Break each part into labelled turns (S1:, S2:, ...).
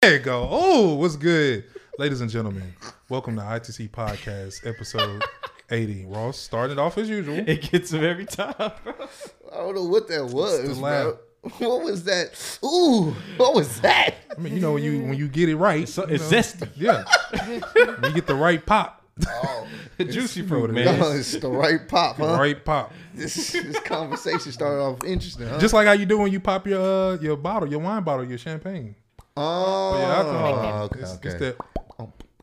S1: There you go. Oh, what's good, ladies and gentlemen? Welcome to ITC Podcast, episode eighty. Ross started off as usual.
S2: It gets him every time, bro.
S3: I don't know what that was,
S1: laugh.
S3: bro. What was that? Ooh, what was that?
S1: I mean, you know when you when you get it right,
S2: So
S1: you
S2: it's
S1: know,
S2: zesty,
S1: yeah, When you get the right pop,
S3: Oh,
S2: juicy
S1: you know
S2: fruit,
S1: what it
S2: man.
S1: is.
S3: no, it's the right pop,
S1: the
S3: huh?
S1: right pop.
S3: This, this conversation started off interesting, huh?
S1: Just like how you do when you pop your uh, your bottle, your wine bottle, your champagne,
S3: oh,
S1: your alcohol.
S3: okay,
S1: it's,
S3: okay.
S1: it's that.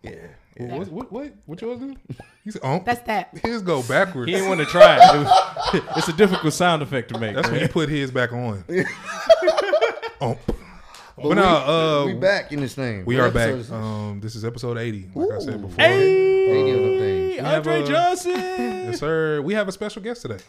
S3: yeah.
S1: What, what what what what yours do? He said, "Oh,
S4: That's that.
S1: his go backwards."
S2: He didn't want to try it. It was- it's a difficult sound effect to make.
S1: That's when you
S2: man.
S1: put his back on. oh. But now, uh,
S3: we back in this thing.
S1: We
S3: What
S1: are back.
S3: episode is this?
S1: Um, this is episode 80, like I said
S3: Ooh.
S1: before.
S3: Ain't
S2: Hey,
S3: even no thing.
S1: We have
S2: Andre
S1: a-
S2: Johnson.
S1: Yes, sir. We have a special guest today.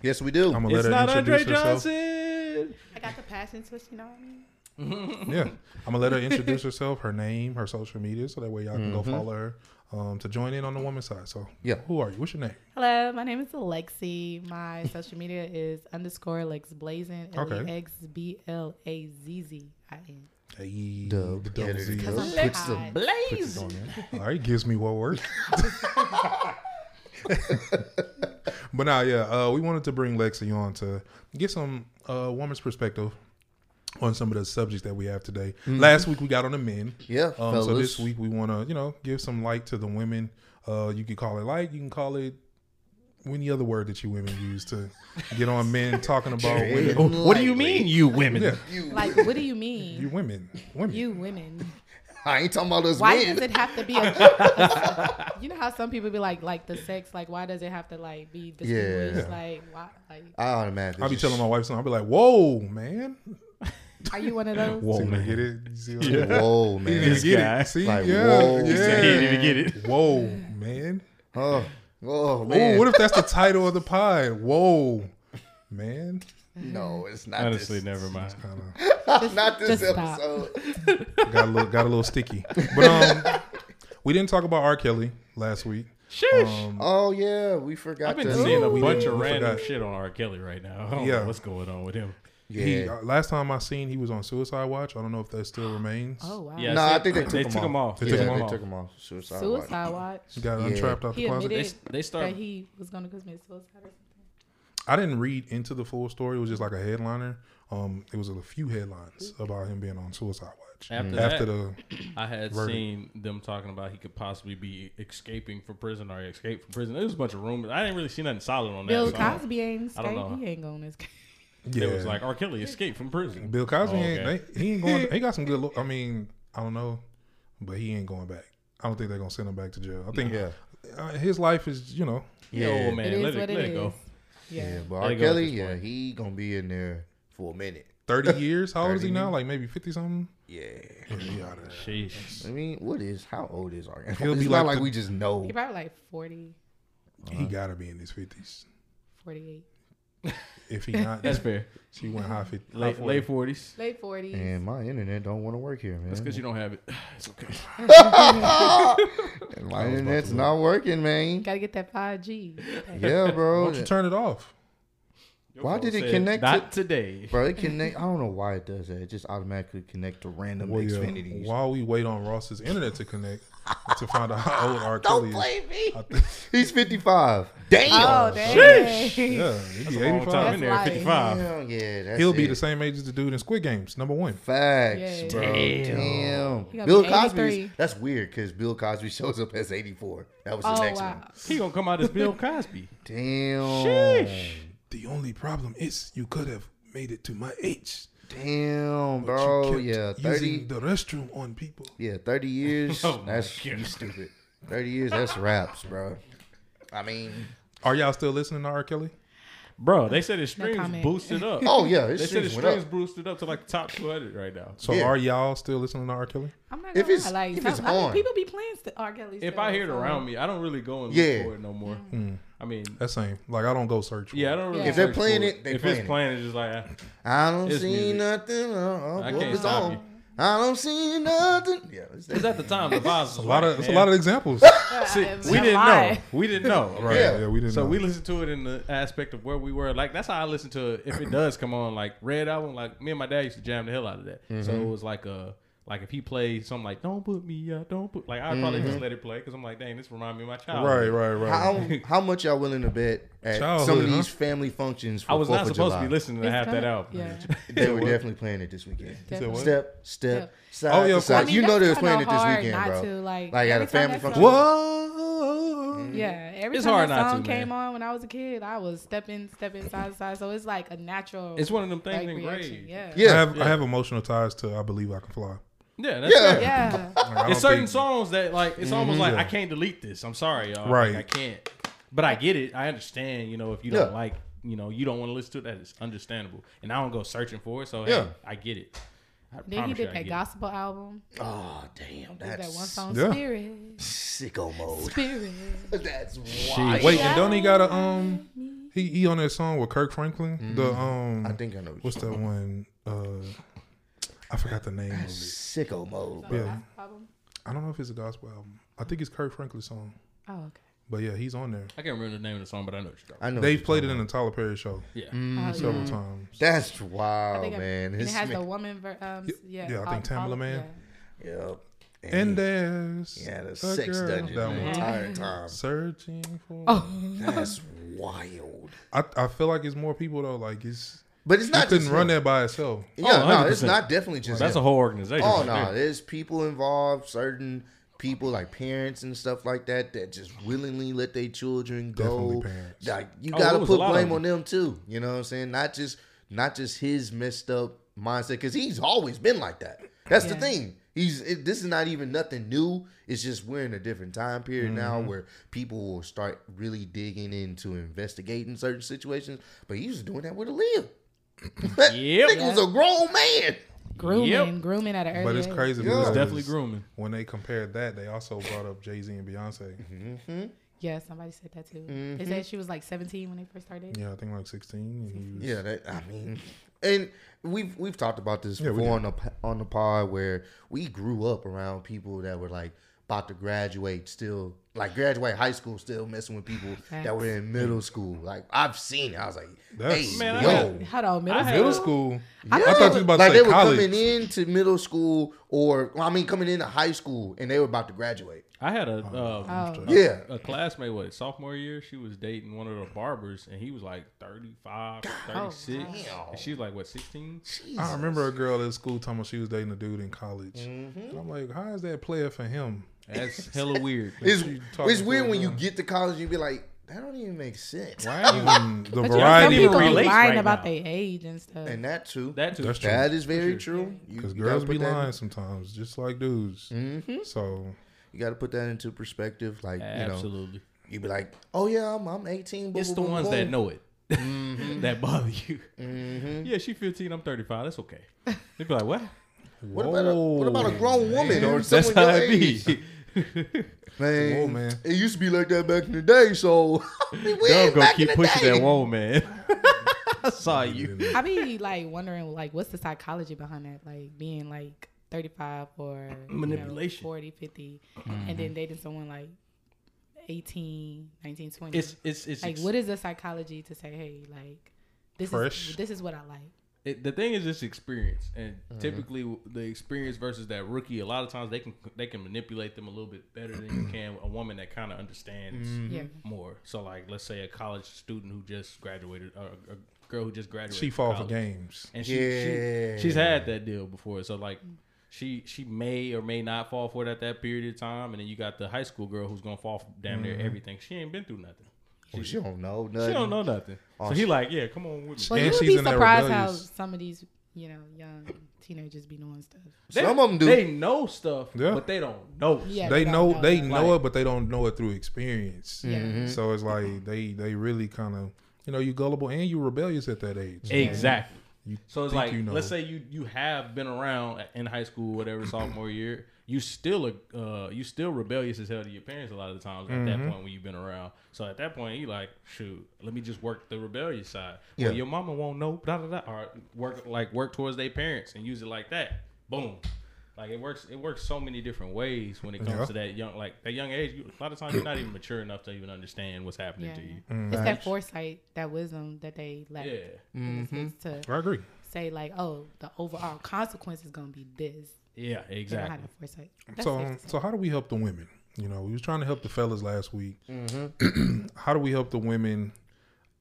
S3: Yes, we do.
S1: I'm gonna let
S2: It's
S1: her
S2: not Andre
S1: introduce herself.
S2: Johnson.
S4: I got the passing switch, you know what I mean?
S1: Yeah, I'm gonna let her introduce herself, her name, her social media, so that way y'all can go
S2: Mm-hmm.
S1: follow her um, to join in on the woman's side. So,
S3: Yeah.
S1: who are you? What's your name?
S4: Hello, my name is Alexi. My social media is underscore Lex Blazin. E
S1: Okay.
S4: X B L A Z Z I N.
S1: Hey,
S3: Dub.
S1: double
S3: Get it.
S1: Z.
S4: Because
S3: Those
S4: I'm
S3: puts the
S4: hot.
S2: Blaze.
S1: Going in. All right, gives me what works. but now, yeah, uh, we wanted to bring Lexi on to get some uh, woman's perspective on some of the subjects that we have today.
S2: Mm-hmm.
S1: Last week we got on the men.
S3: Yeah,
S1: Um, so
S3: fellas.
S1: this week we want to, you know, give some light to the women. Uh, you can call it light. You can call it any other word that you women use to get on men talking about women.
S2: Oh, what do you mean, you women?
S1: Yeah,
S3: You,
S4: Like, what do you
S1: you
S4: mean?
S1: women, women.
S4: You women.
S3: I ain't talking about us
S4: Why
S3: men.
S4: does it have to be a, You know how some people be like like the sex, like why does it have to like be distinguished?
S3: Yeah.
S4: Like why like
S3: I automatically.
S1: I'll be
S3: just-
S1: telling my wife something. I'll be like, "Whoa, man!
S4: are you one of those?
S1: See
S2: Whoa,
S1: when I
S2: man.
S1: Get it? You see what I
S2: Yeah.
S3: Whoa,
S1: He
S3: man.
S1: didn't
S2: This
S1: get
S2: guy.
S1: it. See,
S3: Like,
S1: yeah,
S3: whoa. He
S2: He didn't
S1: yeah.
S2: even get it.
S1: Whoa, man.
S3: Oh, oh man.
S1: Oh, what if that's the title of the pod? Whoa, man.
S3: no, it's not.
S2: Honestly,
S3: this,
S2: never mind.
S1: Kinda
S3: Not this
S4: Just stop.
S3: episode.
S1: got a little got a little sticky. But um, we didn't talk about R. Kelly last week.
S2: Sheesh.
S1: Um,
S3: Oh yeah, we forgot.
S2: I've been
S3: to-
S2: seeing a
S1: we
S2: bunch
S1: didn't-
S2: of
S1: we
S2: random
S1: forgot.
S2: shit on R. Kelly right now. I don't
S1: Yeah.
S2: know what's going on with him.
S3: Yeah.
S1: He uh, last time I seen he was on Suicide Watch. I don't know if that still remains.
S4: Oh wow.
S2: Yeah,
S3: No,
S2: see,
S3: I think they took,
S2: they
S3: him,
S2: took
S3: off.
S2: him off.
S1: They
S3: yeah,
S1: took him
S3: they
S2: off.
S3: took him off. Suicide. watch.
S4: Suicide watch.
S1: He got
S3: Yeah.
S1: untrapped out
S4: He
S1: the closet.
S4: admitted
S2: They, they
S4: that
S2: started.
S4: he was gonna commit suicide or something.
S1: I didn't read into the full story. It was just like a headliner. Um, it was a few headlines about him being on Suicide Watch
S2: After
S1: after
S2: that-
S1: the
S2: I had
S1: Verdict.
S2: seen them talking about he could possibly be escaping from prison or escape from prison. It was a bunch of rumors. I didn't really see nothing solid on that.
S4: Bill
S2: so I don't-
S4: Cosby ain't
S2: I don't know.
S4: escaped. He ain't going to escape.
S1: yeah.
S2: It was like R. Kelly escaped from prison.
S1: Bill Cosby,
S2: Oh, okay.
S1: ain't, they, he ain't going. he got some good. Look, I mean, I don't know, but he ain't going back. I don't think they're gonna send him back to jail. I think
S3: Yeah.
S1: uh, his life is, you know,
S2: Yeah,
S3: Yeah.
S2: old man,
S4: It is
S2: let it,
S4: what it
S2: let it
S4: is.
S2: go.
S4: Yeah.
S3: Yeah, but
S2: Let
S3: R.
S2: it go at
S3: Kelly,
S2: this
S3: yeah,
S2: point.
S3: he gonna be in there for a minute.
S1: thirty years. How old is he
S3: 30
S1: now? Like maybe fifty something.
S3: Yeah.
S1: Yeah, he outta there.
S2: Sheesh.
S3: I mean, what is how old is R. Kelly?
S1: He'll
S3: It's
S1: be
S3: not
S1: like
S3: like,
S1: the-
S3: we just know.
S4: He probably like 40,
S1: He gotta be in his fifties.
S4: 48.
S1: If he not,
S2: That's fair.
S1: she went high fifty.
S2: Late, late forties.
S4: Late 40s.
S3: And my internet don't want to work here, man.
S2: That's because you don't have it. It's okay.
S3: And my internet's not working, man.
S4: Got to get that 5G.
S3: Yeah,
S1: Why
S3: bro.
S1: don't you turn it off?
S2: Your
S3: Why
S2: phone
S3: did it
S2: said,
S3: connect to-
S2: Not today.
S3: Bro, it connect. I don't know why it does that. It just automatically connect to random
S1: Well, yeah,
S3: Xfinities.
S1: while we wait on Ross's internet to connect to find out how old R. Kelly
S3: Don't
S1: is.
S3: play me.
S1: I think,
S3: He's fifty five. Damn.
S4: Oh, dang.
S1: yeah, he'd
S2: It's
S1: be
S2: a long
S1: eighty-five.
S2: time in there.
S4: That's
S2: Fifty five.
S3: Hell yeah. That's
S1: He'll be
S3: it.
S1: the same age as the dude in Squid Games. Number one.
S3: Facts,
S4: Yeah.
S3: bro.
S2: Damn.
S3: Damn.
S4: He gonna
S3: Bill
S4: be
S3: Cosby.
S4: 83.
S3: is- That's weird because Bill Cosby shows up as 84. That was the
S4: Oh,
S3: next
S4: wow.
S3: one.
S2: He gonna come out as Bill Cosby.
S3: Damn.
S2: Sheesh.
S1: The only problem is you could have made it to my age. but
S3: Damn,
S1: you
S3: bro.
S1: kept
S3: Yeah, 30.
S1: using the restroom on people.
S3: Yeah, 30 years.
S2: Oh, my
S3: that's you
S2: goodness.
S3: stupid. 30 years, that's raps, bro. I mean,
S1: Are y'all still listening to R. Kelly?
S2: Bro, they said his streams
S4: comment.
S2: boosted up.
S3: oh, yeah.
S2: They
S3: His
S2: said his
S3: streams went
S2: streams
S3: up.
S2: boosted up to like top two hundred right now.
S1: So
S3: Yeah.
S1: are y'all still listening to R. Kelly?
S4: I'm not
S3: If
S4: going
S3: it's-
S4: to like,
S3: if it's
S4: some- I mean,
S3: on.
S4: people be playing st- R. Kelly
S2: If
S4: still,
S2: I hear it
S4: so-
S2: around me, I don't really go and look
S3: Yeah.
S2: for it no more.
S4: Mm-hmm.
S2: I mean,
S1: That's same. Like I don't go search. For
S2: yeah, I
S1: it.
S2: don't really.
S4: If
S2: search
S3: they're playing
S2: for
S3: it, they
S2: if
S3: playing
S2: it's
S3: it.
S2: playing, it's just like eh. I-
S3: I don't
S2: It's
S3: see
S2: music.
S3: nothing. Uh, uh,
S2: I
S3: what
S2: can't
S3: was
S2: stop
S3: on?
S2: you.
S3: I don't see nothing. Yeah, it's
S2: Because at the time, the vibes was
S1: A lot of
S2: right,
S1: it's a
S2: man.
S1: lot of examples.
S2: See,
S4: Uh,
S2: we didn't know.
S4: why?
S2: We didn't know.
S1: right. Yeah.
S3: Yeah.
S1: we didn't.
S2: So
S1: know.
S2: we listened to it in the aspect of where we were. Like that's how I listen to it. If it does come on, like Red Album, like me and my dad used to jam the hell out of that. So it was like a Like if he plays something like "Don't put me up, don't put," like I'd probably just let it play because I'm like, dang, this remind me of my childhood.
S1: Right, right, right.
S3: How how much y'all willing to bet at some
S1: Childhood,
S3: of
S1: huh?
S3: these family functions? For
S2: I was not
S3: Fourth of
S2: supposed to
S3: July?
S2: be listening to
S4: It's
S2: half that
S4: kinda-
S2: album.
S4: yeah.
S3: They were definitely playing it this weekend.
S1: You said what?
S3: Step, step, side
S1: Oh, yeah,
S3: to
S1: of
S3: side.
S1: course.
S3: you know they was
S4: that's
S3: playing
S4: kinda
S3: it this
S4: hard
S3: weekend,
S4: not
S3: bro.
S4: To, like,
S3: Like, at a
S4: every time
S3: family
S4: that
S3: function.
S4: song-
S1: Whoa.
S4: Yeah, every
S2: It's
S4: time
S2: hard
S4: that
S2: not to, man.
S4: song came on when I was a kid, I was stepping, stepping side to side. So it's like a natural.
S2: It's one of them things
S4: like,
S2: in
S4: reaction.
S2: grade.
S1: I
S4: Yeah.
S3: Yeah,
S1: have I have emotional ties to I believe I can fly.
S2: yeah, that's
S3: Yeah.
S2: fair.
S4: Yeah.
S1: Like, I don't
S2: It's certain
S1: think-
S2: songs that like it's almost like
S1: Yeah.
S2: I can't delete this. I'm sorry, y'all.
S1: Right.
S2: Like, I can't. But I get it. I understand. You know, if you
S3: Yeah.
S2: don't like, you know, you don't want to listen to it. That is understandable. And I don't go searching for it. So hey,
S3: Yeah.
S2: I get it. I
S4: Then he
S2: promise you
S4: did
S2: I
S4: that
S2: get
S4: gospel album.
S3: Oh damn,
S4: Did that
S3: that's
S4: one song,
S1: Yeah.
S4: Spirit,
S3: sicko mode.
S4: Spirit.
S3: That's wild.
S1: Wait, and don't he got a um he, he on that song with Kirk Franklin? The um
S3: Mm-hmm. I think I know.
S1: what's that one? Uh I forgot the name of it.
S3: Sicko mode, bro.
S1: Yeah.
S4: Gospel album.
S1: I don't know if it's a gospel album. I think it's Kirk Franklin's song.
S4: Oh, okay.
S1: But yeah, he's on there.
S2: I can't remember the name of the song, but I know what you're talking.
S3: I know.
S1: They've
S3: what
S1: played it in the Tyler Perry show
S2: Yeah.
S1: Mm.
S4: Oh, yeah.
S3: Mm-hmm.
S1: several times.
S3: you're- That's
S4: I
S3: wild,
S4: think I-
S3: Oh, man.
S4: and it
S3: This
S4: has
S3: man-
S4: the woman. Ver- um, yeah.
S1: yeah, I think
S4: Paul-
S1: Tamela
S4: Paul-
S1: Man.
S3: Yep.
S1: And
S3: he-
S1: there's
S3: yeah, the
S1: a
S3: sex
S1: girl
S3: dungeon
S1: that
S3: the
S1: wants-
S3: entire time.
S1: Searching for.
S3: Oh. That's wild.
S1: I, I feel like it's more people though. Like it's
S3: But it's
S1: you
S3: not
S1: couldn't
S3: just
S1: run
S3: him.
S1: that by itself.
S3: Yeah,
S2: Oh,
S3: no, it's
S2: 100%.
S3: not definitely just
S2: That's a
S3: him.
S2: whole organization.
S3: Oh
S2: right
S3: no,
S2: there.
S3: there's people involved, certain people like parents and stuff like that that just willingly let their children go.
S1: Definitely parents.
S3: Like you
S2: Oh,
S3: gotta
S2: there was a
S3: put
S2: lot of
S3: blame
S2: them.
S3: on them too. You know what I'm saying? Not just not just his messed up mindset because he's always been like that. That's the
S4: Yeah.
S3: thing. He's it, this is not even nothing new. It's just we're in a different time period now
S2: Mm-hmm.
S3: where people will start really digging into investigating certain situations. But he was doing that with Aaliyah.
S2: Yep.
S3: Nigga was a grown man.
S4: Grooming, grooming at an early
S1: But it's
S4: age.
S1: crazy.
S3: Yeah. It's
S1: because
S2: Definitely grooming.
S1: When they compared that, they also brought up Jay Z and Beyonce.
S3: Mm-hmm.
S4: Yeah, somebody said that too. They said she was like 17 when they first started.
S1: Yeah, I think like sixteen. And he was,
S3: Yeah, that, I mean, and we've we've talked about this
S1: Mm. Yeah, we
S3: before on the p- on the pod where we grew up around people that were like about to graduate, still like graduate high school, still messing with people that were in middle school. Like I've seen, it. I was like,
S1: That's-
S3: hey,
S2: Man, I
S3: yo.
S4: Hold on, middle
S2: I had-
S1: Middle
S4: school.
S1: school.
S4: I
S1: I,
S4: thought
S1: thought
S4: it
S1: you was
S4: was-
S1: about to
S3: like they
S1: say
S3: were
S1: college.
S3: coming into middle school, or well, I mean, coming into high school, and they were about to graduate.
S2: I had a uh,
S4: Oh.
S3: Yeah,
S2: a classmate, what sophomore year, she was dating one of the barbers, and he was like 35, 36.
S3: wow.
S2: and she was like what 16?
S1: I remember a girl at school telling me she was dating a dude in college.
S3: Mm-hmm.
S1: And I'm like, how is that player for him?
S2: That's hella weird.
S3: it's
S1: you talking
S3: it's
S1: to
S3: weird
S1: a
S3: when you
S1: girl.
S3: get to college, you be like, that don't even make sense,
S2: Why are you
S1: And the
S4: But you know, some
S1: variety.
S4: people be lying
S2: relates right
S4: about
S2: now.
S4: their age and stuff.
S3: and that too.
S2: that too?
S1: That's true.
S3: That is very true. You-
S1: Because
S3: you gotta
S1: girls be
S3: put that in- Mm-hmm.
S1: lying sometimes, just like dudes. So
S3: You got to put that into perspective. Like, you know,
S2: Absolutely.
S3: you be like, oh, yeah, I'm, I'm 18. Boom,
S2: It's the
S3: boom, boom,
S2: ones
S3: boom.
S2: that
S3: Mm-hmm.
S2: know it that bother you. Yeah, she 15, I'm 35. That's okay. They be like, what?
S3: What about, a, what about a
S1: Whoa,
S3: grown woman or
S2: That's
S3: someone
S2: how
S3: your
S2: it
S3: age?
S2: be.
S3: Man,
S1: Whoa, man.
S3: It used to be like that back in the day. So, I mean,
S2: Dub
S3: we ain't
S2: gonna
S3: back
S2: keep
S3: in the
S2: pushing
S3: day.
S2: that wall, man. I saw you.
S4: I be like wondering, like, what's the psychology behind that? Like being like 35 or you know,
S2: Manipulation.
S4: 40, 50, and then dating someone like 18, 19, 20.
S2: It's it's it's
S4: like, what is the psychology to say, hey, like, this
S1: Fresh.
S4: is this is what I like.
S2: it, the thing is it's experience and
S3: Mm-hmm.
S2: typically the experience versus that rookie a lot of times they can they can manipulate them a little bit better than you can a woman that kind of understands
S3: Mm-hmm.
S4: Yeah.
S2: more so like let's say a college student who just graduated or a- a girl who just graduated
S1: she
S2: from
S1: fall for
S2: college.
S1: games.
S2: and she,
S3: Yeah.
S2: she she's had that deal before so like she she may or may not fall for it at that period of time and then you got the high school girl who's gonna fall for damn near
S3: Mm-hmm.
S2: everything she ain't been through nothing
S3: Oh, she don't know nothing.
S2: she don't know nothing
S3: oh,
S2: so he like yeah come on with me
S4: Well,
S1: And
S4: you would
S1: she's
S4: be
S1: in that
S4: surprised how
S1: rebellious-
S4: some of these, you know, young teenagers be knowing stuff.
S2: They-
S3: Some of them do.
S2: They know stuff,
S1: Yeah.
S2: but they don't know.
S4: Yeah,
S1: they
S4: don't
S1: know, they
S4: that.
S1: know it, but they don't know it through experience.
S4: Yeah.
S3: Mm-hmm.
S4: Mhm.
S1: So it's like they they really kind of you know you gullible and you rebellious at that age.
S2: Exactly.
S1: You
S2: So it's
S1: think
S2: like,
S1: you know.
S2: let's say you you have been around in high school, whatever sophomore year, you still a uh, you still rebellious as hell to your parents a lot of the times at
S1: Mm-hmm.
S2: that point when you've been around. So at that point, you like, shoot, let me just work the rebellious side.
S3: Yeah.
S2: Well, your mama won't know. Blah, blah, blah. Or work like work towards their parents and use it like that. Boom. Like it works. It works so many different ways when it comes
S1: Yeah.
S2: to that young, like that young age. You, a lot of times you're not even mature enough to even understand what's happening
S4: Yeah.
S2: to you.
S4: It's that foresight, that wisdom that they lack.
S2: Yeah.
S1: Mm-hmm.
S4: in this sense to
S1: I agree.
S4: say like, oh, the overall consequence is gonna be this.
S2: Yeah,
S4: They don't
S2: exactly.
S4: have no foresight.
S1: so, um,
S4: fair to say.
S1: so how do we help the women? You know, we was trying to help the fellas last week. how do we help the women?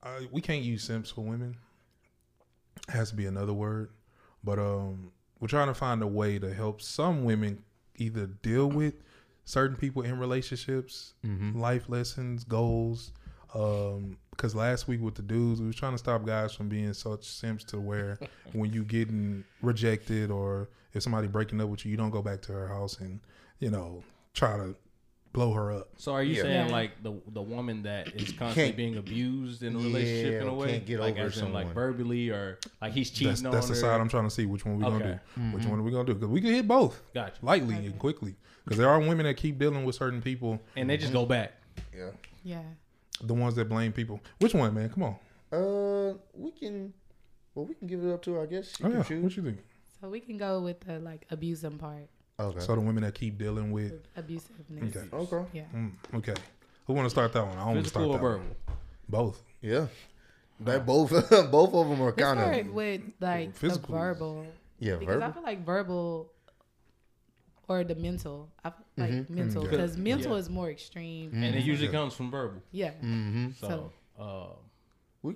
S1: Uh, we can't use simps for women. has to be another word, but um, we're trying to find a way to help some women either deal with certain people in relationships,
S2: Mm-hmm.
S1: life lessons, goals. Um, because last week with the dudes, we was trying to stop guys from being such simps to where when you getting rejected or if somebody breaking up with you, you don't go back to her house and you know try to blow her up.
S2: So are you
S3: Yeah.
S2: saying
S4: Yeah.
S2: like the the woman that is constantly
S3: Can't-
S2: being abused in a relationship
S3: Yeah,
S2: in a way,
S3: can't get
S2: like
S3: over
S2: as in, like
S3: someone.
S2: verbally or like he's cheating
S1: That's,
S2: on
S1: that's
S2: her?
S1: the side I'm trying to see which one we
S2: Okay. Mm-hmm.
S1: gonna do. Which one are we gonna do? Because we can hit both
S2: Gotcha.
S1: lightly and quickly. Because there are women that keep dealing with certain people,
S2: and they just go back.
S3: Yeah.
S4: yeah.
S1: the ones that blame people. Which one, man? Come on.
S3: Uh, we can. Well, we can give it up to her, I guess. She
S1: Oh
S3: can
S1: yeah.
S3: choose.
S1: What you think?
S4: So we can go with the like abusing part,
S3: Okay.
S1: So the women that keep dealing with.
S4: abusiveness.
S1: Okay.
S3: okay.
S4: Yeah.
S1: Mm, okay. Who want to start that one? I want to
S2: Physical
S1: start
S2: or
S1: that one.
S2: verbal?
S1: Both.
S3: Yeah. That both both of them are
S4: Let's
S3: kind
S4: start
S3: of
S4: with like the
S1: Physical.
S4: verbal
S3: yeah
S4: because I
S3: verbal.
S4: feel like verbal or the mental, I f- like mental
S1: Mm-hmm. Yeah. Mm-hmm.
S4: because mental
S2: Yeah.
S4: is more extreme.
S2: And it
S3: Mm-hmm.
S2: usually comes from verbal.
S4: Yeah.
S2: So. Uh,
S3: We-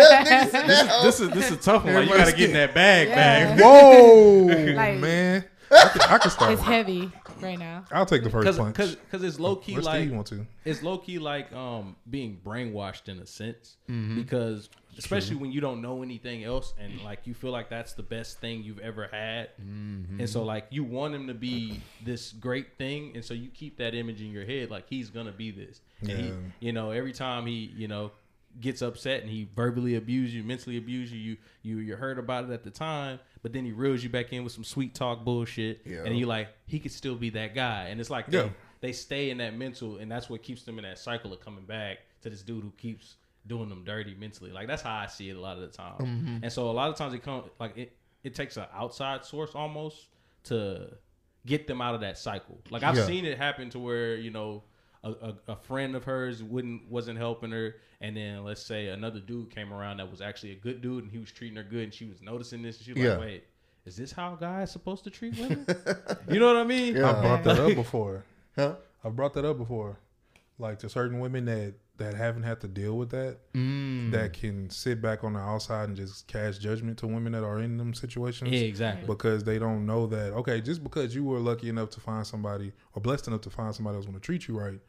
S2: this is this is a tough one. Like, you gotta get in that bag,
S4: Yeah.
S2: bag.
S1: Whoa,
S4: Like-
S1: man! I can, I can start.
S4: It's
S1: with-
S4: heavy right now.
S1: I'll take the first
S2: Because
S1: punch.
S2: because it's low key
S1: Let's
S2: like
S1: you want to.
S2: it's low key like um being brainwashed in a sense because especially when you don't know anything else and like you feel like that's the best thing you've ever had and so like you want him to be this great thing and so you keep that image in your head like he's gonna be this and
S1: Yeah.
S2: he you know every time he you know gets upset and he verbally abuse you mentally abuse you you you you're hurt about it at the time but then he reels you back in with some sweet talk bullshit
S3: Yeah.
S2: and you like he could still be that guy and it's like
S1: Yeah.
S2: they, they stay in that mental, and that's what keeps them in that cycle of coming back to this dude who keeps doing them dirty mentally. Like that's how I see it a lot of the time.
S3: Mm-hmm.
S2: And so a lot of times it comes like it it takes an outside source almost to get them out of that cycle. Like I've
S3: Yeah.
S2: seen it happen to where you know. A, a, a friend of hers wouldn't wasn't helping her, and then let's say another dude came around that was actually a good dude, and he was treating her good, and she was noticing this, and she was
S3: Yeah.
S2: like, "Wait, is this how a guy is supposed to treat women?" you know what I mean?
S3: Yeah.
S1: I brought that up before.
S3: Huh?
S1: I brought that up before. Like to certain women that that haven't had to deal with that,
S2: Mm.
S1: that can sit back on the outside and just cast judgment to women that are in them situations.
S2: Yeah, exactly.
S1: Because they don't know that okay, just because you were lucky enough to find somebody or blessed enough to find somebody that's going to treat you right,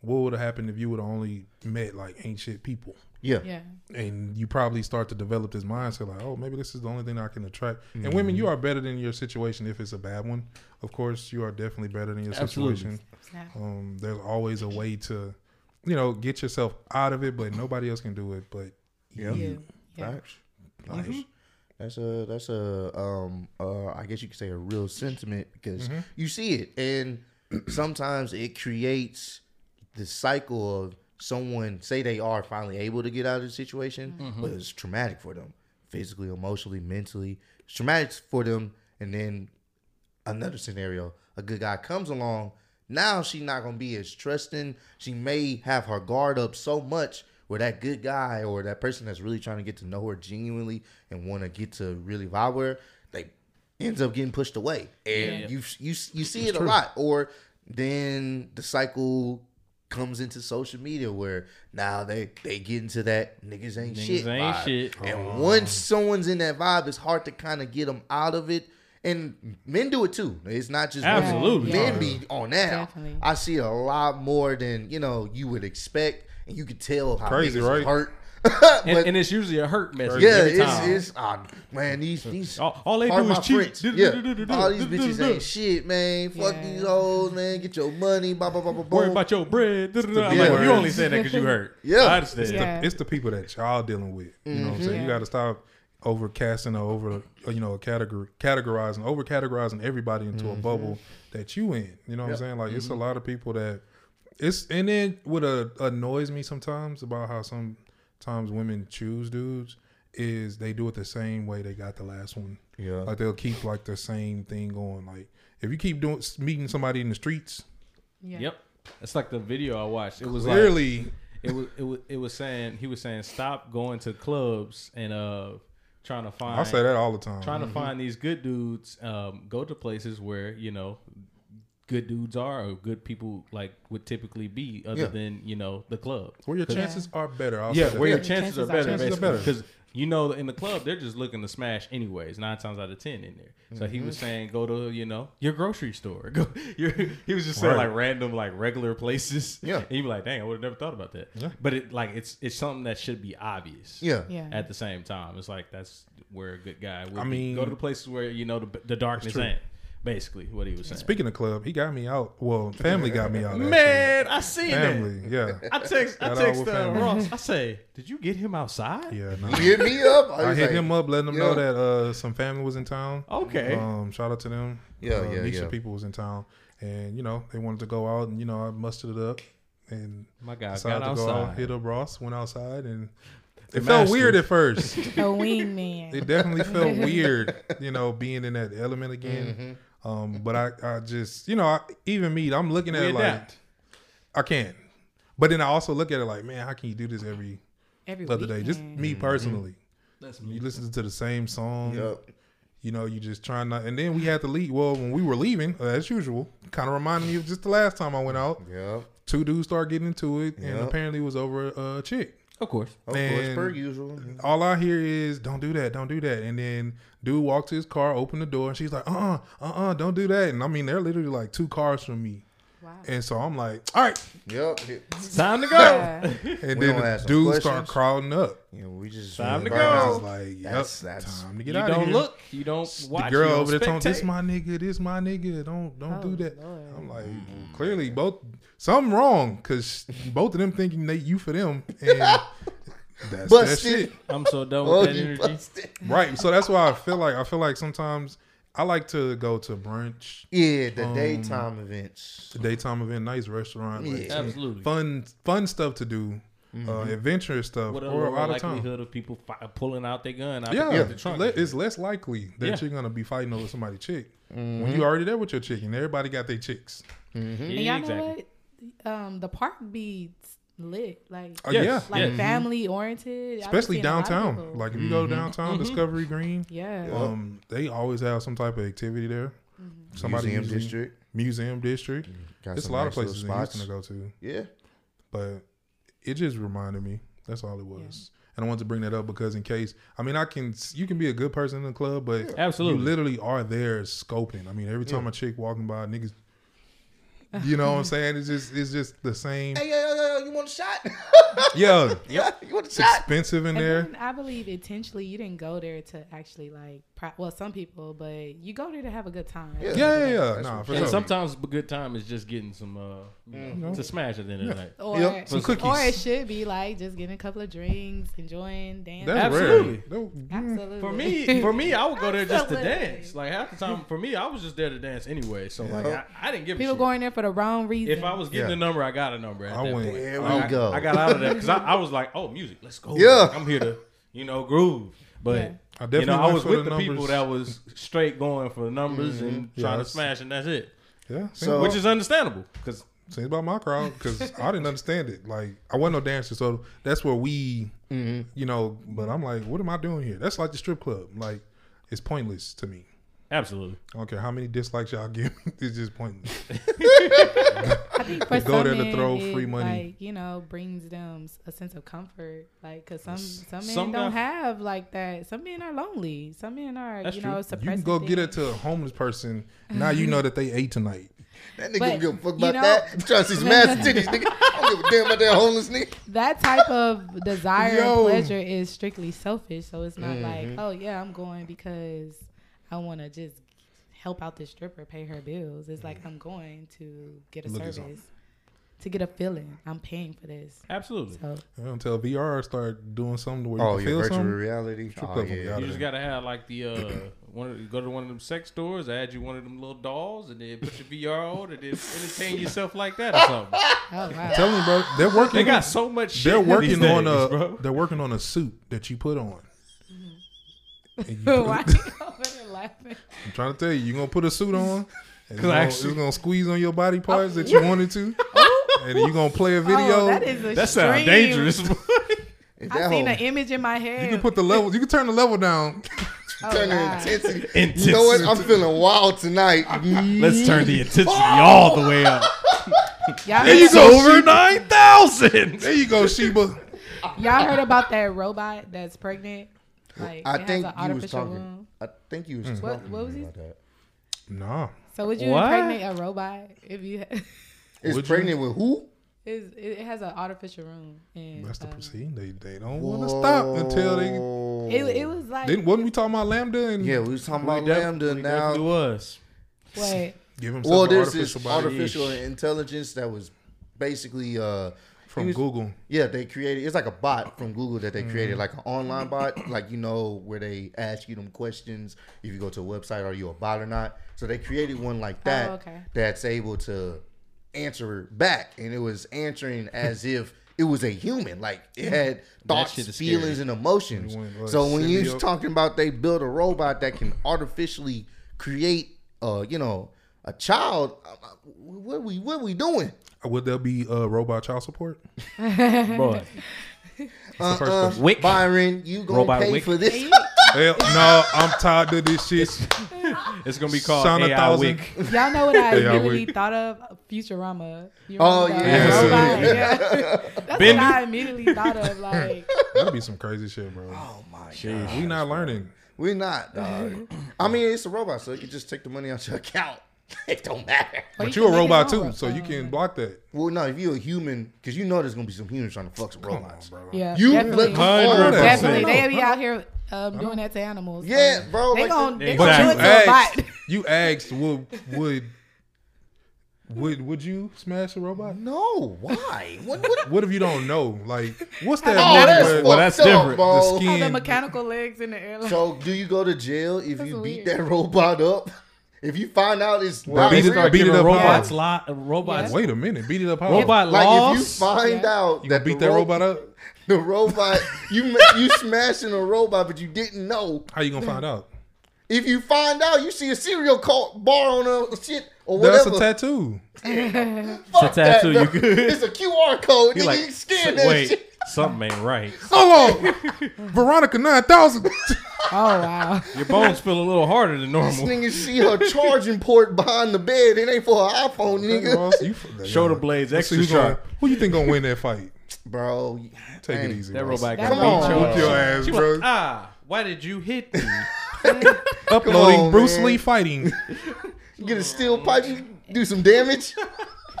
S1: what would have happened if you would have only met like ain't shit people?
S3: Yeah.
S4: Yeah.
S1: and you probably start to develop this mindset like, oh, maybe this is the only thing I can attract. And women,
S3: Mm-hmm.
S1: you are better than your situation if it's a bad one. Of course, you are definitely better than your
S2: Absolutely.
S1: situation.
S4: Yeah.
S1: Um, there's always a way to, you know, get yourself out of it, but nobody else can do it. But
S3: Yeah.
S4: You. Yeah.
S3: Facts. Facts. That's a that's a um uh I guess you could say a real sentiment because you see it and sometimes it creates the cycle of someone say they are finally able to get out of the situation, but it's traumatic for them physically, emotionally, mentally. It's traumatic for them, and then another scenario a good guy comes along now she's not gonna be as trusting she may have her guard up so much where that good guy or that person that's really trying to get to know her genuinely and want to get to really vibe with her they ends up getting pushed away and
S2: Yeah.
S3: you you you see it a lot or then the cycle comes into social media where now they they get into that niggas ain't
S2: Niggas
S3: shit
S2: ain't
S3: vibe.
S2: shit.
S3: And once someone's in that vibe, it's hard to kind of get them out of it. And men do it too. It's not just women.
S2: Absolutely.
S3: Men be on that.
S4: Definitely.
S3: I see a lot more than you know you would expect, and you could tell how
S1: Crazy,
S3: crazy, right?
S1: right?
S3: Hurt.
S2: and,
S3: But-
S2: and it's usually a hurt message.
S3: yeah,
S2: every
S3: it's
S2: time.
S3: it's ah, man. These these
S2: All- all they
S3: pardon
S2: do is
S3: my
S2: cheat.
S3: French.
S2: Do- do-
S3: Yeah,
S2: do- do- do- do-
S3: all these
S2: do- do-
S3: bitches
S2: do.
S3: ain't shit, man. Fuck
S4: Yeah.
S3: these hoes, man. Get your money. Blah blah blah blah.
S2: Worry
S3: boom.
S2: about your bread. I'm like,
S3: Yeah.
S2: you only said that because you hurt.
S3: Yeah.
S2: I understand.
S4: Yeah.
S1: it's the people that y'all dealing with. You know what I'm saying? You
S4: Yeah.
S1: got to stop overcasting or over, you know, categor categorizing, over categorizing everybody into
S2: Mm-hmm.
S1: a bubble that you in. You know what
S3: Yep.
S1: I'm saying? Like it's a lot of people that it's and then what uh, annoys me sometimes about how sometimes women choose dudes is they do it the same way they got the last one.
S3: Yeah.
S1: like they'll keep like the same thing going. Like if you keep doing meeting somebody in the streets,
S4: Yeah.
S2: Yep. It's like the video I watched. It was like
S1: clearly
S2: it was it was it was saying he was saying stop going to clubs and uh trying to find.
S1: I say that all the time.
S2: Trying
S3: Mm-hmm.
S2: to find these good dudes. Um, go to places where you know good dudes are or good people like would typically be, other
S3: Yeah.
S2: than you know the club.
S1: where your chances are better. I'll
S2: Yeah,
S1: say that.
S2: where your
S4: Yeah.
S2: chances, are
S4: Chances are
S2: better,
S1: better.
S2: basically.
S1: Chances are
S2: Because you know, in the club, they're just looking to smash anyways. Nine times out of ten in there. So he
S1: Mm-hmm.
S2: was saying, go to you know your grocery store. Go. Your, he was just saying
S1: Right.
S2: like random, like regular places.
S3: Yeah.
S2: and you be like, dang, I would have never thought about that.
S1: Yeah.
S2: But it like it's it's something that should be obvious.
S3: Yeah.
S4: Yeah.
S2: At the same time, it's like that's where a good guy. Would
S1: I
S2: be.
S1: mean-
S2: go to the places where you know the, the darkness
S1: true.
S2: ain't. Basically, what he was saying.
S1: Speaking of club, he got me out. Well, family got me out. actually.
S2: Man, I seen that.
S1: family, yeah,
S2: I text, I
S1: Shout out
S2: text
S1: with
S2: uh,
S1: family.
S2: Ross. I say, did you get him outside?
S1: yeah.
S3: You
S1: Nah.
S3: hit me up.
S1: I
S3: was
S1: hit
S3: like,
S1: him up, letting him know
S3: yeah.
S1: that uh, some family was in town.
S2: Okay.
S1: Um, shout out to them.
S3: Yeah,
S1: uh,
S3: yeah,
S1: Nisha
S3: yeah.
S1: people was in town, and you know they wanted to go out, and you know I mustered it up, and
S2: My guy got
S1: decided to go out,
S2: outside.
S1: hit up Ross, went outside, and
S2: The
S1: it felt
S2: master.
S1: weird at first.
S4: a wingman.
S1: it definitely felt weird, you know, being in that element again. Um, but I, I just, you know, I, even me, I'm looking at
S2: We
S1: it like
S2: adapt.
S1: I can't. But then I also look at it like, man, how can you do this every
S4: Every
S1: other day? Just
S4: weekend.
S1: me personally.
S2: That's
S1: You listen to the same song.
S3: Yup.
S1: You know, you just trying not. And then we had to leave. Well, when we were leaving, uh, as usual, kind of reminded me of just the last time I went out.
S3: Yup.
S1: Two dudes started getting into it, and
S3: Yep.
S1: apparently it was over a, a chick.
S2: Of course.
S3: Of course,
S1: Man.
S3: per usual.
S1: All I hear is "Don't do that, don't do that," and then dude walked to his car, opened the door, and she's like, "Uh, uh, uh, uh, don't do that." And I mean, they're literally like two cars from me,
S4: Wow.
S1: and so I'm like, "All right."
S3: Yup.
S2: It's time to go.
S4: Yeah.
S1: And
S3: We
S1: then
S3: don't
S1: the
S3: ask no
S1: dudes
S3: questions.
S1: start crowding up.
S3: Yeah, we just
S2: Time to
S1: And I
S2: go.
S1: was like, "Yep,
S3: That's- that's-
S1: time to
S2: you
S1: get out
S2: don't
S1: here."
S2: look. You don't watch.
S1: the
S2: you
S1: girl
S2: don't
S1: over there, telling,
S2: spectate.
S1: "This my nigga, this my nigga, don't don't
S4: Oh,
S1: do that."
S4: Lord.
S1: I'm like,
S3: Mm-hmm.
S1: clearly both something wrong because both of them thinking they you for them, and that's that
S3: Busted.
S1: shit.
S2: I'm so done
S3: Oh,
S2: with that
S3: you
S2: energy.
S3: busted.
S1: Right. So that's why I feel like I feel like sometimes I like to go to brunch,
S3: Yeah, the
S1: Um,
S3: daytime events.
S1: to daytime event, nice restaurant, like,
S3: Yeah.
S2: Absolutely.
S1: fun fun stuff to do, uh, adventurous stuff,
S2: What Mm-hmm. a
S1: or
S2: lower
S1: out of time.
S2: likelihood of people fi- pulling out their gun. Out
S1: Yeah,
S2: yeah. The trunk.
S1: le- it's less likely that
S2: Yeah.
S1: you're gonna be fighting over somebody chick when
S3: Mm-hmm.
S1: you already there with your chick and everybody got their chicks.
S4: And
S2: Yeah,
S4: y'all
S2: exactly.
S4: know what? Um, the park be lit, like
S1: Uh,
S2: Yes.
S1: Yeah,
S4: like
S2: yes.
S4: family oriented,
S1: especially downtown. Like if you
S3: Mm-hmm.
S1: go downtown,
S2: Mm-hmm.
S1: Discovery Green,
S4: yeah,
S1: um, they always have some type of activity there.
S3: Mm-hmm.
S1: Somebody
S3: Museum
S1: usually-
S3: district.
S1: Museum District.
S3: Got
S1: It's a
S3: some
S1: lot of
S3: nice little
S1: places in Houston to go to,
S3: Yeah.
S1: but it just reminded me. That's all it was. And I wanted to bring that up because in case, I mean, I can you can be a good person in the club, but
S2: Absolutely.
S1: you literally are there scoping. I mean, every time a chick walking by, niggas, you know what I'm saying? It's just it's just the same.
S3: Hey, yo, yo, yo, you want a shot?
S1: Yeah,
S3: you want a
S1: it's
S3: shot?
S1: expensive in
S4: And
S1: there.
S4: then I believe intentionally you didn't go there to actually like, pro- well, some people, but you go there to have a good time.
S3: Yeah.
S1: Yeah, yeah, yeah.
S3: That's
S1: Nah, for
S3: what-
S2: And
S1: sure. Mm-hmm.
S2: sometimes a good time is just getting some uh, you know, to smash at the end of the night.
S4: Or,
S3: Yep.
S1: Some cookies.
S4: or it should be like just getting a couple of drinks, enjoying, dancing.
S1: That's
S2: Absolutely.
S1: rare. mm, No-
S4: Absolutely.
S2: For me, for me, I would go there just to
S4: Absolutely.
S2: dance. Like half the time, for me, I was just there to dance anyway. So like, I, I didn't give a
S4: people
S2: shit.
S4: going there for the wrong reason.
S2: If I was getting
S3: Yeah.
S2: a number, I got a number. At
S1: I went-
S2: that Point.
S1: There
S3: we
S2: I,
S3: go.
S2: I got out of that because I, I was like, oh, music, let's go.
S3: Yeah.
S2: Like, I'm here to, you know, groove. But
S4: Yeah.
S1: I
S2: you
S1: definitely
S2: know, I
S1: went
S2: was
S1: for the
S2: with the people
S1: numbers. Mm-hmm.
S2: that was straight going for the numbers and trying to
S1: Yes.
S2: smash, and that's it.
S1: Yeah.
S3: So-
S2: Which is understandable because
S1: Seems about my crowd because I didn't understand it. Like I wasn't no dancer, so that's where we,
S2: Mm-hmm.
S1: you know. But I'm like, what am I doing here? That's like the strip club. Like it's pointless to me.
S2: absolutely,
S1: I don't care how many dislikes y'all give me. It's just pointless.
S4: I think for
S1: go
S4: some
S1: there to
S4: men,
S1: throw
S4: it,
S1: free money.
S4: Like, you know, brings them a sense of comfort. Like, cause some some men
S2: Some
S4: don't
S2: guy-
S4: have like that. Some men are lonely. Some men are
S2: That's
S4: you
S2: true.
S4: know
S2: You
S1: You
S4: suppressing.
S1: can go get it
S4: things.
S1: to a homeless person. Now you know that they ate tonight.
S3: That nigga
S4: But,
S3: don't give a fuck
S4: you
S3: about
S4: know-
S3: that. I'm trying to see some ass titties, nigga. I don't give a damn about that homeless nigga.
S4: that type of desire
S1: Yo.
S4: and pleasure is strictly selfish. So it's not like, oh yeah, I'm going because I want to just help out the stripper pay her bills. It's like I'm going to get a
S1: Look at
S4: service, to get a feeling. I'm paying for this.
S2: absolutely.
S4: So
S1: Until VR start doing something where you
S3: Oh,
S1: can
S3: yeah,
S1: feel
S3: virtual
S1: something.
S3: reality.
S1: Strip
S3: Oh,
S1: club
S3: yeah.
S1: reality.
S2: You just gotta have like the uh, one of, go to one of them sex stores, add you one of them little dolls, and then put your VR on, and then entertain yourself like that or something.
S4: oh wow,
S1: Tell me, bro. They're working.
S2: They got so much. Shit
S1: they're
S2: these
S1: working
S2: days,
S1: on uh, a.
S2: bro.
S1: They're working on a suit that you put on. And you put-
S4: why you over there laughing?
S1: I'm trying to tell you, you're gonna put a suit on. and It's gonna,
S2: actually-
S1: it's gonna squeeze on your
S4: Oh,
S1: body parts that you wanted to, and you're gonna play a video.
S4: Oh, that is a
S2: That sounds
S4: extreme.
S2: dangerous.
S3: If
S4: I
S3: that
S4: seen
S3: hoe-
S4: an image in my head.
S1: You can put the level. You can turn the level down.
S4: oh,
S3: turn the
S4: God.
S3: intensity. You know what? I'm feeling wild tonight.
S2: Let's turn the intensity all the way up.
S4: Y'all,
S1: There you
S4: heard,
S1: go.
S2: Over nine thousand.
S1: There you go, Sheba.
S4: y'all heard about that robot that's pregnant? Like
S3: I
S4: it
S3: think you
S4: has an
S3: was
S4: artificial
S3: talking.
S4: womb.
S3: I think you was
S1: Mm.
S3: talking
S4: What- what was he-
S3: about that.
S1: Nah,
S4: So would you
S2: What?
S4: impregnate a robot if you?
S3: It's
S1: Would you?
S3: pregnant with who?
S4: Is it has an artificial room and
S1: that's the
S4: um,
S1: proceeding. They they don't want to stop until they
S4: It, it was like
S1: didn't. Wasn't we talking about lambda and
S3: Oh. Yeah, we was talking about Lambda
S2: It
S3: now.
S2: definitely was.
S4: what
S1: give himself
S3: Well,
S1: an
S3: there's this
S1: artificial body
S3: artificial intelligence that was basically uh
S1: from
S3: he was-
S1: Google?
S3: Yeah, they created. It's like a bot from Google that they
S2: Mm-hmm.
S3: created, like an online bot, like you know where they ask you them questions. If you go to a website, are you a bot or not? So they created one like that
S4: okay.
S3: that's able to answer back, and it was answering as if it was a human. Like it had thoughts,
S2: Mm. shit is scary.
S3: feelings, and emotions.
S1: You went, like,
S3: so when you
S1: symbiote.
S3: talking about they build a robot that can artificially create, uh, you know, a child, uh, uh, what we what we doing?
S1: Would there be uh, robot child support?
S2: Bro,
S1: That's the first
S3: Uh,
S1: question.
S2: Wick.
S3: Byron, you gonna
S2: Robot
S3: pay
S2: Wick.
S3: for this?
S1: Hell, no, I'm tired of this shit.
S2: It's gonna be called
S1: Sound a
S2: AI
S1: thousand.
S2: Wick.
S4: y'all know what I
S1: Hey, y'all
S4: immediately
S1: weak.
S4: thought of Futurama. You
S3: Oh,
S4: remember
S3: yeah.
S4: that
S1: Yeah.
S4: robot? yeah. that's
S2: Bendy.
S4: what I immediately thought of. Like
S1: That'd be some crazy shit, bro.
S3: Oh my god,
S1: We not learning.
S3: we're not. Dog. I mean, it's a robot, so you can just take the money out your account. it don't matter.
S4: Or
S1: But
S4: you
S1: you a
S4: can make
S1: robot
S4: your own
S1: too, so you
S4: robot.
S1: can block that.
S3: Well, no, if you're a human, because you know there's gonna be some humans trying to fuck some
S1: Come on,
S3: robots.
S1: bro.
S4: yeah,
S3: You
S4: definitely,
S3: look all
S1: Hundred
S3: that.
S4: definitely.
S1: percent.
S4: they be out here um, doing that to animals.
S3: Yeah,
S4: so
S3: bro,
S4: They
S3: like
S4: gonna
S3: the-
S4: they
S1: But
S4: gonna
S1: you
S4: do it to a
S1: asked,
S4: bot.
S1: you asked, would would would would you smash a robot?
S3: No, why? What? what?
S1: What if you don't know? Like, what's that?
S4: Oh,
S1: movie
S4: that's
S1: where
S2: Well, that's
S3: fucked
S2: different.
S1: the
S3: bro.
S1: skin.
S4: Have the mechanical legs in the airline.
S3: So, do you go to jail if
S4: That's
S3: you beat
S4: weird.
S3: that robot up? If you find out it's
S1: Well,
S3: not
S1: beat it-
S3: real,
S1: beat it
S2: Giving
S1: up
S2: robots,
S1: high.
S2: lot, robots,
S1: Wait a minute, beat it up. How?
S2: robot
S3: like if you
S2: laws.
S3: find
S4: Yeah.
S3: out
S1: you
S3: that
S1: gonna beat
S3: the
S1: that
S3: ro-
S1: robot up?
S3: the robot, you you smashing a robot, but you didn't know.
S1: How you gonna find out?
S3: If you find out, you see a cereal call, bar on a shit or
S1: That's
S3: whatever.
S1: a tattoo.
S3: Fuck
S2: It's a tattoo,
S3: that,
S2: you
S3: bro.
S2: good.
S3: It's a QR code.
S2: You're
S3: nigga,
S2: like,
S3: you scan
S2: "S-
S3: that
S2: wait,
S3: shit.
S2: something ain't right.
S1: Hold on, Veronica nine thousand.
S4: oh wow,
S2: Your bones feel a little harder than
S3: This
S2: normal.
S3: nigga see her charging port behind the bed. It ain't for her iPhone, nigga.
S2: Shoulder blades extra
S1: Gonna,
S2: sharp.
S1: who you think gonna win that fight?
S3: Bro,
S1: Take
S3: dang.
S1: it easy.
S2: That
S1: Ross.
S2: robot
S4: That
S2: got
S3: Come on,
S2: beat your
S1: Whoop
S3: Ross.
S2: ass.
S1: your ass,
S2: She
S1: bro.
S2: went, ah, why did you hit me?
S1: Uploading
S3: on,
S1: Bruce
S3: man.
S1: Lee fighting.
S3: You get a steel pipe, you do some damage.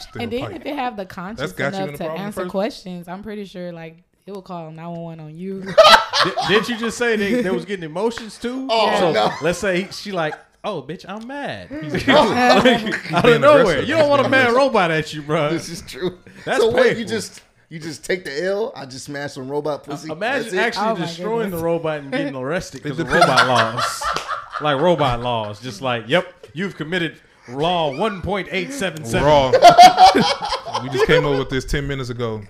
S1: Still
S4: and then
S1: fighting.
S4: if they have the conscience
S1: got you in
S4: enough
S1: the
S4: to
S1: problem
S4: answer
S1: first.
S4: questions, I'm pretty sure like it will call 911 on you.
S2: Did, didn't you just say they, they was getting emotions too?
S3: Oh,
S2: so
S3: no.
S2: let's say she like, oh, bitch, I'm mad. Like, out of nowhere,
S1: aggressive.
S2: you don't want a mad robot at you, bro.
S3: This is true.
S2: That's
S3: so what? You
S2: painful.
S3: just you just take the L. I just smash some robot pussy.
S2: Uh, Imagine
S3: That's it?
S2: actually
S4: Oh, my
S2: destroying
S4: goodness.
S2: the robot and getting arrested because of
S1: depends.
S2: robot laws. like robot laws, just like, yep, you've committed law 1.877.
S1: Raw. we just came up with this ten minutes ago.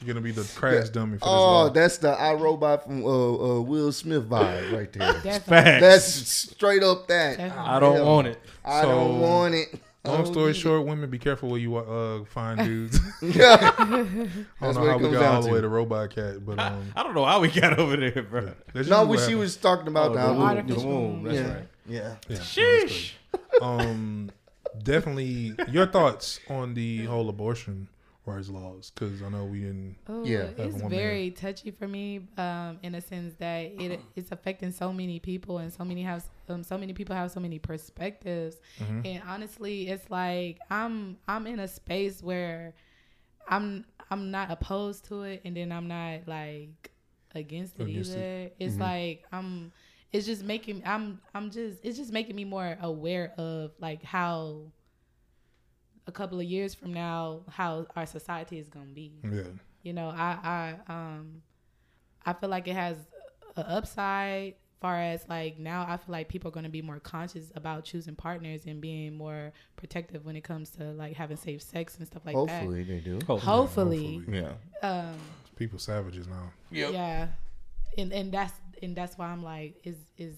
S1: You're gonna be the crash dummy for this.
S3: Oh,
S1: law.
S3: that's the iRobot from uh, uh, Will Smith vibe right there.
S4: Definitely.
S2: Facts.
S3: That's straight up that.
S4: Definitely.
S2: I don't
S3: Hell.
S2: want it.
S3: I
S1: So,
S3: don't want it.
S1: Long
S3: Oh,
S1: story
S3: yeah.
S1: short, women, be careful where you uh, find dudes.
S3: Yeah.
S1: I don't
S3: That's
S1: know
S3: what it
S1: how we
S3: comes
S1: got
S3: down
S1: all the way
S3: to.
S1: to robot cat, but um,
S2: I don't know how we got over there, bro.
S1: that's
S3: no,
S1: usually
S3: what
S1: what
S3: she
S1: happens.
S3: was talking about
S2: Oh,
S3: now.
S2: the womb,
S3: Will-
S2: the womb, that's
S3: yeah.
S2: right.
S3: Yeah.
S1: Yeah.
S2: Sheesh.
S1: Um, definitely your thoughts on the whole abortion rights laws, because I know we didn't.
S4: Ooh,
S3: Yeah.
S1: Have
S4: Oh, it's
S1: one
S4: very touchy for me, um, in a sense that
S1: Uh-huh.
S4: it it's affecting so many people, and so many have um, so many people have so many perspectives,
S1: Mm-hmm.
S4: and honestly, it's like I'm I'm in a space where I'm I'm not opposed to it, and then I'm not like against it
S1: Against it. Mm-hmm.
S4: either. It's like I'm. It's just making I'm I'm just it's just making me more aware of like how a couple of years from now how our society is gonna be
S1: Yeah,
S4: you know i i um i feel like it has an upside far as like now i feel like people are going to be more conscious about choosing partners and being more protective when it comes to like having safe sex and stuff like
S3: Hopefully they do.
S4: that hopefully,
S3: Yeah.
S4: um
S1: people savages now.
S4: yeah and and that's and that's why i'm like is is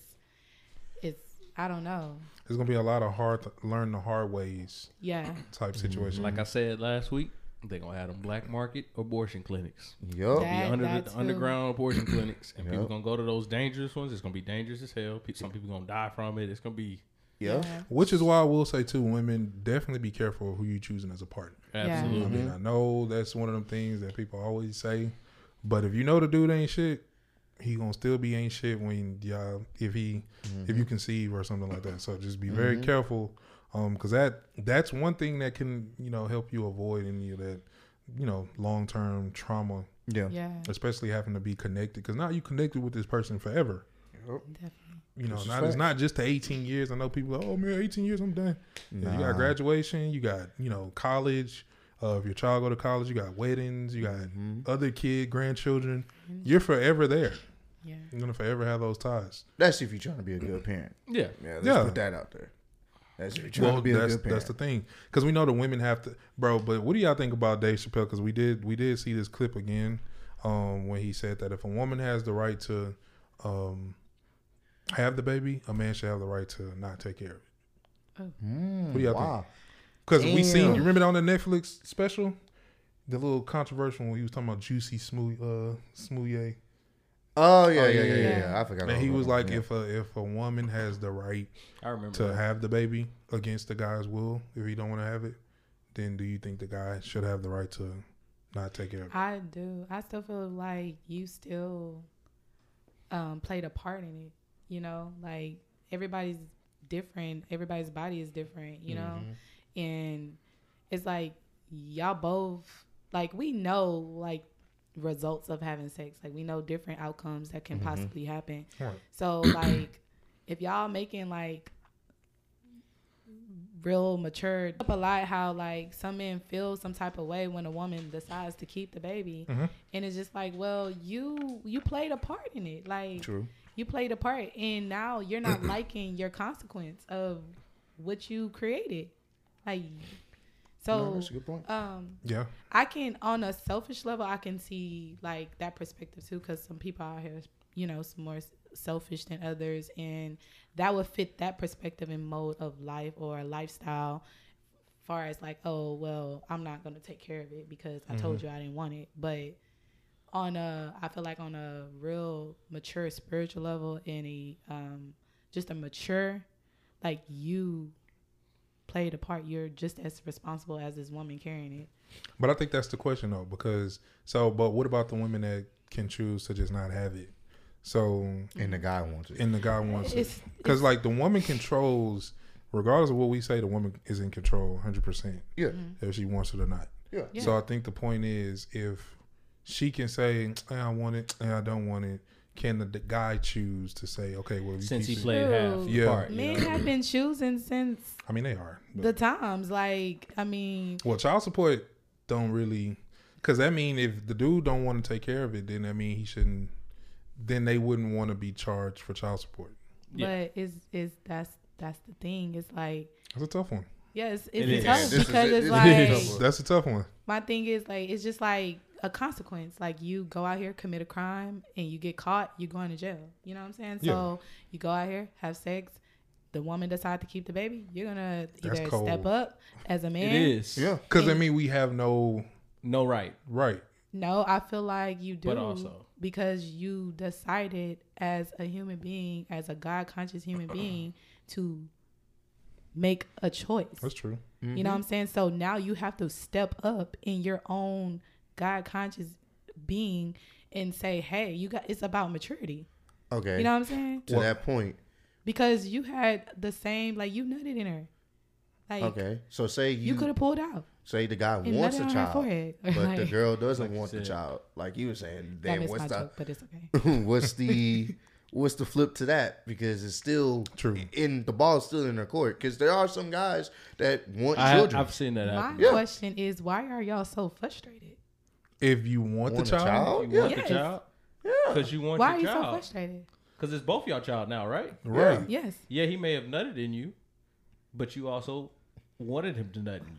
S4: it's i don't know
S1: There's gonna be a lot of hard, learn the hard ways
S4: yeah
S1: type situation.
S2: Like I said last week, They're gonna have them black market abortion clinics.
S3: Yup.
S4: That-
S2: the, under,
S4: that
S2: the
S4: too.
S2: underground abortion clinics, and people
S3: Yep.
S2: gonna go to those dangerous ones. It's gonna be dangerous as hell. Pe- Some people gonna die from it. It's gonna be
S3: Yeah.
S1: Which is why I will say too, women definitely be careful of who you choosing as a partner.
S2: absolutely.
S1: I mean, I know that's one of them things that people always say, but if you know the dude ain't shit, he gonna still be ain't shit when y'all if he if you conceive or something like that. So just be very careful, um, because that that's one thing that can you know help you avoid any of that you know long term trauma,
S3: Yeah.
S4: Yeah,
S1: especially having to be connected. Because now you connected with this person forever.
S4: definitely.
S1: You know,
S3: This is
S1: not, it's
S3: facts.
S1: not just the 18 years. I know people, are, oh man, 18 years, I'm done. Yeah, you
S3: Nah.
S1: got graduation, you got you know college. Uh, if your child go to college, you got weddings, you got other kid, grandchildren. You're forever there.
S4: Yeah.
S1: You're gonna forever have those ties.
S3: That's if you're trying to be a good parent.
S2: Yeah,
S3: Yeah. Let's
S1: Yeah.
S3: put that out there. That's if you're trying
S1: Well,
S3: to be a
S1: that's
S3: good parent.
S1: that's the thing, because we know the women have to, bro. But what do y'all think about Dave Chappelle? Because we did we did see this clip again, um, when he said that if a woman has the right to, um, have the baby, a man should have the right to not take care of it.
S3: Mm,
S1: do y'all think?
S3: wow.
S1: Because we seen,
S3: Damn.
S1: you remember that on the Netflix special, the little controversial when he was talking about Juicy Smooth, uh, Smoothie,
S3: Oh yeah,
S1: Oh,
S3: yeah,
S1: yeah,
S3: yeah,
S4: yeah.
S3: yeah, I forgot.
S1: and
S3: all
S1: he
S3: about
S1: was
S3: that.
S1: like,
S3: Yeah.
S1: if a if a woman has the right
S2: I remember.
S1: to
S2: that.
S1: have the baby against the guy's will, if he don't want to have it, then do you think the guy should have the right to not take care of it?
S4: I do. I still feel like you still um, played a part in it. You know, like everybody's different. Everybody's body is different. You know, and it's like y'all both like we know like results of having sex. Like we know different outcomes that can possibly happen.
S1: Right.
S4: So like if y'all making like real mature up a lot how like some men feel some type of way when a woman decides to keep the baby and it's just like well you you played a part in it like
S3: True.
S4: you played a part and now you're not liking your consequence of what you created like
S3: No,
S4: so
S3: that's a good point.
S4: Oh, um
S1: Yeah,
S4: I can, on a selfish level, I can see like that perspective too, because some people out here, you know, some more s- selfish than others, and that would fit that perspective and mode of life or lifestyle. Far as like, oh well, I'm not gonna take care of it because I told you I didn't want it. But on a, I feel like on a real mature spiritual level, and a um, just a mature, like you played a part. You're just as responsible as this woman carrying it.
S1: but I think that's the question though, because so, but what about the women that can choose to just not have it? So
S3: And the guy wants it.
S1: and the guy wants it.
S4: It's-
S1: Because like the woman controls, regardless of what we say, the woman is in control, hundred percent,
S3: Yeah,
S1: if she wants it or not.
S3: yeah.
S4: Yeah.
S1: So I think the point is, if she can say, "Eh, "I want it," and "I don't want it," can the, the guy choose to say, "Okay, well, you
S2: since he
S1: keep it."
S2: played half the
S1: Yeah.
S2: part. you
S4: Men
S2: know?
S4: have been choosing since
S1: I mean, they are. but-
S4: the times. Like, I mean,
S1: well, child support don't really, because that mean if the dude don't want to take care of it, then that mean he shouldn't. Then they wouldn't want to be charged for child support.
S2: Yeah.
S4: but it's it's that's that's the thing. It's like,
S1: That's a tough one.
S4: yes,
S2: It
S4: it's
S2: is.
S4: tough
S2: This
S3: is-
S4: because
S3: this
S4: it's
S3: is
S4: like
S3: tough.
S1: That's a tough one.
S4: my thing is like it's just like a consequence. Like you go out here, commit a crime, and you get caught, you're going to jail. You know what I'm saying? So you go out here, have sex. The woman decide to keep the baby. You're gonna
S1: That's
S4: either
S1: cold.
S4: step up as a man.
S2: It is.
S3: Yeah.
S1: Because I mean, we have no
S2: No right.
S1: right.
S4: No, I feel like you do.
S2: But also-
S4: because you decided as a human being, as a God conscious human being, to make a choice.
S1: That's true.
S4: You know what I'm saying? So now you have to step up in your own God conscious being and say, "Hey, you got it's about maturity."
S3: Okay.
S4: You know what I'm saying?
S3: to that point.
S4: Because you had the same like you nutted in her. Like
S3: Okay. So say you,
S4: you, could have pulled out
S3: say the guy
S4: and
S3: wants
S4: nutted
S3: a
S4: on her
S3: child,
S4: forehead.
S3: but the
S4: Like,
S3: girl doesn't
S2: Like you
S3: want the
S2: said.
S3: child. Like you were saying,
S4: that
S3: then
S4: is my
S3: what's the
S4: joke, but it's okay.
S3: what's the what's the flip to that? Because it's still
S1: True.
S3: In the ball's still in their court. Because there are some guys that want
S2: I,
S3: children.
S2: I've seen that.
S4: My
S2: happen.
S3: Yeah.
S4: question is, why are y'all so frustrated?
S1: If you want,
S3: Want
S1: the
S3: a
S1: child,
S3: child?
S2: You want
S4: Yes.
S2: the child?
S3: yeah.
S2: Because you want
S4: Why are
S2: your
S4: you so
S2: child.
S4: frustrated?
S2: Because it's both y'all child now, right?
S1: right?
S4: Yes.
S2: Yeah, he may have nutted in you, but you also wanted him to nut in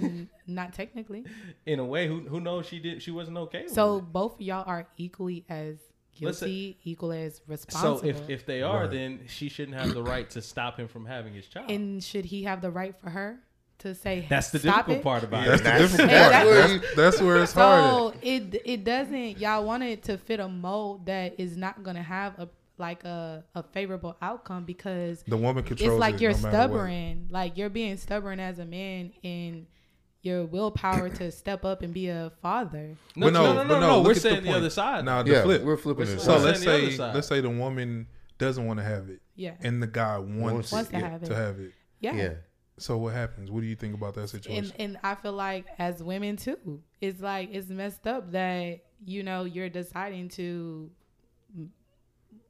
S2: you.
S4: Not technically.
S2: in a way, who who knows she did she wasn't okay with
S4: So
S2: it.
S4: both of y'all are equally as
S2: Let's say-
S4: guilty, equal as
S2: So
S4: responsible.
S2: if, if they are,
S1: Right.
S2: then she shouldn't have the right to stop him from having his child.
S4: and should he have the right for her to say
S2: That's the
S4: stop
S2: difficult
S4: it.
S2: part about
S1: That's
S2: it.
S1: the
S3: That's-
S1: difficult part.
S4: that's
S3: where you-
S1: That's, that's where it's hard.
S4: So it it doesn't y'all want it to fit a mold that is not gonna have a like a, a favorable outcome because
S1: The woman controls
S4: it's like
S1: it
S4: you're
S1: no matter what.
S4: stubborn. Like you're being stubborn as a man in your willpower to step up and be a father.
S2: No,
S1: But
S2: no, no, no, no,
S1: look
S2: We're
S1: at
S2: saying the,
S1: point.
S2: other side.
S1: Nah, the
S3: yeah,
S1: flip.
S3: we're flipping
S2: We're
S3: it.
S1: so
S2: saying
S1: let's
S2: the other
S1: say
S2: side.
S1: let's say the woman doesn't want to have it,
S4: Yeah.
S1: and the guy wants,
S3: Wants
S4: it. Wants to
S1: yeah,
S4: have it.
S3: yeah.
S4: Yeah.
S1: So what happens? What do you think about that situation?
S4: And and I feel like as women too, it's like it's messed up that you know you're deciding to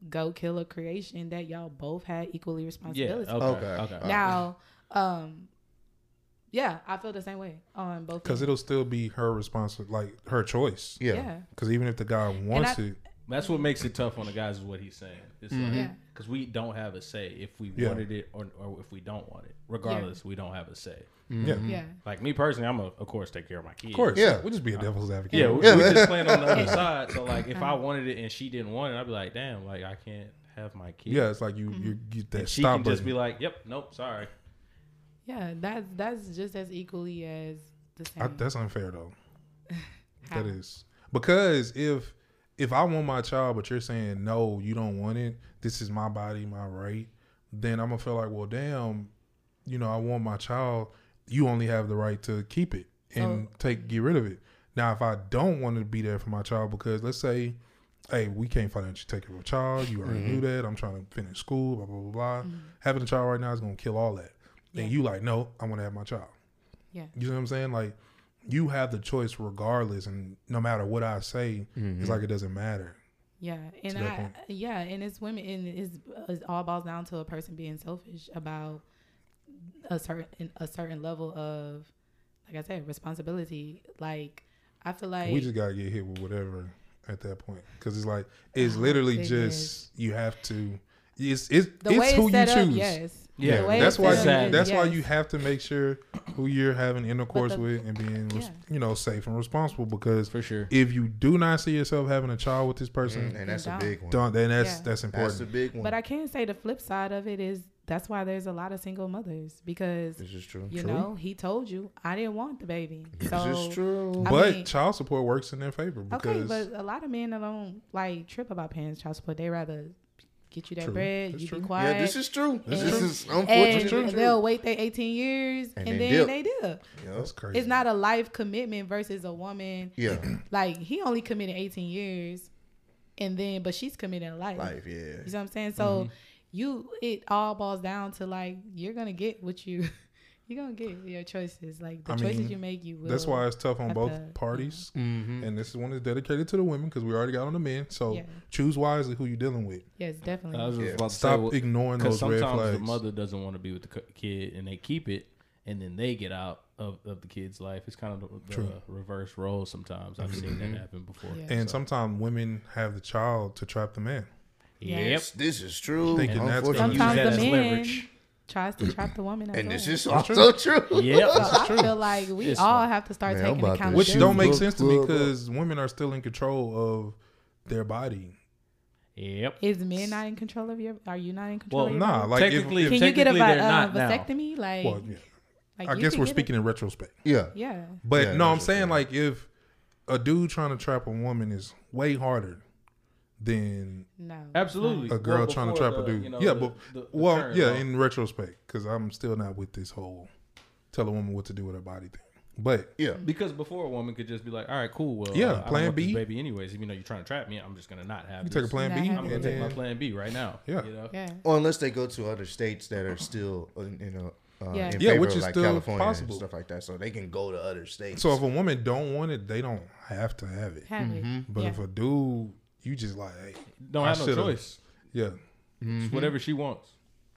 S4: go kill a creation that y'all both had equally
S2: yeah.
S4: responsibility.
S2: Okay. Okay.
S3: Okay. Uh,
S4: now um yeah i feel the same way on both
S1: Because
S4: ends.
S1: it'll still be her response, like her choice.
S3: yeah,
S4: yeah
S1: Because even if the guy wants
S4: I-
S1: it,
S2: That's what makes it tough on the guys is what he's saying. It's
S3: Mm-hmm.
S2: like 'cause
S4: Yeah.
S2: because we don't have a say if we
S1: Yeah.
S2: wanted it or, or if we don't want it. Regardless, we don't have a say.
S1: yeah,
S2: Mm.
S4: yeah
S2: Like me personally, I'm a, of course take care of my kids.
S1: of course,
S3: Mm-hmm. Yeah.
S1: yeah, we'll just be a devil's advocate.
S2: Yeah, we,
S3: Yeah.
S2: we just playing on the other side. So like, if
S3: Mm-hmm.
S2: I wanted it and she didn't want it, I'd be like, damn, like I can't have my kid.
S1: yeah. It's like you,
S4: Mm-hmm.
S1: you get that
S2: and she
S1: stop
S2: can
S1: button.
S2: just be like, yep, nope, sorry.
S4: yeah that's that's just as equally as the same
S1: I,
S2: "Mm."
S1: that's unfair though.
S4: How?
S1: That is because if if I want my child, but you're saying no, you don't want it. This is my body, my right. Then I'm gonna feel like, well, damn, you know, I want my child. You only have the right to keep it and
S4: Oh.
S1: take get rid of it. Now, if I don't want to be there for my child, because let's say, hey, we can't financially take care of a child. You already knew that. I'm trying to finish school. Blah blah blah. blah. Having a child right now is gonna kill all that.
S4: Mm-hmm. Yeah.
S1: And you like, no, I want to have my child.
S4: yeah
S1: You know what I'm saying? Like you have the choice regardless, and no matter what I say, it's like it doesn't matter.
S4: yeah and
S1: that
S4: i
S1: point.
S4: yeah and it's women and it's, it's all boils down to a person being selfish about a certain a certain level of like i said responsibility like i feel like
S1: we just gotta get hit with whatever at that point, because it's like it's literally
S4: Oh goodness.
S1: just you have to. It's it's
S4: the
S1: it's
S4: way
S1: who
S4: it's set
S1: you
S4: up
S1: choose.
S4: yes
S2: Yeah,
S4: The way
S1: that's
S4: it's
S1: why.
S4: set
S1: you-
S4: up is
S1: that's why
S4: yes.
S1: you have to make sure who you're having intercourse
S4: the-
S1: with and being res-
S4: yeah.
S1: you know safe and responsible. Because
S2: For sure.
S1: if you do not see yourself having a child with this person,
S3: Mm, and that's a
S4: down.
S3: big one.
S1: don't, then that's
S4: Yeah.
S1: that's
S3: That's
S1: important.
S3: a big one.
S4: But I can say the flip side of it is that's why there's a lot of single mothers because
S3: this is true.
S4: you
S3: True.
S4: know he told you I didn't want the baby. So
S3: this is true.
S4: I
S1: but
S4: mean-
S1: child support works in their favor because
S4: okay, but a lot of men that don't like trip about paying child support. They rather get you that
S1: True.
S4: bread,
S1: That's
S4: you
S1: true.
S4: be
S1: Yeah,
S4: quiet.
S3: Yeah, this is true. This
S4: And-
S3: is
S4: and
S3: unfortunately true.
S4: they'll wait their 18 years
S3: And
S4: and,
S3: then dip.
S4: then they dip.
S3: Yeah.
S1: that's crazy.
S4: It's not a life commitment versus a woman.
S3: Yeah,
S4: Like, he only committed 18 years, and then, but she's committing a life.
S3: life. Yeah.
S4: You see what I'm saying? So
S2: Mm-hmm.
S4: you it all boils down to like you're gonna get what you you're gonna get your choices. Like the
S1: I
S4: choices
S1: mean,
S4: you make, you will.
S1: That's why it's tough on
S4: have
S1: both
S4: to, yeah.
S1: parties.
S2: Mm-hmm.
S1: And this is one that's dedicated to the women because we already got on the men. So
S4: Yeah.
S1: choose wisely who you're dealing with.
S4: Yes, definitely.
S2: I was just
S3: Yeah.
S2: about to say,
S1: Stop
S2: well,
S1: ignoring
S2: Because
S1: those red
S2: sometimes
S1: flags.
S2: the mother doesn't want to be with the c- kid, and they keep it, and then they get out of, of the kid's life. It's kind of the, the
S1: True.
S2: reverse role. Sometimes I've seen that happen before.
S4: Yeah.
S1: and sometimes women have the child to trap the man.
S2: Yep.
S4: Yes.
S3: Yes, this is true.
S1: Thinking that's
S3: Unfortunately,
S2: Use that
S4: Sometimes the
S2: as
S4: man-
S2: leverage.
S4: Tries to trap the woman. as
S3: and
S4: well.
S3: this is also true.
S4: So
S2: Yep.
S4: I feel like we
S2: It's
S4: all
S2: like-
S4: have to start
S3: Man, I'm
S4: taking
S3: about to-
S4: accountability.
S1: Which
S3: Shoot,
S1: don't make
S3: look,
S1: sense to me
S3: look, look.
S1: because women are still in control of their body.
S2: yep.
S4: is men not in control of your? Are you not in control?
S2: Well,
S4: of your
S1: Nah,
S4: body?
S1: like if-
S2: Technically-
S1: if,
S4: Can you get a
S2: technically
S4: vi-
S2: they're
S4: uh,
S2: not now.
S4: vasectomy? Like,
S1: well, yeah.
S4: like
S1: I
S4: you
S1: guess
S4: can
S1: we're
S4: get a-
S1: speaking in retrospect.
S3: Yeah.
S4: yeah,
S1: But
S3: Yeah,
S1: no, I'm
S3: that's
S1: saying like if a dude trying to trap a woman is way harder than
S4: no,
S2: Absolutely.
S1: a girl
S2: Well,
S1: trying to
S2: before
S1: trap a
S2: the,
S1: dude.
S2: you know,
S1: yeah,
S2: the-
S1: but
S2: the- the
S1: well,
S2: turn,
S1: yeah,
S2: though.
S1: in retrospect, because I'm still not with this whole tell a woman what to do with her body thing. But
S3: Yeah.
S2: Because before a woman could just be like, all right, cool. Well,
S1: Yeah,
S2: uh, I don't
S1: plan
S2: want this
S1: B.
S2: baby, anyways. Even though you're trying to trap me, I'm just gonna not have.
S1: you
S2: this.
S1: take a plan B,
S4: Nah.
S2: I'm
S1: and
S2: gonna take my
S1: then,
S2: plan B right now.
S1: Yeah.
S2: You know?
S4: yeah,
S1: Mm-hmm,
S3: Or unless they go to other states that are still, uh, you know, uh,
S4: Yeah.
S3: in
S1: Yeah,
S3: favor
S1: which
S3: of,
S1: is
S3: like
S1: still
S3: California
S1: possible.
S3: and stuff like that, so they can go to other states.
S1: so if a woman don't want it, they don't have to have it.
S4: have it.
S1: But
S4: yeah.
S1: if a dude, you just like, hey,
S2: Don't
S1: I
S2: have no
S1: should've- Mm-hmm.
S2: choice.
S1: yeah,
S2: It's whatever she wants.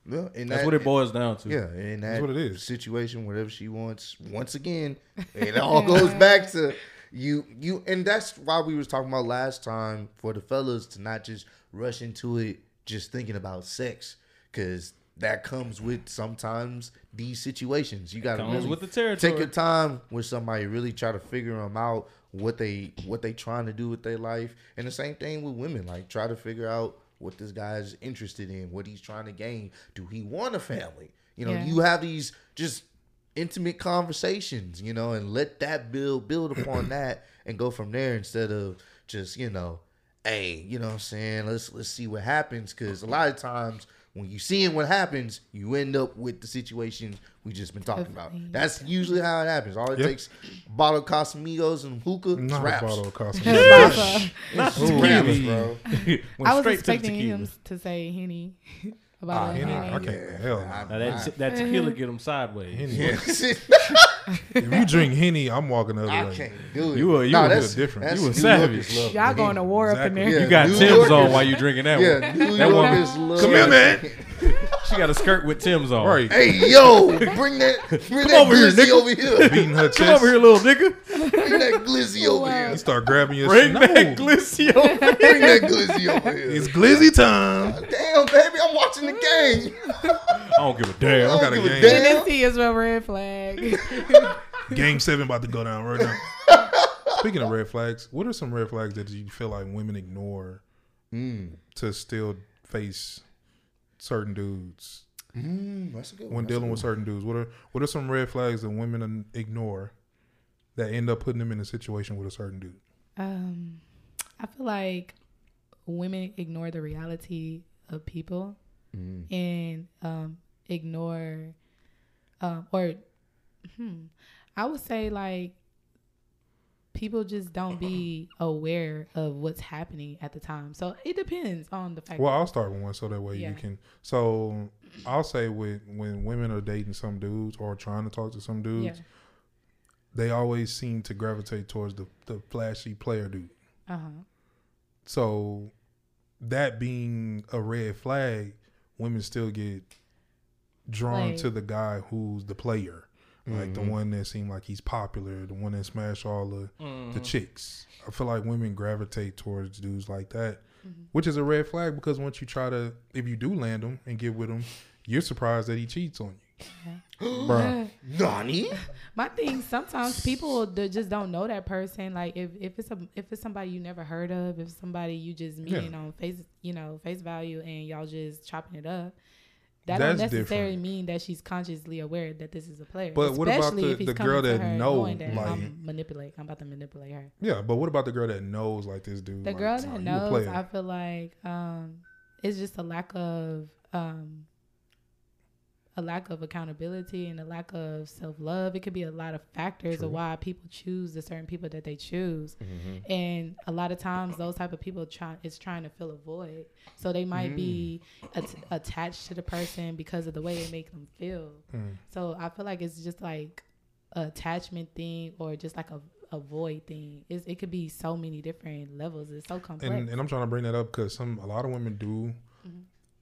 S3: yeah, and
S2: That's
S3: that-
S2: what it boils down to.
S3: Yeah, and that's
S1: what it is.
S3: Situation, whatever she wants. Once again, it all goes back to you. You, and that's why we was talking about last time for the fellas to not just rush into it, just thinking about sex, because that comes with sometimes these situations. You got to
S2: Comes
S3: really
S2: with the
S3: take your
S2: territory.
S3: time with somebody. Really try to figure them out what they what they trying to do with their life, and the same thing with women. Like try to figure out what this guy's interested in, what he's trying to gain. Do he want a family? You know,
S4: Yeah.
S3: you have these just intimate conversations, you know, and let that build build upon that and go from there instead of just, you know, hey, you know what I'm saying? Let's let's see what happens cuz a lot of times when you seeing what happens, you end up with the situation we just been talking about.
S4: Definitely.
S3: That's usually how it happens. All it
S1: Yep.
S3: takes a bottle of Casamigos and hookah, it's
S1: Not
S3: wraps.
S1: a bottle of
S4: Raps.
S1: Cosmo.
S3: It's
S1: Ooh.
S3: wraps, bro.
S2: Went
S4: I
S2: straight to
S4: was
S2: the
S4: expecting
S2: tequila.
S4: him to say henny about
S3: Ah,
S4: it.
S1: Henny, I
S4: Henny.
S1: can't. Hell no.
S2: Now that, that tequila get him sideways.
S1: Henny.
S3: Yeah.
S1: If you drink henny, I'm walking the other
S3: I
S1: way.
S3: can't do it.
S2: You a- you a
S3: that's
S1: little different.
S3: that's
S2: You a
S3: New
S2: savage.
S3: Yorkers love
S4: Y'all
S3: Henny.
S4: going to war
S1: Exactly.
S4: up in there.
S2: You got
S3: New
S2: Tim's on
S3: Yorkers-
S2: while you drinking that
S3: Yeah,
S2: one.
S3: New
S2: That one-
S3: Yorkers love.
S1: Come here, man.
S2: She got a skirt with Tim's on.
S1: Right.
S3: Hey, yo, bring that, bring that
S2: over here,
S3: glizzy
S2: nigga.
S3: over here.
S1: Beating her chest.
S2: Come over here, little nigga.
S3: Bring that glizzy over
S1: You
S3: here.
S1: start grabbing your
S2: Bring
S1: shit.
S2: back
S1: No.
S2: Glizzy.
S3: Bring that glizzy over here.
S1: It's glizzy time.
S3: Damn, baby, I'm watching the game.
S2: I don't give a damn.
S1: I
S3: I
S1: got
S3: don't
S1: a
S3: give a
S1: game.
S3: damn.
S4: Hennessy is a red flag.
S1: Game seven about to go down right now. Speaking of red flags, what are some red flags that you feel like women ignore to still face certain dudes
S3: Mm, that's a good
S1: when
S3: one.
S1: dealing with certain dudes? What are what are some red flags that women un- ignore that end up putting them in a situation with a certain dude?
S4: um, I feel like women ignore the reality of people
S1: Mm.
S4: and um, ignore um, or hmm, I would say like people just don't be aware of what's happening at the time. So it depends on the fact.
S1: Well, I'll start with one so that way
S4: Yeah.
S1: you can. So I'll say with when women are dating some dudes or trying to talk to some dudes,
S4: yeah.
S1: they always seem to gravitate towards the, the flashy player dude.
S4: Uh huh.
S1: So that being a red flag, women still get drawn
S4: Like-
S1: to the guy who's the player. Like the one that seemed like he's popular, the one that smashed all the, the chicks. I feel like women gravitate towards dudes like that,
S4: Mm-hmm.
S1: which is a red flag because once you try to, if you do land him and get with him, you're surprised that he cheats on you. Bruh.
S3: Nani?
S4: My thing, sometimes people they just don't know that person. Like if, if it's a if it's somebody you never heard of, if somebody you just meeting on face you know face value and y'all just chopping it up, that
S1: That's
S4: don't necessarily
S1: different.
S4: mean that she's consciously aware that this is a player.
S1: But what about
S4: Especially
S1: the-
S4: if he's
S1: the
S4: coming
S1: girl
S4: to
S1: that
S4: her
S1: know,
S4: knowing that
S1: like-
S4: I'm manipulate? I'm about to manipulate her.
S1: Yeah, but what about the girl that knows like this dude?
S4: The
S1: like,
S4: girl
S1: nah,
S4: that
S1: you a
S4: knows,
S1: player.
S4: I feel like um, it's just a lack of um, a lack of accountability and a lack of self love. It could be a lot of factors
S1: True. Mm-hmm.
S4: of why people choose the certain people that they choose, and a lot of times those type of people try is trying to fill a void. So they might be
S1: Mm.
S4: at- attached to the person because of the way it make them feel.
S1: Mm.
S4: So I feel like it's just like a attachment thing or just like a, a void thing. It's, it could be so many different levels. It's so complex.
S1: and and I'm trying to bring that up because some a lot of women do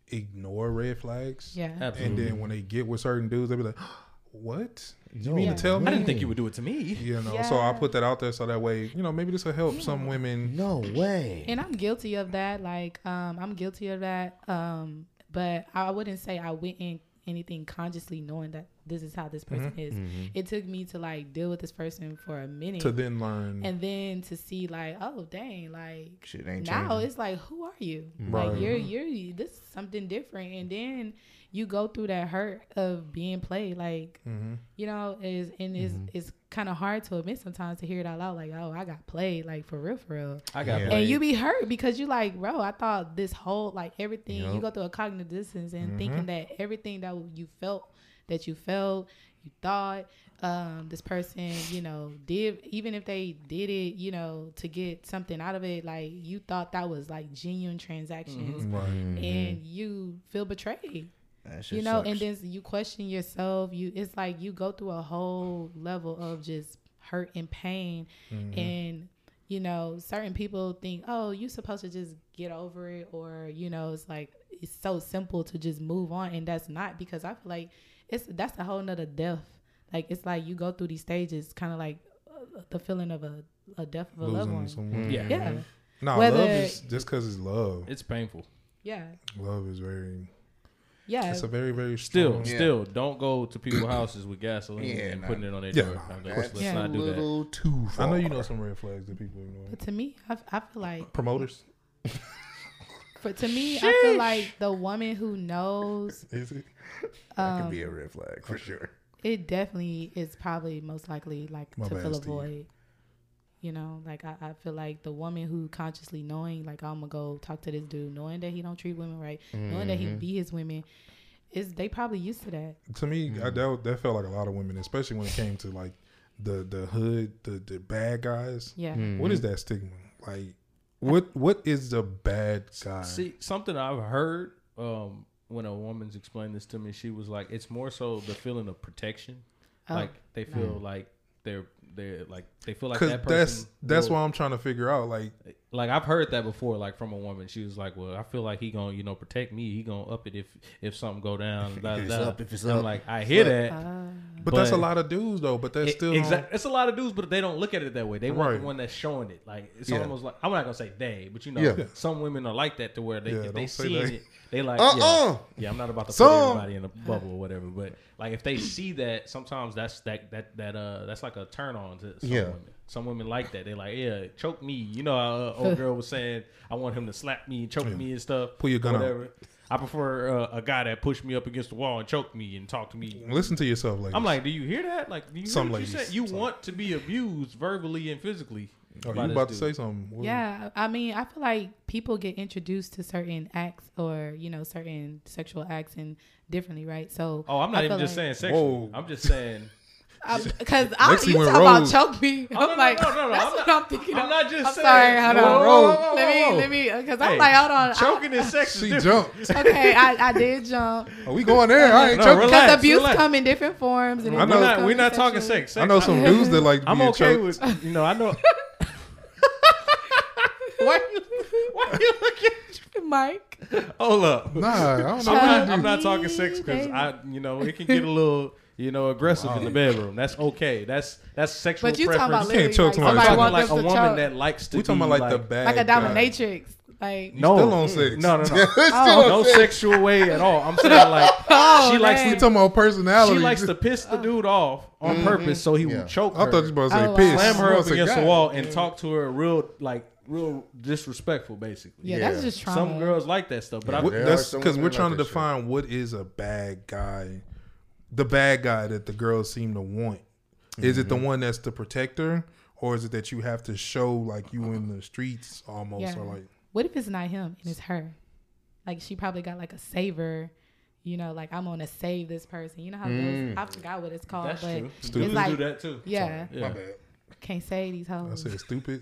S1: ignore red flags.
S4: Mm-hmm. yeah.
S1: And
S2: Absolutely.
S1: then when they get with certain dudes, they be like, "What?
S3: You
S1: mean
S4: to
S1: tell
S2: I
S1: me?
S2: didn't think you would do it to me.
S1: You know." So I
S4: Yeah.
S1: put that out there so that way, you know, maybe this will help some women.
S3: No way.
S4: And I'm guilty of that. Like, um, I'm guilty of that. Um, but I wouldn't say I went in anything consciously knowing that this is how this
S1: Mm-hmm.
S4: person is. It took me to like deal with this person for a minute.
S1: To then learn,
S4: and then to see like, oh dang, like
S3: Shit ain't
S4: now
S3: changing.
S4: it's like who are you
S1: Right.
S4: like you're you're this is something different and then you go through that hurt of being played like
S3: Mm-hmm.
S4: you know is and it's it's kind of hard to admit sometimes to hear it out loud like oh i got played like for real for real
S2: I got
S3: Yeah.
S2: played.
S4: and you be hurt because you like bro i thought this whole like everything you
S3: Yup.
S4: go through a cognitive distance and thinking that everything that you felt that you felt you thought um this person you know did even if they did it you know to get something out of it like you thought that was like genuine transactions
S1: right?
S4: and you feel betrayed
S3: That shit
S4: you know
S3: sucks.
S4: and then you question yourself you it's like you go through a whole level of just hurt and pain
S1: Mm-hmm.
S4: and you know certain people think oh you supposed to just get over it or you know it's like it's so simple to just move on and that's not because i feel like it's that's a whole nother death like it's like you go through these stages kind of like uh, the feeling of a, a death of a loved
S1: Losing
S4: one
S1: someone.
S2: Yeah.
S4: yeah
S1: No,
S4: Whether-
S1: love is just because it's love.
S2: It's painful.
S4: yeah
S1: Love is very.
S4: yeah
S1: It's a very very
S2: Still,
S1: strong-
S3: Yeah.
S2: still, don't go to people's houses with gasoline
S3: Yeah,
S2: and
S3: nah.
S2: putting it on their
S1: Yeah,
S2: door.
S1: nah,
S2: Like,
S1: that's
S2: let's let's
S4: Yeah.
S2: not do that.
S3: little too
S1: I know you know
S3: far.
S1: some red flags that people ignore.
S4: but to me I, I feel like
S1: Promoters,
S4: for to me i feel like the woman who knows
S1: is it?
S4: Um,
S3: That could be a red flag for sure.
S4: it definitely is probably most likely like
S1: My
S4: to
S1: bad,
S4: fill a
S1: Steve.
S4: void. You know, like I, I feel like the woman who consciously knowing, like I'm gonna go talk to this dude, knowing that he don't treat women right, knowing that he beat his women, is they probably used to that.
S1: to me, I,
S2: Mm-hmm.
S1: that, that felt like a lot of women, especially when it came to like the the hood, the the bad guys.
S4: Yeah.
S1: What is that stigma? Like, what what is the bad guy?
S2: See, something I've heard um, when a woman's explained this to me, she was like, "It's more so the feeling of protection.
S4: Oh.
S2: Like they feel
S3: Mm.
S2: like they're they're like they feel like
S1: Because
S2: that person.
S1: that's that's
S2: will-
S1: why I'm trying to figure out. Like,
S2: Like I've heard that before, like from a woman. She was like, "Well, I feel like he gonna you know protect me. He gonna up it if if something go down. da,
S3: it's
S2: da."
S3: up, if it's
S2: I'm
S3: up,
S2: like, I hear
S3: up.
S4: Oh, Uh,
S2: that.
S1: but, that's a
S2: But-
S1: lot of dudes though. But that's
S2: It-
S1: still
S2: exact-
S1: on-
S2: E, It's a lot of dudes, but they don't look at it that way. They want
S1: Right.
S2: the one that's showing it. Like it's
S3: Yeah.
S2: almost like I'm not gonna say they, but you know,
S3: Yeah.
S2: some women are like that to where they
S1: Yeah,
S2: if
S1: don't
S2: they
S1: say
S2: see
S1: they.
S2: it, they like
S3: Uh-uh.
S2: yeah, yeah. I'm not about to
S3: Some.
S2: put everybody in a bubble or whatever, but like if they see that, sometimes that's that that that uh that's like a turn on to some
S3: Yeah.
S2: women. Some women like that. They like yeah, choke me. You know, how, uh, old girl was saying I want him to slap me, choke me and stuff.
S1: Pull your gun out.
S2: whatever. I prefer uh, a guy that pushed me up against the wall and choked me and talked to me
S1: Listen to yourself, ladies.
S2: I'm like, do you hear that? Like, do you
S1: Some
S2: hear what you
S1: ladies.
S2: said? You
S1: Some.
S2: want to be abused verbally and physically.
S1: oh, you
S2: by this
S1: about to
S2: dude.
S1: say something? What-
S4: Yeah, I mean, I feel like people get introduced to certain acts or you know certain sexual acts and differently, right? So
S2: Oh, I'm
S4: I
S2: not
S4: feel
S2: even just
S4: like-
S2: saying sexual.
S1: Whoa.
S2: I'm just saying.
S4: because I
S1: Lexi
S4: you
S1: went
S4: talk about
S1: rogue.
S4: choke me.
S2: Oh,
S4: I'm
S2: no, no,
S4: like,
S2: no, no, no,
S4: that's
S2: I'm
S4: what
S2: not-
S4: I'm thinking.
S2: I'm
S4: of.
S2: not just
S4: I'm
S2: saying.
S4: sorry, hold
S2: Whoa,
S4: on.
S2: whoa, whoa,
S4: let
S2: whoa.
S4: me, let me, because
S2: Hey,
S4: I'm like, hold on. I-
S2: Choking is sex.
S1: she
S2: is
S1: jumped.
S4: okay, I, I did jump
S1: Are we going there? I ain't
S2: No,
S1: joking.
S2: relax.
S4: because abuse
S2: relax.
S4: come in different forms. And
S1: I
S2: We're
S1: know-
S2: not,
S4: abuse
S2: we're
S4: come
S2: not
S4: in
S2: talking
S4: sexual-
S2: sex. sex
S1: I know some dudes that like.
S2: I'm
S1: being
S2: okay
S1: choked.
S2: with. You know, I know.
S4: Why you, why you looking, Mike?
S2: Hold up.
S1: Nah, I don't know.
S2: I'm,
S1: what
S2: not,
S1: to
S2: I'm
S1: do.
S2: not talking sex because I, you know, it can get a little, you know, aggressive in the bedroom. That's okay. That's that's sexual
S4: But you
S2: preference.
S4: talking about
S1: You can't
S4: literally,
S1: choke
S4: like,
S1: somebody.
S2: I'm
S1: Somebody
S4: somebody
S2: talking like
S4: wants us
S2: a
S4: to
S2: woman
S4: choke,
S2: that uh, likes to.
S1: We talking
S2: be
S1: about like the bad
S4: like a
S1: guy.
S4: dominatrix, like
S2: No,
S1: Still on
S4: Mm.
S1: six.
S2: No, no, no.
S4: oh,
S2: no sexual way at all. I'm saying like she likes
S1: We
S4: man.
S2: to,
S1: talking about personality.
S2: she likes to piss the dude off on purpose so he
S3: Yeah.
S2: would choke her,
S1: Mm-hmm. I thought you were about to say
S4: Oh, wow.
S1: piss.
S2: slam her
S1: I
S2: up
S1: said,
S2: against the
S1: God.
S2: wall, and talk to her real like real disrespectful, basically.
S4: yeah,
S3: Yeah.
S4: that's just trauma.
S2: Some girls like that stuff, but
S1: What-
S2: I,
S3: There are
S1: that's
S3: some
S1: because
S3: women
S1: we're
S3: like
S1: trying to
S3: that shit.
S1: define what is a bad guy. The bad guy that the girls seem to want. Is it the
S3: Mm-hmm.
S1: one that's the protector, or is it that you have to show like you in the streets almost,
S4: Yeah.
S1: or like
S4: What if it's not him and it's her? Like she probably got like a saver, you know, like I'm gonna save this person. You know how
S1: Mm.
S4: it goes? I forgot what it's called,
S2: that's
S4: but
S2: true.
S4: it's
S2: Dudes do
S4: like
S2: that too.
S4: yeah,
S2: Yeah.
S4: can't say these
S1: I
S4: hoes.
S1: said, stupid?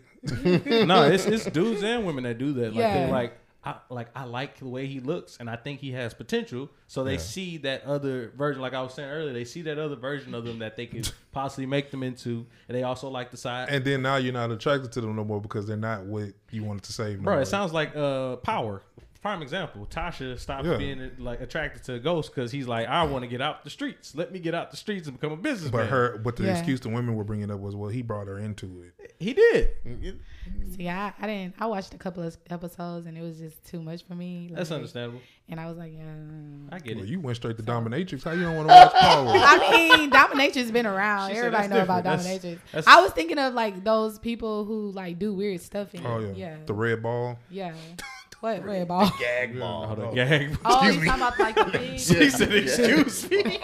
S2: no, it's it's dudes and women that do that. Like
S4: Yeah.
S2: they're like I like I like the way he looks and I think he has potential. So they see that other version, like I was saying earlier, they see that other version of them that they could possibly make them into, and they also like the side.
S1: and then now you're not attracted to them no more because they're not what you wanted to save. no
S2: Bro,
S1: more.
S2: it sounds like uh power. Prime example, Tasha stopped
S1: Yeah.
S2: being like attracted to a ghost because he's like, I want to get out the streets. Let me get out the streets and become a businessman.
S1: But her, but the
S4: Yeah.
S1: excuse the women were bringing up was, well, he brought her into Mm, it.
S2: he did.
S4: See, I, I didn't. I watched a couple of episodes and it was just too much for me. Like,
S2: That's understandable.
S4: And I was like, yeah.
S2: I get
S1: Well,
S2: it.
S1: you went straight to dominatrix. How you don't want to watch power?
S4: I mean, dominatrix been around.
S2: She said
S4: Everybody
S2: that's
S4: know about
S2: different.
S4: dominatrix.
S2: That's- that's-
S4: I was thinking of like those people who like do weird stuff. And,
S1: Oh yeah.
S4: yeah,
S1: the red ball.
S4: yeah. What red ball?
S3: Gag ball.
S2: Hold on, gang.
S4: Oh, you talking about like the big?
S2: he said, "Excuse me."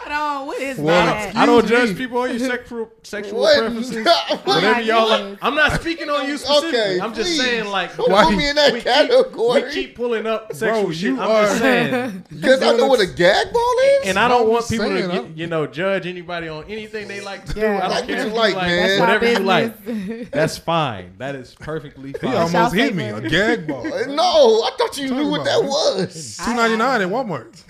S4: Hold on, what is
S1: Well,
S4: that?
S2: I don't
S1: Excuse
S2: judge
S1: me.
S2: people on your sexual sexual preferences.
S4: What?
S3: What?
S2: Whatever y'all
S4: Yes.
S2: like. I'm not speaking on you specifically.
S3: Okay,
S2: I'm just
S3: please.
S2: saying like
S3: Don't
S1: Why-
S3: put me in that
S2: we keep-
S3: category.
S2: we keep pulling up sexual
S1: Bro,
S2: shit.
S1: you
S2: I'm just
S1: are-
S2: saying.
S3: Because I know what a gag ball is.
S2: And I don't
S1: I'm
S2: want
S1: just
S2: people
S1: saying,
S2: to you,
S1: I'm-
S2: you know judge anybody on anything they like to do.
S4: Yeah.
S2: I don't
S4: Like
S2: care
S4: what
S2: if
S4: you
S2: you
S3: like, man.
S4: That's our
S2: whatever you like.
S4: business.
S2: That's fine. That is perfectly
S1: He
S2: fine.
S1: almost
S4: y'all
S1: hit me. A
S4: favorite.
S1: gag ball. Two
S3: Uh, no, I thought you
S1: Talking
S3: knew what
S1: about
S3: that
S1: it.
S3: was.
S1: ninety nine at Walmart.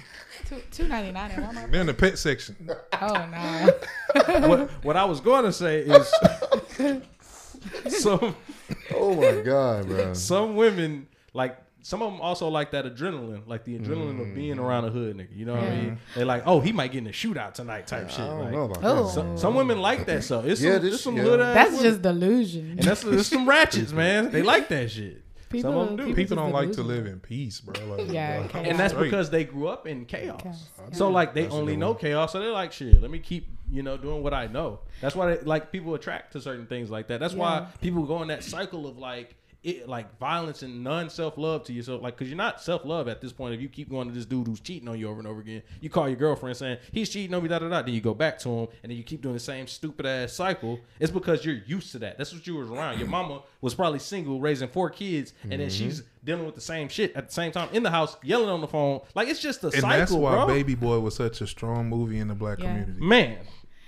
S4: Two ninety nine at Walmart.
S1: They're in the pet section.
S4: Oh no.
S2: what, what I was going to say is some
S3: Oh my god, bro.
S2: some women like some of them also like that adrenaline, like the adrenaline of
S3: Mm.
S2: being around a hood nigga. You know what I
S4: Yeah.
S2: mean? They like, oh, he might get in a shootout tonight, type shit.
S3: I don't
S2: like,
S3: know about
S4: Oh.
S3: that.
S2: Some, some women like that stuff. It's
S3: Yeah,
S2: some,
S3: this-
S2: it's some
S3: yeah.
S2: hood ass.
S4: That's
S2: women.
S4: just delusion.
S2: and that's, that's some ratchets, man. They like that shit.
S4: People-
S2: some of them do.
S1: People don't
S4: just
S1: like to
S4: delusional.
S1: live in peace, bro. Like,
S4: Yeah,
S1: bro,
S4: okay.
S2: and that's
S1: straight.
S2: because they grew up in chaos.
S4: Chaos,
S2: So
S4: yeah.
S2: like they
S1: That's a
S2: only
S1: good
S2: know
S1: one.
S2: chaos, so they're like, shit, let me keep you know doing what I know. That's why they, like people attract to certain things like that. That's why
S4: Yeah.
S2: people go in that cycle of like. it, like violence and non self love to yourself, like because you're not self love at this point. If you keep going to this dude who's cheating on you over and over again, you call your girlfriend saying he's cheating on me, da da da. Then you go back to him, and then you keep doing the same stupid ass cycle. It's because you're used to that. That's what you was around. Your mama was probably single, raising four kids, and then she's dealing with the same shit at the same time in the house, yelling on the phone. Like it's just a
S1: And
S2: cycle,
S1: that's why
S2: bro.
S1: Baby Boy was such a strong movie in the black
S4: Yeah.
S1: community.
S2: Man,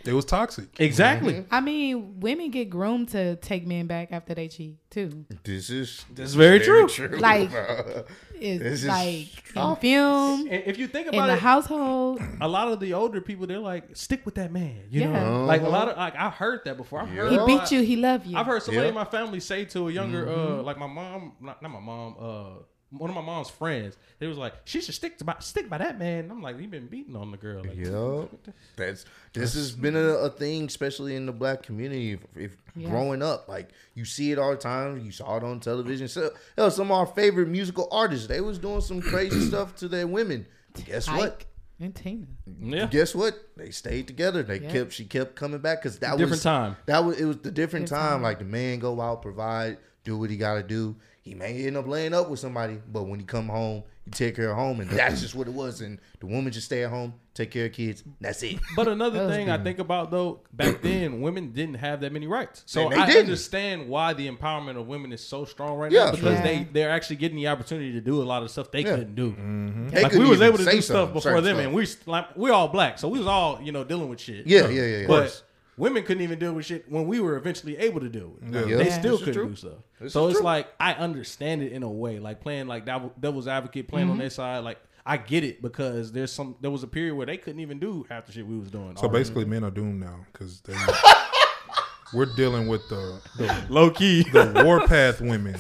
S1: It was toxic.
S2: exactly.
S4: I mean, women get groomed to take men back after they cheat too.
S3: This is
S2: That's very true.
S4: Like-
S3: bro.
S4: It's
S3: This is
S4: like in
S3: awful.
S4: film,
S2: And if you think
S4: in
S2: about
S4: the
S2: it,
S4: household.
S2: a lot of the older people they're like, stick with that man. You
S4: Yeah.
S2: know, like a lot
S3: Uh-huh.
S2: of like I heard that before. I've heard
S4: He
S2: a
S4: beat
S2: lot-
S4: you. He love you.
S2: I've heard somebody
S3: Yeah. Mm-hmm.
S2: in my family say to a younger, uh, like my mom, not, not my mom, uh, one of my mom's friends. They was like, she should stick to by, stick by that man. And I'm like, you been beating on the girl. Like,
S3: Yup. That's this has been a, a thing, especially in the black community. If, if
S4: Yeah.
S3: growing up, like you see it all the time, you saw it on television. So, hell, some of our favorite musical artists, they was doing some crazy stuff to their women. Guess what?
S4: Ike and Tina.
S2: yeah,
S3: Guess what? They stayed together. They
S4: Yeah.
S3: kept. She kept coming back because that
S2: different
S3: was
S2: time.
S3: That was it was the different
S4: Different
S3: time.
S4: time.
S3: Like the man go out, provide, do what he gotta do. He may end up laying up with somebody, but when he come home, he take care of home, and that's just what it was. And the woman just stay at home, take care of kids. That's it.
S2: But another thing I think about though, back then women didn't have that many rights, so
S3: And they
S2: I
S3: didn't.
S2: understand why the empowerment of women is so strong right
S3: Yeah.
S2: now because
S4: Yeah.
S2: they they're actually getting the opportunity to do a lot of stuff they
S3: Yeah. Mm-hmm.
S2: couldn't do.
S3: They
S2: like we
S3: couldn't
S2: was
S3: even
S2: able to
S3: say
S2: do stuff
S3: something,
S2: before
S3: certain
S2: them,
S3: stuff.
S2: and we s- like we all black, so we was all you know dealing with shit.
S3: Yeah, yeah, yeah, yeah.
S2: But women couldn't even deal with shit when we were eventually able to do it.
S1: Yeah.
S3: Yeah.
S2: They
S4: This
S2: still
S3: is
S2: couldn't
S3: true.
S2: do stuff.
S3: This
S2: so
S3: is
S2: it's
S3: true.
S2: like I understand it in a way, like playing like devil- devil's advocate, playing on their side. Like I get it because there's some there was a period where they couldn't even do half the shit we was doing.
S1: So
S2: already.
S1: basically, men are doomed now because they we're dealing with the the,
S2: low key.
S1: the warpath women.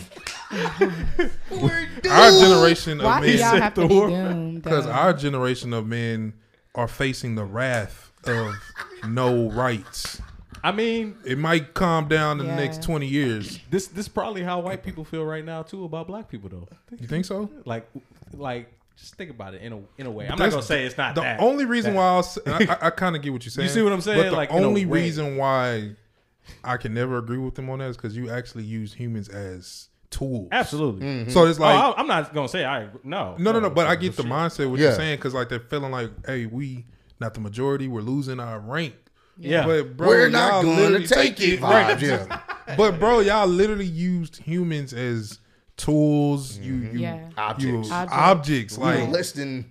S3: We're
S1: Our generation
S4: Why
S1: of
S4: do y'all
S1: men,
S4: have
S2: the
S4: to be
S2: woman.
S4: doomed?
S1: because
S4: though?
S1: our generation of men are facing the wrath of no rights.
S2: I mean,
S1: It might calm down in
S4: Yeah.
S1: the next twenty years.
S2: this this probably how white people feel right now too about black people though.
S1: You think so?
S2: Like like just think about it in a in a way. I'm not
S1: That's
S2: gonna say it's not
S1: the
S2: that.
S1: only reason why I'll s- I, I, kind of get what you're saying.
S2: see what I'm
S1: But
S2: saying?
S1: the
S2: Like, in a
S1: only
S2: way.
S1: reason why I can never agree with them on that is because you actually use humans as tools.
S2: Absolutely.
S3: Mm.
S1: So it's
S2: Oh,
S1: like
S2: I, am not gonna say I agree. no
S1: no, no, no. But I get the
S2: shit.
S1: mindset what
S3: Yeah.
S1: you're saying because like they're feeling like, hey, we not the majority. We're losing our rank.
S2: Yeah.
S1: But bro,
S3: We're not
S1: y'all
S3: going
S1: literally-
S3: to take it.
S1: Right.
S3: Vibes, yeah.
S1: but bro, y'all literally used humans as tools. You, you,
S4: Yeah.
S1: you
S3: Mm-hmm. Objects.
S4: Objects.
S1: objects.
S3: We were
S1: Like
S3: less than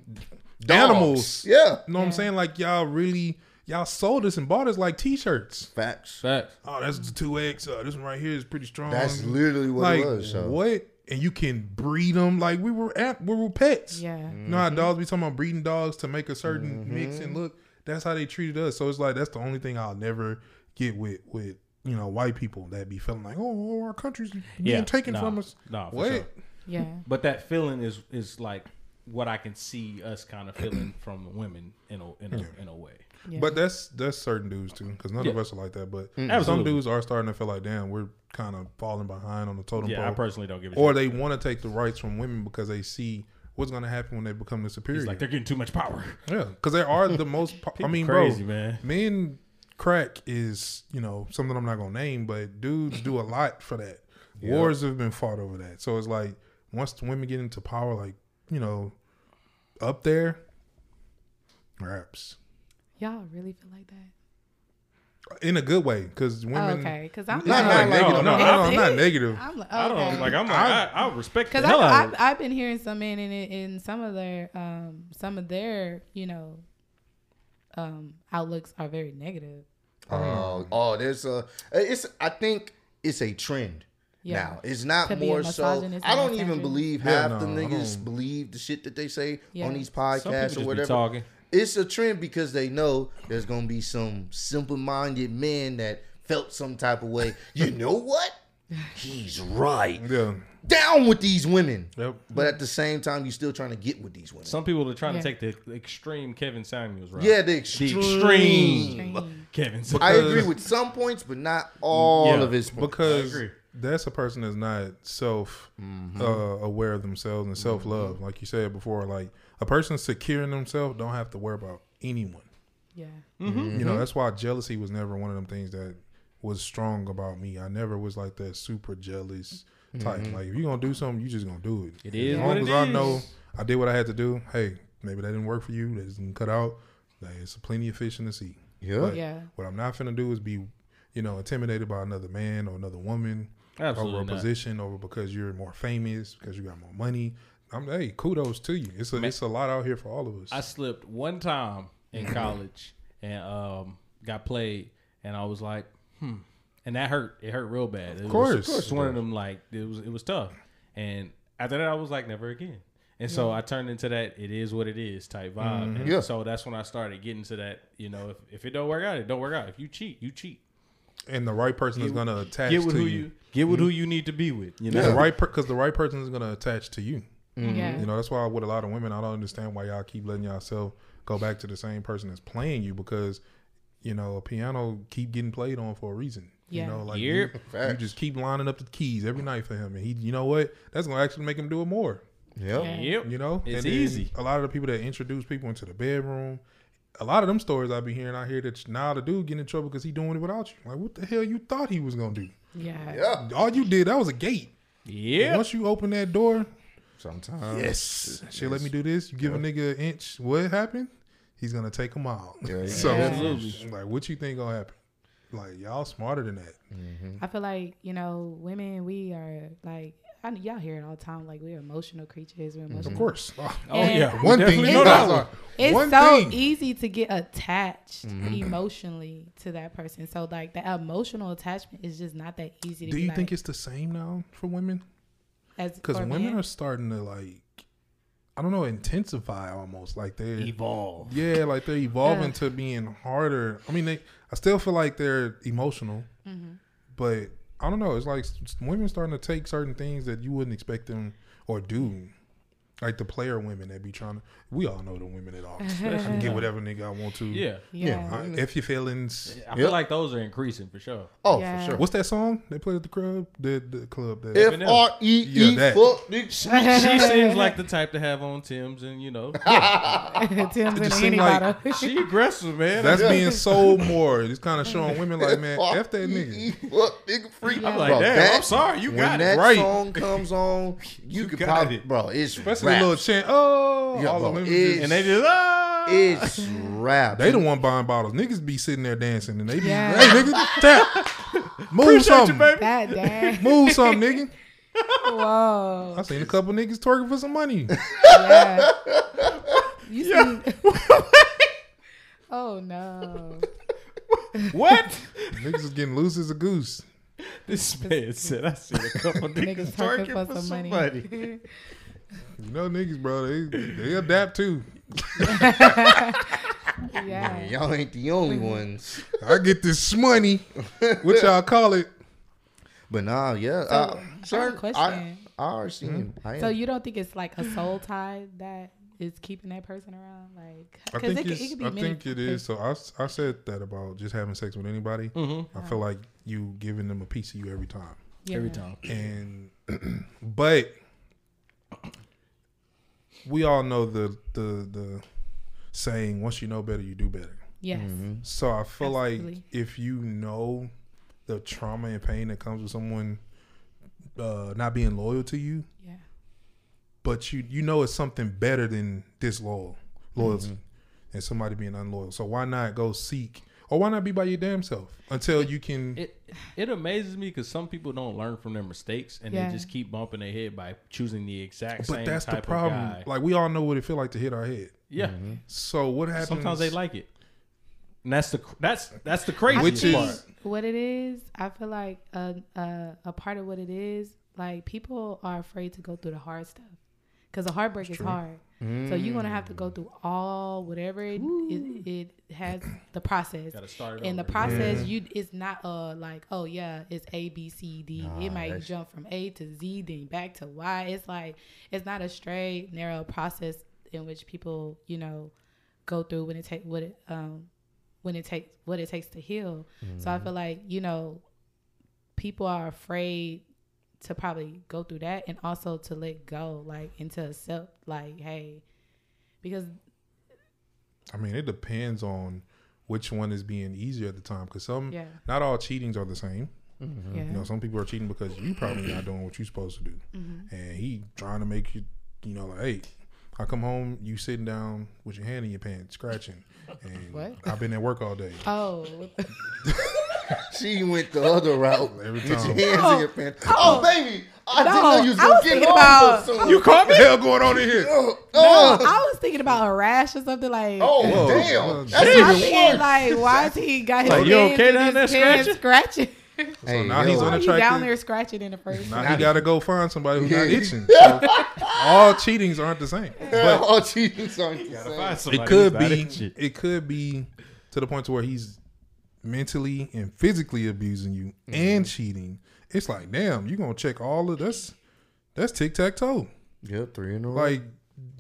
S3: dogs.
S1: Animals.
S3: Yeah.
S1: You know what I'm
S4: Yeah.
S1: saying? Like y'all really y'all sold us and bought us like t-shirts.
S3: Facts.
S2: Facts.
S1: Oh, that's the two X. Uh, this one right here is pretty strong.
S3: That's literally what
S1: like
S3: it was. So.
S1: what? And you can breed them like we were at we were pets.
S4: Yeah.
S1: You know how dogs be talking about breeding dogs to make a certain
S3: Mm-hmm.
S1: mix and look. That's how they treated us. So it's like that's the only thing I'll never get with with you know white people that be feeling like oh our country's being
S2: Yeah,
S1: taken
S2: nah,
S1: from us.
S2: nah, for
S1: what?
S2: sure.
S4: Yeah.
S2: But that feeling is is like what I can see us kind of feeling from women in a in a, in a way.
S4: yeah.
S1: But that's that's certain dudes too, because none of
S2: Yeah.
S1: us are like that. But some
S2: Absolutely.
S1: dudes are starting to feel like, damn, we're kind of falling behind on the totem
S2: Yeah, I
S1: pole,
S2: personally don't give a
S1: or
S2: shit.
S1: they want to take the rights from women because they see what's going to happen when they become the superior.
S2: It's like they're getting too much power.
S1: yeah, because they are the most. Po- I mean,
S2: crazy,
S1: bro,
S2: man.
S1: men crack is you know something I'm not gonna name, but dudes do a lot for that. Wars have been fought over that, so it's like once the women get into power, like you know, up there, raps.
S4: y'all really feel like that?
S1: in a good way because women.
S4: oh, okay. Because I'm
S1: It's Not, not
S2: no,
S4: like,
S1: negative. No, no,
S2: no, no,
S1: no,
S4: it's-
S1: not
S4: it-
S1: negative.
S4: I'm like,
S2: I
S4: okay.
S2: don't like. I'm like.
S1: I-
S2: I, I respect the
S4: Because
S2: hell out
S4: I've,
S2: of
S4: I've,
S2: it.
S4: I've been hearing some men in it- in some of their um some of their you know um outlooks are very negative. Mm.
S3: Oh, oh, there's a. It's. I think it's a trend.
S4: Yeah.
S3: Now it's not
S4: To be a
S3: more so.
S4: misogynist
S3: I
S4: and
S3: don't even
S4: misandrist.
S3: believe
S1: Yeah,
S3: half the
S1: no, I
S3: niggas
S1: don't-
S3: believe the shit that they say
S4: Yeah.
S3: on these
S2: Some people
S3: podcasts or
S2: just be
S3: whatever.
S2: talking.
S3: It's a trend because they know there's gonna be some simple-minded men that felt some type of way. You know what? He's right.
S1: Yeah.
S3: Down with these women.
S1: Yep.
S3: But at the same time, you're still trying to get with these women.
S2: Some people are trying
S4: Yeah.
S2: to take the extreme Kevin Samuels route.
S3: yeah, the extreme.
S2: extreme.
S4: Extreme.
S2: Kevin.
S3: I
S2: Samuels.
S3: agree with some points, but not all
S2: Yeah,
S3: of his points.
S1: Because
S2: agree.
S1: that's a person that's not self uh, aware of themselves and self love. Like you said before, like a person secure in themselves don't have to worry about anyone.
S4: Yeah.
S2: Mm-hmm.
S1: You know, that's why jealousy was never one of them things that was strong about me. I never was like that super jealous type. Like if you're gonna do something, you just gonna do it.
S2: Mm-hmm. It is
S1: As long
S2: what it
S1: as I
S2: is.
S1: know I did what I had to do. Hey, maybe that didn't work for you. That didn't cut out. Like, it's plenty of fish in the sea.
S3: Yeah.
S1: But
S4: Yeah.
S1: What I'm not finna do is be, you know, intimidated by another man or another woman
S2: Absolutely
S1: over a
S2: not.
S1: position over because you're more famous because you got more money. I'm hey, kudos to you. It's a it's a lot out here for all of us.
S2: I slipped one time in college and um, got played, and I was like, hmm, and that hurt. It hurt real bad. Of
S1: course.
S2: was,
S1: Of course
S2: it's one of them like it was. It was tough, and after that, I was like, never again. And so I turned into that it is what it is type vibe.
S1: Mm-hmm.
S2: And
S3: Yeah.
S2: So that's when I started getting to that. You know, if, if it don't work out, it don't work out. If you cheat, you cheat.
S1: and the right person is gonna attach
S2: Get with
S1: to
S2: who
S1: you.
S2: you get with who you need to be with. You know,
S1: The right because the right person is gonna attach to you.
S4: Yeah.
S1: Mm-hmm. You know that's why with a lot of women, I don't understand why y'all keep letting yourself go back to the same person that's playing you because you know a piano keep getting played on for a reason.
S4: Yeah.
S1: You know, like
S2: Yep.
S1: you, you just keep lining up the keys every night for him, and he, you know what? That's gonna actually make him do it more.
S3: Yeah.
S2: Yep.
S1: You know,
S2: It's
S1: then
S2: easy.
S1: A lot of the people that introduce people into the bedroom, a lot of them stories I be hearing out here that now the dude getting in trouble because he doing it without you. Like, what the hell you thought he was gonna do?
S4: Yeah.
S1: All you did that was a gate.
S2: Yep.
S1: Once you open that door,
S3: Sometimes.
S1: yes, she let me do this. You give a nigga an inch, what happened? He's gonna take him out.
S3: Yeah, yeah.
S1: so,
S2: Absolutely.
S1: like, what you think gonna happen? Like, y'all smarter than that.
S4: I feel like you know, women. We are like, I, y'all hear it all the time. Like we're emotional creatures. We're emotional.
S1: Of course.
S2: Oh
S4: And-
S2: yeah.
S1: One thing
S2: Definitely
S1: you
S2: know
S1: guys
S2: that one.
S1: are.
S4: It's
S1: one
S4: so
S1: thing. Mm-hmm.
S4: easy to get attached emotionally to that person. So like that emotional attachment is just not that easy. To
S1: Do
S4: be,
S1: you
S4: like,
S1: think it's the same now for women?
S4: as
S1: Because
S4: for
S1: women
S4: men.
S1: are starting to like, I don't know, intensify almost. Like they're
S2: evolve.
S1: yeah, like they're evolving to being harder. I mean, they I still feel like they're emotional, but I don't know. It's like s- s- women starting to take certain things that you wouldn't expect them or do. Like the player women that be trying to, we all know the women at all. I can get whatever nigga I want to.
S2: Yeah.
S4: yeah.
S1: Uh, if your feelings.
S2: I feel like those are increasing for sure.
S3: Oh,
S4: Yeah.
S3: for sure.
S1: What's that song they play at the club? The the club. That,
S3: F R E
S1: Yeah,
S3: E.
S1: that.
S3: Fuck this shit.
S2: she seems like the type to have on Tim's and you know
S4: Tim's in a
S1: just
S4: Henny
S1: seem like-
S4: bottle.
S2: she aggressive man.
S1: That's being sold more. It's kind of showing women like, man, f that nigga.
S3: F-R-E-E, Fuck nigga free.
S4: I'm
S2: like,
S3: Bro,
S2: damn, I'm sorry, you
S3: when
S2: got it.
S3: that
S1: Right.
S3: song comes on, you, can
S2: got
S3: pop
S2: it.
S3: it, bro. It's
S1: Especially
S3: rap.
S1: the little chant. Oh,
S3: Yeah,
S1: all the
S3: bro,
S1: women.
S3: it's-
S1: just-
S2: and they just ah.
S3: It's rap.
S1: They the one buying bottles. Niggas be sitting there dancing and they be,
S4: Yeah.
S1: hey nigga, tap, move something,
S4: that day.
S1: move something, nigga. I
S4: Whoa.
S1: seen a couple niggas twerking for some money.
S4: Yeah. You see. oh no.
S2: what?
S1: niggas is getting loose as a goose.
S2: this man said I seen a couple niggas
S4: Niggas talking
S2: twerking
S4: for some money. money.
S1: You know niggas, bro. They they adapt too.
S4: yeah.
S3: Y'all ain't the only
S4: Mm.
S3: ones.
S1: I get this money. What y'all call it?
S3: But nah, yeah. So,
S4: I
S3: uh,
S4: have a
S3: sir, I,
S4: question.
S3: I already seen him. I am.
S4: So you don't think it's like a soul tie that is keeping that person around? Like,
S1: I
S4: 'cause
S1: think
S4: it, could-
S1: it's,
S4: it could be
S1: I
S4: many
S1: think it is. So I, s- I said that about just having sex with anybody.
S4: Mm-hmm.
S1: I feel like you giving them a piece of you every time.
S4: yeah.
S2: every time.
S1: and but we all know the the the saying once you know better you do better
S4: Yes.
S1: so i feel like
S4: Absolutely.
S1: if you know the trauma and pain that comes with someone uh not being loyal to you
S4: Yeah.
S1: but you you know it's something better than disloyal loyalty
S2: Mm-hmm.
S1: and somebody being unloyal so why not go seek or why not be by your damn self until you can
S2: It it amazes me because some people don't learn from their mistakes and
S4: Yeah.
S2: they just keep bumping their head by choosing the exact
S1: but
S2: same
S1: that's
S2: type
S1: the problem
S2: of guy.
S1: like we all know what it feel like to hit our head
S2: yeah,
S1: so what happens
S2: sometimes they like it. And that's the cr- that's that's the crazy
S1: Which is-
S2: part.
S4: What it is, I feel like a, a a part of what it is, like people are afraid to go through the hard stuff, because a heartbreak is hard. So you're gonna have to go through all whatever it it, it has the process.
S2: Gotta start it
S4: In the
S2: over.
S4: process, you it's not uh like oh yeah it's A B C D. it might jump from A to Z then back to Y. It's like it's not a straight narrow process in which people you know go through when it take what it um when it takes what it takes to heal. So I feel like you know people are afraid to probably go through that and also to let go like and to accept like hey because
S1: I mean, it depends on which one is being easier at the time. Because some,
S4: Yeah.
S1: not all cheatings are the same.
S4: Yeah.
S1: You know, some people are cheating because you probably not doing what you're supposed to do, and he trying to make you, you know, like, hey, I come home, you sitting down with your hand in your pants, scratching, and
S4: What?
S1: I've been at work all day.
S4: Oh,
S3: She went the other route.
S1: Every
S3: Get your
S1: time.
S3: hands in your pants. Oh, baby, I didn't
S4: No,
S3: know you was
S4: I
S3: gonna
S4: was
S3: get
S4: thinking
S3: home
S4: about-
S3: so soon.
S1: You caught me? hell going on in here?
S3: oh,
S4: no,
S3: oh,
S4: I was thinking about a rash or something like.
S3: oh,
S1: Whoa.
S3: damn, that's
S1: Shit.
S4: I'm
S3: even
S4: thinking
S3: worse.
S4: like, why is he got his
S2: Like, you
S4: hands
S2: okay
S4: in
S2: down
S4: his
S2: there
S4: pants scratching?
S3: Hey,
S1: now he's
S4: Why
S1: on
S4: are
S1: a-
S4: you
S1: Unattractive.
S4: down there scratching in the first?
S1: Now
S4: place?
S1: he got to go find somebody who's not
S3: Yeah.
S1: itching. So, all cheatings aren't the same. But
S3: all cheating songs.
S1: it could be it could be to the point to where he's mentally and physically abusing you and cheating. It's like, damn, you gonna check all of that's that's tic tac toe.
S3: Yep, three in a row.
S1: Like,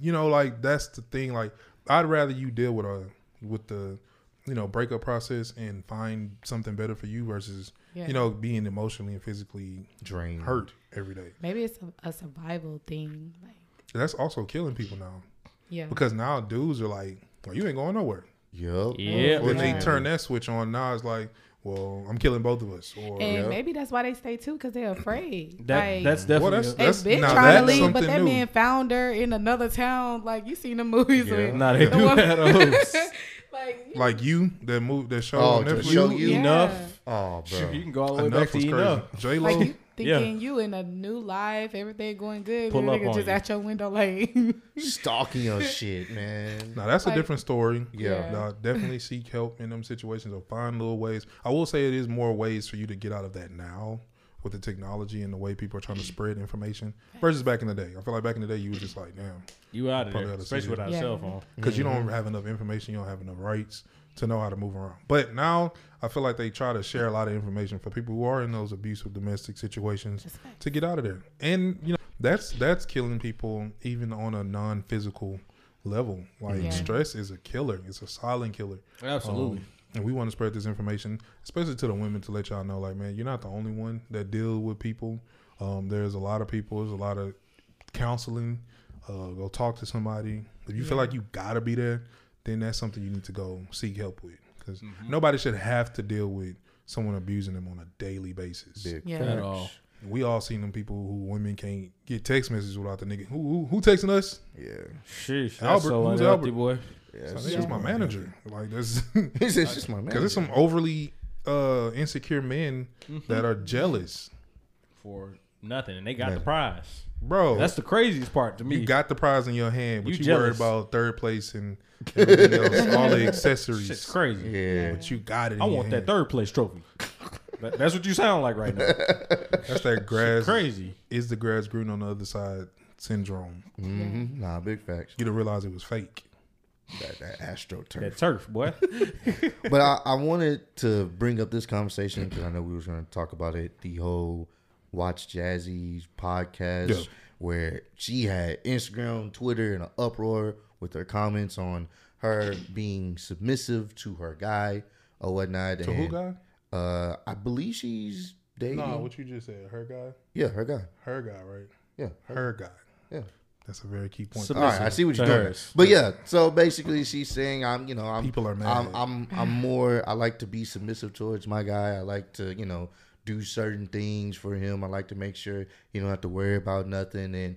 S1: you know, like that's the thing. Like, I'd rather you deal with a with the you know breakup process and find something better for you versus
S4: Yeah.
S1: you know being emotionally and physically
S3: drain.
S1: hurt every day.
S4: Maybe it's a, a survival thing. Like,
S1: That's also killing people now
S4: yeah.
S1: because now dudes are like, well, you ain't going nowhere.
S3: Yep.
S2: Yeah.
S1: When they
S4: Right.
S1: turn that switch on, now it's like, well, I'm killing both of us. Or
S4: and
S1: yeah.
S4: maybe that's why they stay too, because they're afraid.
S2: Oh, That,
S4: like,
S2: that's
S1: Well,
S2: definitely
S1: that's-
S4: they've been
S1: now
S4: trying to
S1: that's
S4: leave, but
S1: something
S4: that
S1: new.
S4: man found her in another town. Like you seen the movies
S3: Yeah.
S4: with,
S2: Nah, they
S4: The
S2: do
S4: woman-
S2: that on hoes.
S4: like,
S1: like you that move that show
S3: Oh,
S1: on
S3: to
S1: Netflix.
S3: show
S1: You-
S3: you
S4: yeah.
S2: enough.
S3: Oh,
S2: Shoot, you
S3: bro.
S2: can go all the way back
S1: Enough
S2: to
S1: was crazy.
S2: enough.
S1: J
S4: Like
S1: Lo,
S4: you
S2: Yeah.
S4: thinking you in a new life, everything going good,
S2: Pull
S4: your
S2: up
S4: nigga
S2: on
S4: just
S2: you.
S4: at your window like
S3: Stalking your shit, man.
S1: Now that's
S4: Like-
S1: a different story.
S4: Yeah.
S1: Now, definitely seek help in them situations or find little ways. I will say it is more ways for you to get out of that now with the technology and the way people are trying to spread information versus back in the day. I feel like back in the day you were just like, damn,
S2: You out of
S1: Probably
S2: there,
S1: oughta
S2: especially
S1: see
S2: without
S4: Yeah.
S2: a cell phone.
S1: because you don't have enough information, you don't have enough rights to know how to move around. But now I feel like they try to share a lot of information for people who are in those abusive domestic situations to get out of there. And you know, that's that's killing people even on a non-physical level. Like
S4: Yeah.
S1: stress is a killer. It's a silent killer.
S2: Absolutely.
S1: Um, and we want to spread this information, especially to the women, to let y'all know, like, man, you're not the only one that deal with people. Um, there's a lot of people. There's a lot of counseling. Uh, go talk to somebody. If you feel like you gotta be there, then that's something you need to go seek help with, because nobody should have to deal with someone abusing them on a daily basis.
S3: Big
S4: Yeah.
S2: At
S3: facts.
S2: all.
S1: We all seen them people who women can't get text messages without the nigga who who, who texting us.
S3: Yeah.
S2: Sheesh. That's
S1: Albert,
S2: so
S1: who's
S2: unhealthy,
S1: Albert?
S2: boy.
S3: Yeah.
S1: So
S3: it's
S1: this is
S4: Yeah.
S1: my manager. Like that's
S3: It's just my
S1: Because
S3: man.
S1: there's some overly uh, insecure men
S2: Mm-hmm.
S1: that are jealous,
S2: For nothing. And they got the
S3: Nothing.
S2: prize.
S1: bro.
S2: That's the craziest part to me.
S1: you got the prize in your hand, but
S2: You
S1: you, worried
S2: jealous.
S1: about third place and everything else, all the
S2: Shit's
S1: accessories.
S2: crazy.
S3: Yeah.
S1: But you got it. in
S2: I
S1: your
S2: want that
S1: hand.
S2: third place trophy. That- that's what you sound like right now.
S1: That's that grass.
S2: Crazy.
S1: Is the grass green on the other side syndrome?
S3: Mhm. Nah, big facts.
S1: You to realize it was fake.
S3: That, that astro
S2: That turf, boy.
S3: but I, I wanted to bring up this conversation because I know we was going to talk about it. The whole Watch Jazzy podcast
S1: Yeah.
S3: where she had Instagram, Twitter, in an uproar with her comments on her being submissive to her guy or whatnot.
S1: To who guy?
S3: Uh, I believe she's dating.
S1: No, what you just said. Her guy.
S3: yeah, her guy.
S1: Her guy, right?
S3: Yeah.
S1: Her guy.
S3: Yeah.
S1: That's a very key point.
S2: Submit-
S3: All right, I see what you're
S2: To
S3: doing.
S2: hers.
S3: But yeah, so basically she's saying I'm, you know, I'm
S1: People are mad.
S3: I'm, I'm I'm more I like to be submissive towards my guy. I like to, you know, do certain things for him. I like to make sure you don't have to worry about nothing and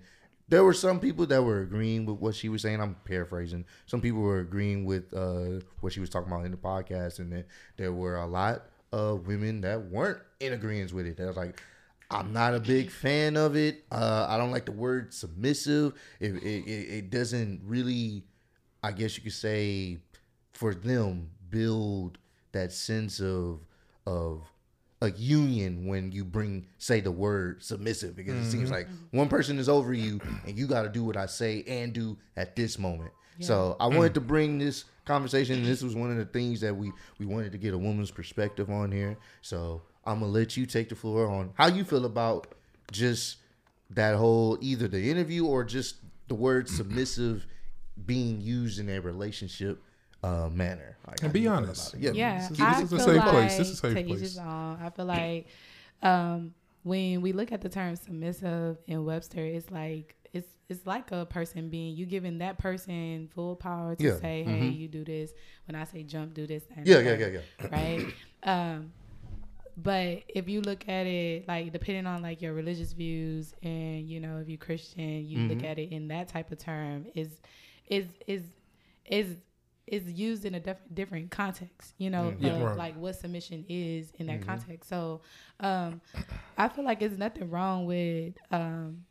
S3: there were some people that were agreeing with what she was saying. I'm paraphrasing. Some people were agreeing with uh, what she was talking about in the podcast, and then there were a lot of women that weren't in agreement with it. That was like, I'm not a big fan of it. Uh, I don't like the word submissive. It, it, it, it doesn't really, I guess you could say, for them, build that sense of of a union when you bring say the word submissive because it seems like one person is over you and you got to do what I say and do at this moment. So I wanted to bring this conversation. And this was one of the things that we we wanted to get a woman's perspective on here. So I'm gonna let you take the floor on how you feel about just that whole either the interview or just the word
S1: Mm-hmm.
S3: submissive being used in a relationship uh, manner. Like,
S1: And
S3: how
S1: be
S3: you feel
S1: honest.
S3: about it. Yeah.
S4: Yeah,
S1: This is-
S4: I
S1: this is a
S4: feel
S1: safe
S4: like
S1: place. This is a safe
S4: to each
S1: place.
S4: his own. I feel like um, when we look at the term submissive in Webster, it's like it's it's like a person being you giving that person full power to
S3: Yeah.
S4: say,
S1: mm-hmm.
S4: hey, you do this. When I say jump, do this. that, and
S3: Yeah,
S4: the
S3: yeah,
S4: third,
S3: yeah,
S4: Right. um, but if you look at it like depending on like your religious views and you know if you're Christian, you
S1: Mm-hmm.
S4: look at it in that type of term is is is is is used in a diff- different context, you know,
S1: Mm-hmm. Yeah.
S4: of,
S1: Right. Mm-hmm.
S4: like what submission is in that context. So, um, I feel like there's nothing wrong with um,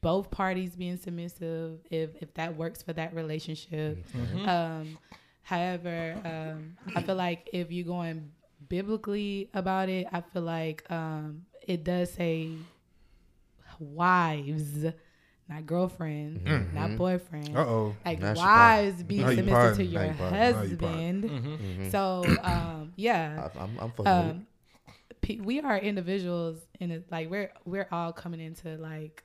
S4: both parties being submissive if if that works for that relationship.
S1: Mm-hmm.
S4: Um, however, um, I feel like if you're going biblically about it, I feel like um, it does say wives, not girlfriend, not boyfriend.
S1: Uh oh.
S4: Like
S3: Now she
S4: wives be
S1: Now you
S4: submissive
S1: potting.
S4: to
S1: Now
S4: your
S3: you potting.
S1: Now you
S4: husband. So um,
S3: I,
S4: yeah,
S3: I'm, I'm fucking with it.
S4: um, pe- we are individuals, and it's like we're we're all coming into like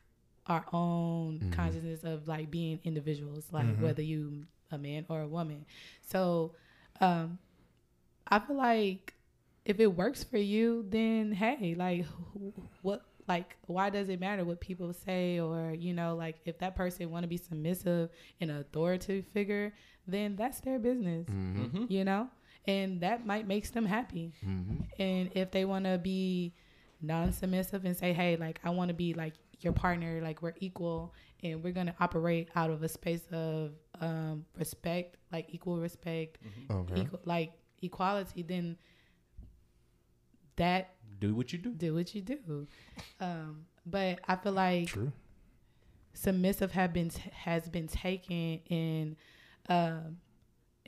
S4: our own consciousness of like being individuals, like whether you a man or a woman. So um, I feel like if it works for you, then hey, like who- what, like why does it matter what people say or you know, like if that person want to be submissive and an authority figure, then that's their business, you know, and that might makes them happy. And if they want to be non-submissive and say, hey, like I want to be like your partner, like we're equal and we're gonna operate out of a space of um, respect, like equal respect,
S3: Okay.
S4: equal, like equality, then that
S2: Do what you do.
S4: do what you do. Um, but I feel like
S1: True.
S4: submissive have been t- has been taken in um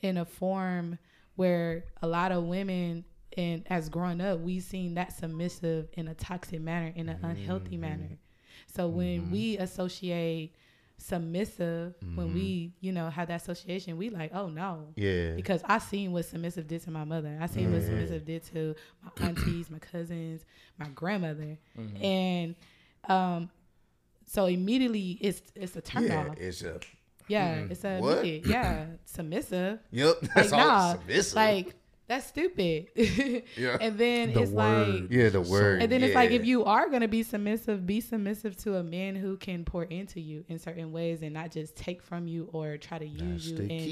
S4: in a form where a lot of women and as growing up we've seen that submissive in a toxic manner in an unhealthy manner so when we associate submissive when we you know have that association we like oh no
S3: Yeah.
S4: because I seen what submissive did to my mother. I seen
S3: Mm-hmm.
S4: what submissive did to my aunties, my cousins, my grandmother,
S3: Mm-hmm.
S4: and um, so immediately it's it's a turn
S3: yeah,
S4: off.
S3: it's a.
S4: Yeah, it's a
S3: What?
S4: immediate- yeah submissive.
S3: Yep.
S4: Like
S3: That's all
S4: nah,
S3: submissive.
S4: like that's stupid.
S3: Yeah.
S4: and then
S1: The
S4: it's
S1: word.
S4: like.
S3: yeah, the word.
S4: And then it's like
S3: yeah.
S4: if you are gonna be submissive, be submissive to a man who can pour into you in certain ways and not just take from you or try to use
S3: That's
S4: you
S3: the
S4: and
S3: key,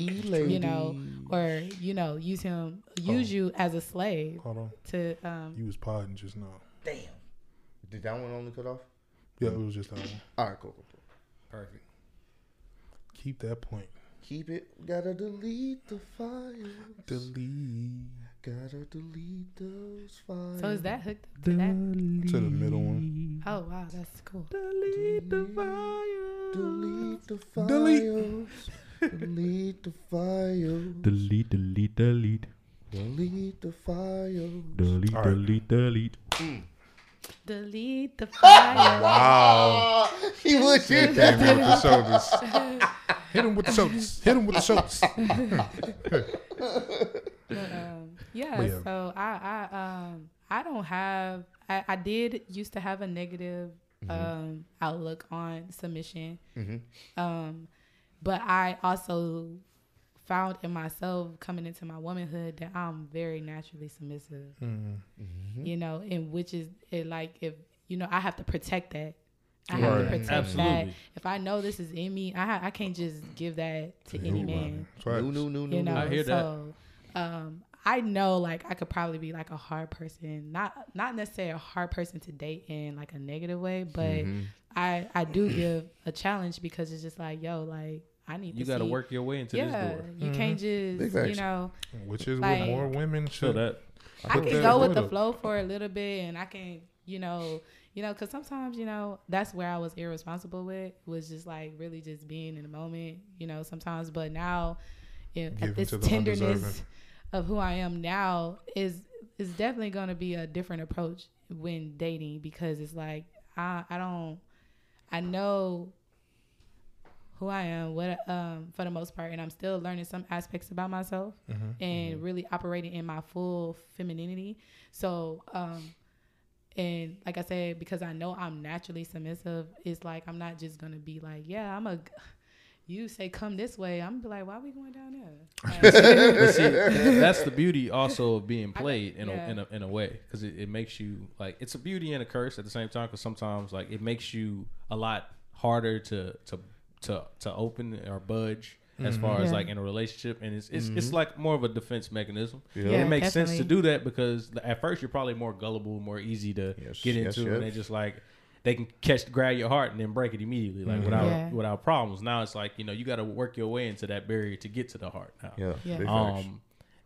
S4: you know,
S3: ladies.
S4: or you know, use him, use you as a slave
S1: Hold on.
S4: to. Um,
S1: You was potting just now.
S3: Did that one only cut off?
S1: Yeah, it was just uh, that one.
S3: All right, cool, cool, cool.
S2: Perfect.
S1: Keep that point.
S3: Keep it. Gotta delete the files.
S1: Delete.
S3: Gotta delete those files.
S4: so is that hooked up to that?
S1: To the middle one.
S4: Oh wow, that's cool.
S1: Delete the
S3: Delete the files.
S1: Delete.
S3: delete the files.
S2: Delete, delete, delete,
S3: Delete the files.
S2: delete,
S1: All right.
S2: delete, delete.
S4: Delete the file.
S1: Wow.
S3: He would do
S1: Hit
S3: that.
S1: him with the shoulders. Hit him with the shoulders. Hit him with the shoulders.
S4: But, um, yeah,
S1: But yeah.
S4: So I, I, um, I don't have. I, I did used to have a negative um, outlook on submission, um, but I also found in myself coming into my womanhood that I'm very naturally submissive.
S1: Mm,
S4: You know, and which is it like if you know I have to protect that. I have to
S1: Right.
S4: protect that.
S2: Absolutely.
S4: If I know this is in me, I ha- I can't just give that to any man
S1: Facts.
S3: No, no, no, no,
S4: you know
S3: no.
S2: I hear that.
S4: so um i know like i could probably be like a hard person not not necessarily a hard person to date in like a negative way but
S2: Mm-hmm.
S4: i i do give a challenge because it's just like yo like i need
S2: You
S4: to
S2: got to
S4: see-
S2: work your way into
S4: yeah
S2: this door.
S4: you can't
S3: Big
S4: just you
S3: facts.
S4: know
S1: Which is
S4: Like-
S1: what more women
S2: So
S1: should.
S2: that
S4: I
S1: put
S4: can
S1: that
S4: go with
S1: foot
S4: the
S1: up.
S4: flow for a little bit, and I can, you know, you know, because sometimes, you know, that's where I was irresponsible with was just like really just being in the moment, you know, sometimes. But now, you know,
S1: Giving
S4: at this
S1: to the
S4: tenderness
S1: undeserving.
S4: of who I am now is is definitely going to be a different approach when dating because it's like I I don't I know who I am, what um for the most part, and I'm still learning some aspects about myself
S1: Mm-hmm,
S4: and really operating in my full femininity. So um and like I said, because I know I'm naturally submissive, it's like I'm not just gonna be like, yeah, I'm a you say come this way, I'm gonna be like, why we going down there? Like,
S2: But see, that's the beauty also of being
S4: got-
S2: played in,
S4: yeah.
S2: a, in a in a way because it, it makes you like it's a beauty and a curse at the same time because sometimes like it makes you a lot harder to to to to open or budge as
S3: Mm-hmm.
S2: far as
S4: Yeah.
S2: like in a relationship and it's it's, it's like more of a defense mechanism and
S4: Yeah,
S2: it makes sense to
S4: definitely.
S2: do that because at first you're probably more gullible more easy to
S3: Yes,
S2: get
S3: yes,
S2: into
S3: yes.
S2: and they just like they can catch grab your heart and then break it immediately
S3: Mm-hmm.
S2: like without
S4: Yeah.
S2: without problems now it's like you know you got to work your way into that barrier to get to the heart now
S3: Yeah.
S4: Yeah.
S3: big facts.
S2: um,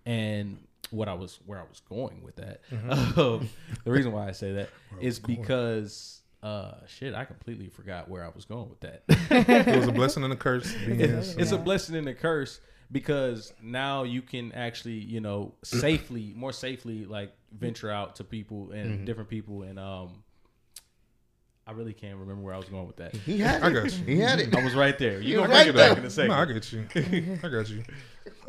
S2: and what I was where I was going with that. Um, the reason why I say that is because uh, shit, I completely forgot where I was going with that.
S1: It was a blessing and a curse. being
S2: it's, it's a
S4: Yeah.
S2: blessing and a curse because now you can actually you know safely more safely like venture out to people and different people and um i really can't remember where i was going with that
S3: he had it.
S1: I got you.
S3: He had it.
S2: i was right there you
S3: You're
S2: gonna bring it
S3: right
S2: back in
S3: there.
S2: a second
S1: No, I get you. I got you.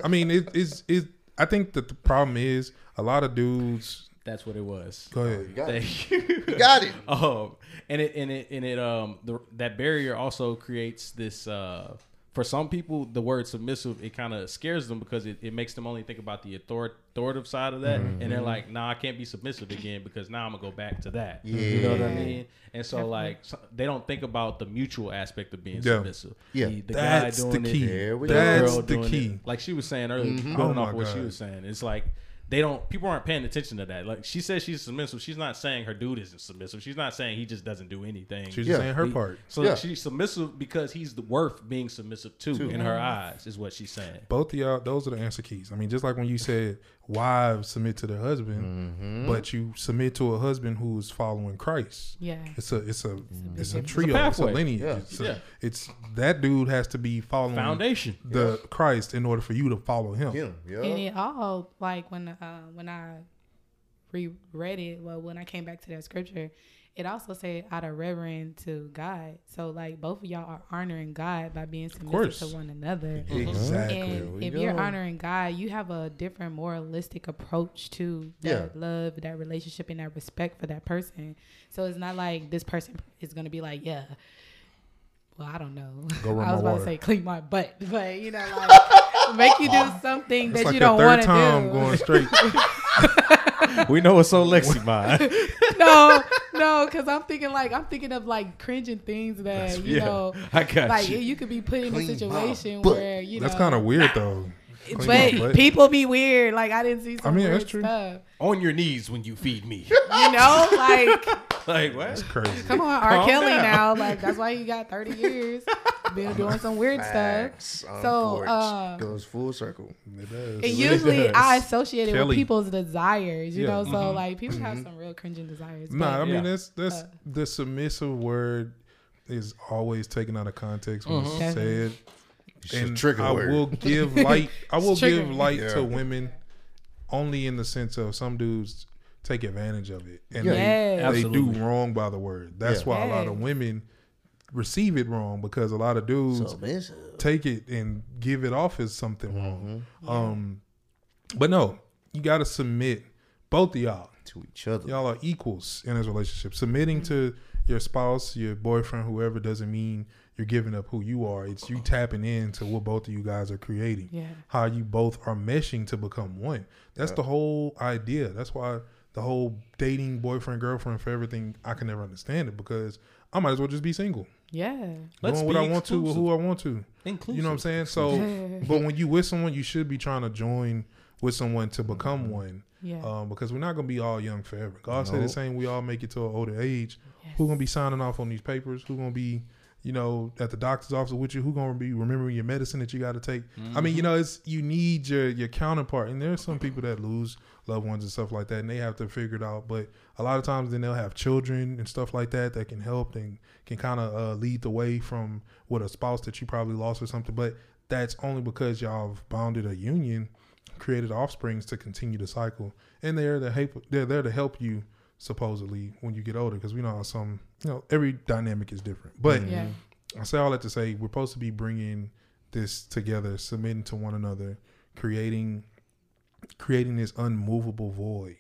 S1: I mean, it, it's it. I think that the problem is a lot of dudes.
S2: that's what it was
S1: Go ahead.
S3: Got it.
S2: thank you
S3: Got it.
S2: um, and it and it and it um the, that barrier also creates this uh for some people the word submissive it kind of scares them because it, it makes them only think about the author- authoritative side of that and they're like nah I can't be submissive again because now I'm gonna go back to that you know what I
S4: Yeah.
S2: mean and so like so, they don't think about the mutual aspect of being
S1: Yeah.
S2: submissive
S3: Yeah.
S2: the, the
S1: That's
S2: guy
S1: the
S2: doing it,
S1: key.
S3: There we go.
S1: That's
S2: girl
S1: the
S2: doing it.
S1: key.
S2: Like she was saying earlier,
S1: Oh
S2: going
S1: my
S2: off what she
S1: God.
S2: was saying, it's like they don't. People aren't paying attention to that. Like she says she's submissive. She's not saying her dude isn't submissive. She's not saying he just doesn't do anything.
S1: She's
S3: Yeah.
S1: just saying her part.
S2: so
S3: Yeah.
S2: she's submissive because he's the worth being submissive to in her
S1: Mm-hmm.
S2: eyes, is what she's saying.
S1: Both of y'all, those are the answer keys. I mean, just like when you said wives submit to their husband, but you submit to a husband who is following Christ.
S4: yeah.
S1: It's a it's a it's a
S4: difference.
S1: trio. It's a,
S2: pathway.
S1: lineage.
S3: Yeah.
S1: It's, a-
S2: Yeah.
S1: it's that dude has to be following
S2: Foundation.
S1: the Christ in order for you to follow him.
S3: Him. Yeah.
S4: And it all like when uh when I reread it, well when I came back to that scripture, it also said out of reverence to God. So like both of y'all are honoring God by being submissive
S1: course.
S4: to one another.
S1: Exactly.
S4: And
S3: we
S4: if you're
S3: go.
S4: honoring God, you have a different moralistic approach to that
S3: Yeah.
S4: love, that relationship, and that respect for that person. So it's not like this person is going to be like, yeah, well, I don't know.
S1: Go run
S4: I was
S1: my water.
S4: about to say clean my butt, but you know, like make you do something
S1: It's
S4: that
S1: like
S4: you
S1: the
S4: don't
S1: third
S4: want to
S1: time
S4: do.
S1: going straight.
S2: we know it's so Lexi mine.
S4: no, no, because I'm thinking like I'm thinking of like cringing things that you
S2: yeah,
S4: know.
S2: I got
S4: Like
S2: you.
S4: you. could be put in a
S3: Clean my
S4: situation
S3: butt.
S4: where you know
S1: That's kind of weird though. Clean my
S4: but
S1: butt.
S4: people be weird. Like I didn't see some
S1: I mean,
S4: weird
S1: that's true.
S4: stuff.
S2: On your knees when you feed me.
S4: You know, like
S2: Like what?
S1: crazy.
S4: come on, R.
S2: Calm
S4: Kelly
S2: down.
S4: now. Like that's why he got thirty years. Been doing some weird stuff.
S3: Facts.
S4: So,
S3: Unforged.
S4: um,
S3: goes full circle.
S1: It does.
S4: And
S1: It really
S4: usually
S1: does.
S4: I associate it
S1: Kelly.
S4: with people's desires, you
S1: Yeah.
S4: know. So like people have some real cringing desires.
S1: No, I
S4: but-
S1: mean
S2: Yeah.
S1: that's that's
S4: Uh.
S1: the submissive word is always taken out of context when it's
S4: Definitely.
S1: said.
S3: It's
S1: And
S3: a trigger
S1: I
S3: word.
S1: will give light. I will give
S4: triggering.
S1: light
S3: Yeah.
S1: to women only in the sense of some dudes take advantage of it and
S3: Yeah.
S1: they,
S4: Yes.
S1: they do
S2: Absolutely.
S1: wrong by the word. That's
S3: Yeah.
S1: why a lot of
S4: Yes.
S1: women receive it wrong because a lot of dudes
S3: Submissive.
S1: take it and give it off as something wrong.
S4: Mm-hmm.
S1: Um, but no, you got to submit both of y'all
S3: to each other.
S1: y'all are equals in this relationship. Submitting to your spouse, your boyfriend, whoever doesn't mean you're giving up who you are. It's you tapping into what both of you guys are creating.
S4: Yeah.
S1: How you both are meshing to become one. That's the whole idea. That's why the whole dating boyfriend, girlfriend for everything, I can never understand it because I might as well just be single.
S4: yeah,
S2: Let's
S1: doing what
S2: be
S1: I want to with who I want to.
S2: Inclusive.
S1: You know what I'm saying? So but when you with someone, you should be trying to join with someone to become one
S4: yeah.
S1: um, because we're not gonna be all young forever. God said
S3: Nope.
S1: the same. We all make it to an older age. Who gonna be signing off on these papers? Who gonna be, you know, at the doctor's office with you? Who gonna be remembering your medicine that you got to take? I mean, you know, it's you need your your counterpart. And there's some people that lose loved ones and stuff like that, and they have to figure it out. But a lot of times, then they'll have children and stuff like that that can help and can kind of uh, lead the way from what a spouse that you probably lost or something. But that's only because y'all have bounded a union created offsprings to continue the cycle, and they're the help, they're there to help you supposedly when you get older because we know how some you know every dynamic is different. But
S2: Mm-hmm.
S4: Yeah.
S1: I say all that to say we're supposed to be bringing this together, submitting to one another, creating creating this unmovable void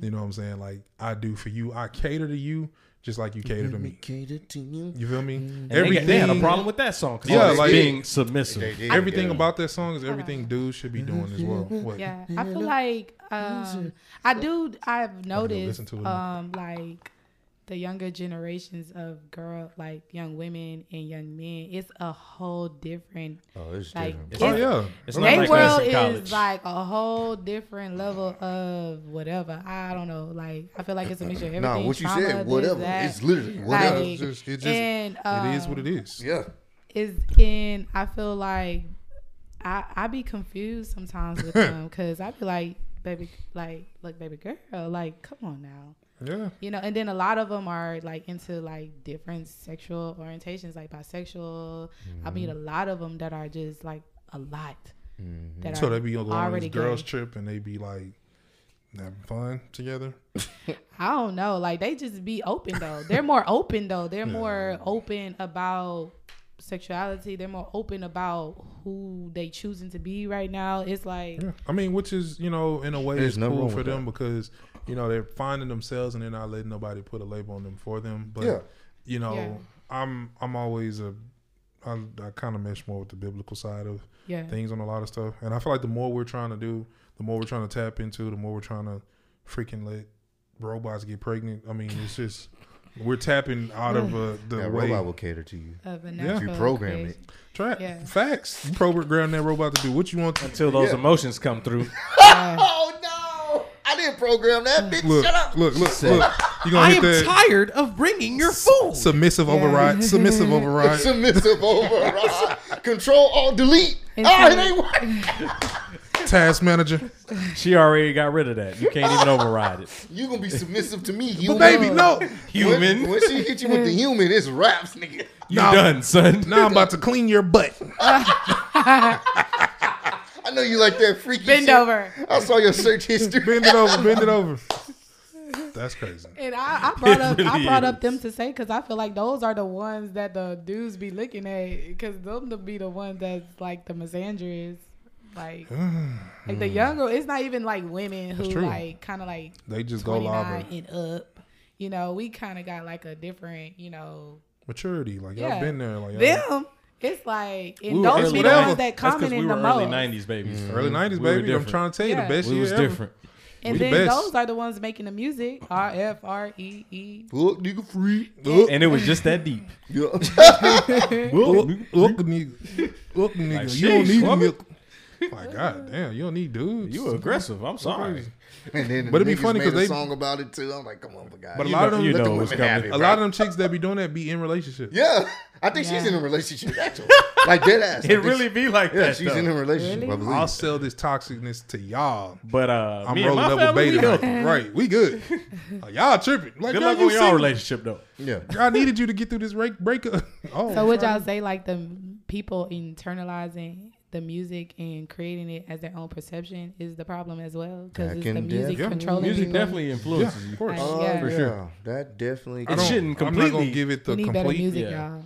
S1: You know what I'm saying? Like I do for you. I cater to you just like you cater to me.
S3: Cater to you.
S1: You feel me?
S2: Mm-hmm. And they, they had a problem with that song. 'cause
S1: Yeah,
S2: it was
S1: like-
S2: being submissive.
S3: They did,
S1: Everything
S3: yeah.
S1: about that song is everything dudes should be doing as well.
S2: Mm-hmm.
S1: What?
S4: Yeah, I feel like um, I do. I've
S1: listen
S4: noticed
S1: to it.
S4: um, like the younger generations of girl, like young women and young men. It's a whole different.
S3: Oh, it's
S4: Like,
S3: different.
S1: Oh yeah.
S2: It's not
S4: They
S2: like us
S4: world
S2: in
S4: is
S2: college.
S4: like a whole different level of whatever. I don't know. Like I feel like it's a mixture of everything.
S3: Nah, what you
S4: trauma,
S3: said,
S4: this,
S3: whatever.
S4: that.
S3: It's literally whatever. It's
S4: Like,
S3: just, it just,
S4: and
S1: It is
S4: um,
S1: what it is.
S3: yeah.
S4: is in I feel like I I be confused sometimes with them because I be like baby like look baby girl like come on now
S1: Yeah.
S4: you know and then a lot of them are like into like different sexual orientations like bisexual I meet
S3: Mm-hmm.
S4: a lot of them that are just like a lot
S3: Mm-hmm.
S4: that
S1: So
S4: are
S1: they be going on this
S4: already
S1: girls
S4: gay.
S1: trip and they be like having fun together.
S4: I don't know like they just be open though they're more open though they're more open about sexuality they're more open about who they choosing to be right now it's like
S1: Yeah. I mean, which is you know in a way
S3: There's
S1: it's
S3: nothing
S1: cool
S3: wrong
S1: for
S3: with
S1: them because you know they're finding themselves and they're not letting nobody put a label on them for them. But
S3: Yeah.
S1: you know,
S4: Yeah.
S1: I'm I'm always a I, I kind of mesh more with the biblical side of
S4: Yeah.
S1: things on a lot of stuff, and I feel like the more we're trying to do, the more we're trying to tap into, the more we're trying to freaking let robots get pregnant. I mean, it's just we're tapping out of uh, the
S3: That
S1: way
S3: robot will cater to you.
S4: Of a
S1: Yeah.
S4: natural
S1: If
S3: you program it.
S4: creation.
S1: Tra-
S4: Yeah.
S1: facts. You program that robot to do what you want. To-
S2: until those emotions come through.
S3: Oh, no. I didn't program that, bitch.
S1: look,
S3: Shut up.
S1: look, look, look. You gonna hit that?
S2: tired of bringing your food.
S1: Submissive override. Submissive override.
S3: Submissive override. Control, alt, delete.
S4: And
S3: Ah, it
S4: so-
S3: ain't working.
S1: Task manager.
S2: She already got rid of that. You can't even override it.
S3: you going to be submissive to me,
S1: But
S3: human.
S1: baby, no.
S2: Human,
S3: When, when she hit you with the human, it's raps, nigga.
S2: you done, son.
S1: Now I'm about to clean your butt.
S3: I know you like that freaky
S4: Bend
S3: shit.
S4: over.
S3: I saw your search history.
S1: Bend it over. Bend it over. That's crazy.
S4: And I, I brought up
S2: really
S4: I brought
S2: is.
S4: up them to say because I feel like those are the ones that the dudes be looking at because them to be the ones that's like the misandrous, like like the younger. It's not even like women who
S1: true.
S4: like kind of like
S1: They just go
S4: twenty nine
S1: lava.
S4: and up. You know, we kind of got like a different, you know,
S1: Maturity. Like y'all
S4: yeah.
S1: been there. Like y'all-
S4: them. It's like and
S2: were
S4: those
S2: early
S4: be the
S1: whatever.
S4: ones that
S2: That's 'cause
S4: comment
S2: we
S4: in
S2: were
S4: the
S2: early
S4: most.
S2: '90s babies.
S1: Early nineties,
S2: Mm-hmm. We were
S1: baby. I'm
S2: different.
S1: trying to tell you,
S4: Yeah.
S1: the best
S2: We
S1: year
S2: was
S1: ever.
S2: different.
S4: And
S1: We the
S4: then
S1: best.
S4: those are the ones making the music. R F R E E.
S3: Look, nigga, free.
S2: And it was just that deep.
S3: Yeah.
S1: Look, look, nigga. Look, nigga.
S2: Like,
S1: you don't
S2: sheesh,
S1: need
S2: woman.
S1: milk. My God, damn. You don't need dudes.
S2: You were aggressive. I'm sorry.
S3: And then
S1: But
S3: but
S1: it'd
S3: it'd
S1: be funny 'cause
S3: made
S1: they-
S3: a song about it too. I'm like, come on, guys.
S1: But a
S2: You
S1: lot of
S2: know-
S1: them-
S2: you
S1: let
S2: know
S1: the
S2: it was
S3: women have
S2: coming.
S1: a lot of them chicks that be doing that be in relationships.
S3: yeah, I think she's
S4: Yeah.
S3: in a relationship actually. Like dead ass. I
S2: It
S3: think
S2: really
S3: she-
S2: be like
S3: Yeah,
S2: that.
S3: she's
S2: though.
S3: in a relationship. I
S4: Really?
S3: believe.
S1: I'll sell this toxicness to y'all.
S2: But uh,
S1: I'm
S2: me and
S1: rolling
S2: my
S1: up with
S2: family,
S1: Bay
S2: we
S1: tonight.
S2: healthy.
S1: Right, we good. Like, y'all tripping. Like,
S2: Good
S1: y'all,
S2: luck on
S1: you
S2: y'all
S1: single.
S2: relationship though.
S3: Yeah.
S1: I needed you to get through this break breakup. Oh,
S4: So would y'all say like the m- people internalizing the music and creating it as their own perception is the problem as well?
S3: I
S4: Because it's the
S3: can
S4: music
S3: def-
S1: yeah.
S4: controlling
S2: Music
S4: people.
S2: definitely
S1: yeah,
S2: influences
S1: of
S2: you.
S1: course.
S4: Like,
S3: Oh
S4: Uh, yeah.
S3: yeah.
S4: For
S3: that definitely.
S1: I
S2: Uh, It
S1: don't,
S2: shouldn't
S1: I'm not gonna
S2: completely-
S1: give it the
S4: We need better
S1: complete.
S4: music,
S2: yeah.
S4: y'all.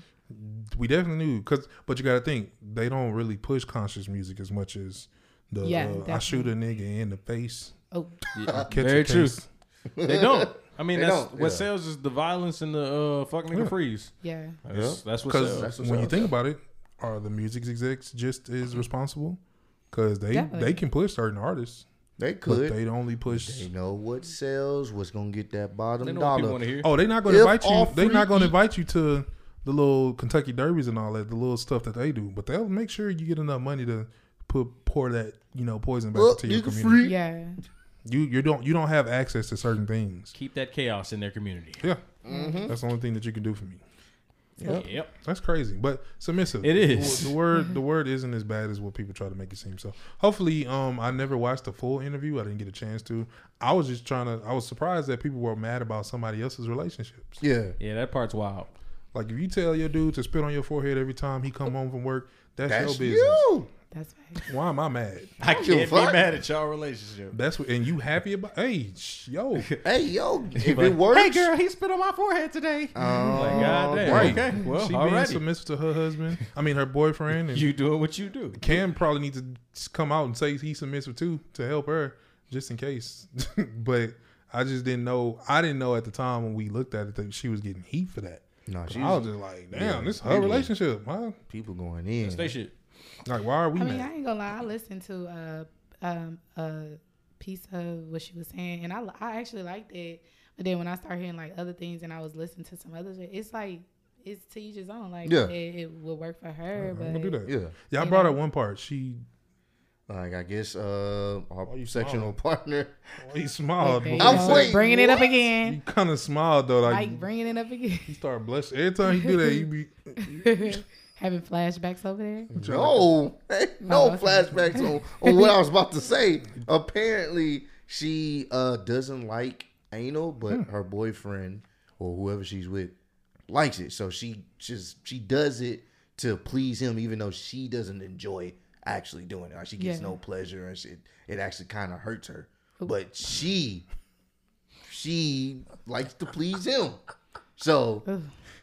S1: We definitely knew because, but you got to think they don't really push conscious music as much as the.
S4: Yeah,
S1: uh, I shoot a nigga in the face.
S4: Oh,
S1: I catch
S2: Very
S1: a
S2: true.
S1: case.
S2: They don't. I mean,
S3: They
S2: that's
S3: don't,
S2: what
S3: yeah.
S2: sells is the violence and the uh, fuck nigga freeze.
S4: yeah.
S2: That's, that's what
S1: Because
S2: sells.
S1: when you think about it, are the music execs just as responsible? Because they
S4: Definitely.
S1: they can push certain artists,
S3: They
S1: but
S3: could. They,
S1: they only push.
S3: know what sells. What's gonna get that bottom
S2: They know what people
S3: dollar?
S2: want to hear.
S1: Oh, they're not going to
S3: If
S1: invite
S3: all
S1: you. They're not
S3: free
S1: going to
S3: eat-
S1: invite you to the little Kentucky derbies and all that, the little stuff that they do. But they'll make sure you get enough money to put pour that you know poison back
S3: Look,
S1: into your
S3: nigga,
S1: community.
S3: free.
S4: Yeah.
S1: You you don't you don't have access to certain things.
S2: Keep that chaos in their community.
S1: Yeah,
S3: Mm-hmm.
S1: that's the only thing that you can do for me.
S2: Yep.
S1: That's crazy, but submissive.
S2: It is.
S1: the, word. The word isn't as bad as what people try to make it seem. So hopefully, um, I never watched the full interview. I didn't get a chance to. I was just trying to. I was surprised that people were mad about somebody else's relationships.
S3: Yeah.
S2: Yeah, that part's wild.
S1: Like if you tell your dude to spit on your forehead every time he come home from work, that's,
S3: That's
S1: your business.
S3: you.
S4: That's right.
S1: Why am I mad?
S2: I
S3: give a
S2: can't be
S3: fuck.
S2: mad at y'all relationship.
S1: That's what, and you happy about? Hey, sh- yo,
S3: Hey yo, if it works,
S2: Hey, girl, he spit on my forehead today. like, God damn.
S1: right?
S2: Okay. Well,
S1: she being
S2: alrighty.
S1: submissive to her husband. I mean, her boyfriend. And
S2: You doing what you do.
S1: Cam probably needs to come out and say he's submissive too to help her, just in case. but I just didn't know. I didn't know at the time when we looked at it that she was getting heat for that.
S3: No,
S1: But
S3: she's
S1: I was just like, damn,
S3: yeah,
S1: this is
S3: it
S1: her
S3: was-
S1: relationship. Why?
S3: people going in.
S2: Stay shit.
S1: Like, why are we
S4: I mean,
S1: mad?
S4: I ain't gonna lie. I listened to a um, a piece of what she was saying, and I I actually liked it. But then when I started hearing like other things, and I was listening to some other shit, it's like it's to each his own. Like
S3: Yeah.
S4: it, it will work for her,
S1: I'm gonna
S4: but
S1: do that.
S3: Yeah.
S1: Yeah, I
S4: You
S1: brought
S4: know?
S1: up one part. She,
S3: Like I guess uh our
S1: Why you
S3: sectional partner.
S1: he smiled.
S4: Okay,
S1: but
S3: I'm
S4: you know,
S1: he
S3: waiting,
S4: bringing it up
S3: what?
S1: said-
S4: again.
S1: he kind of smiled though. Like,
S4: Like bringing it up again,
S1: he started blushing every time he do that. He be
S4: having flashbacks over there.
S3: No, no
S4: Oh, okay.
S3: flashbacks on, on what I was about to say. Apparently, she uh, doesn't like anal, but her boyfriend or whoever she's with likes it. So she just she does it to please him, even though she doesn't enjoy actually doing it. Like she gets
S4: Yeah.
S3: no pleasure and shit. It actually kind of hurts her, but she she likes to please him. So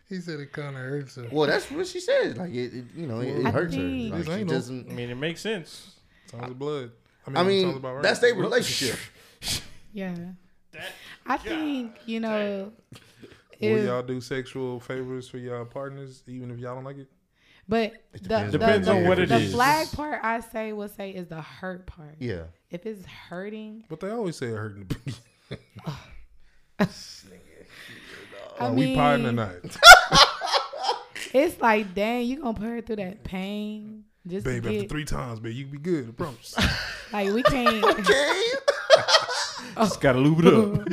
S1: he said it kind of hurts him.
S3: well, that's what she said. Like it, it you know, it, it
S4: I
S3: hurts
S4: think-
S3: her. Like,
S1: It's
S3: she
S1: anal.
S3: doesn't.
S2: I mean, it makes sense.
S1: Tons of blood.
S3: I
S1: it's all
S3: mean,
S1: about
S3: that's
S1: right.
S3: their relationship.
S4: Yeah, I think you know.
S1: Will
S4: if-
S1: y'all do sexual favors for y'all partners, even if y'all don't like it?
S4: But the,
S3: depends.
S4: the,
S2: Depends
S4: the,
S2: on what it
S4: the
S2: is.
S4: flag part I say will say is the hurt part.
S3: Yeah.
S4: If it's hurting,
S1: But they always say it hurting the people.
S4: I
S1: Are
S4: mean,
S1: Oh, we potting tonight?
S4: it's like, dang, you gonna put her through that pain just
S1: Babe,
S4: to
S1: after
S4: get
S1: three times, babe, you be good, I promise.
S4: like we can't.
S3: Okay.
S2: Just gotta lube it up.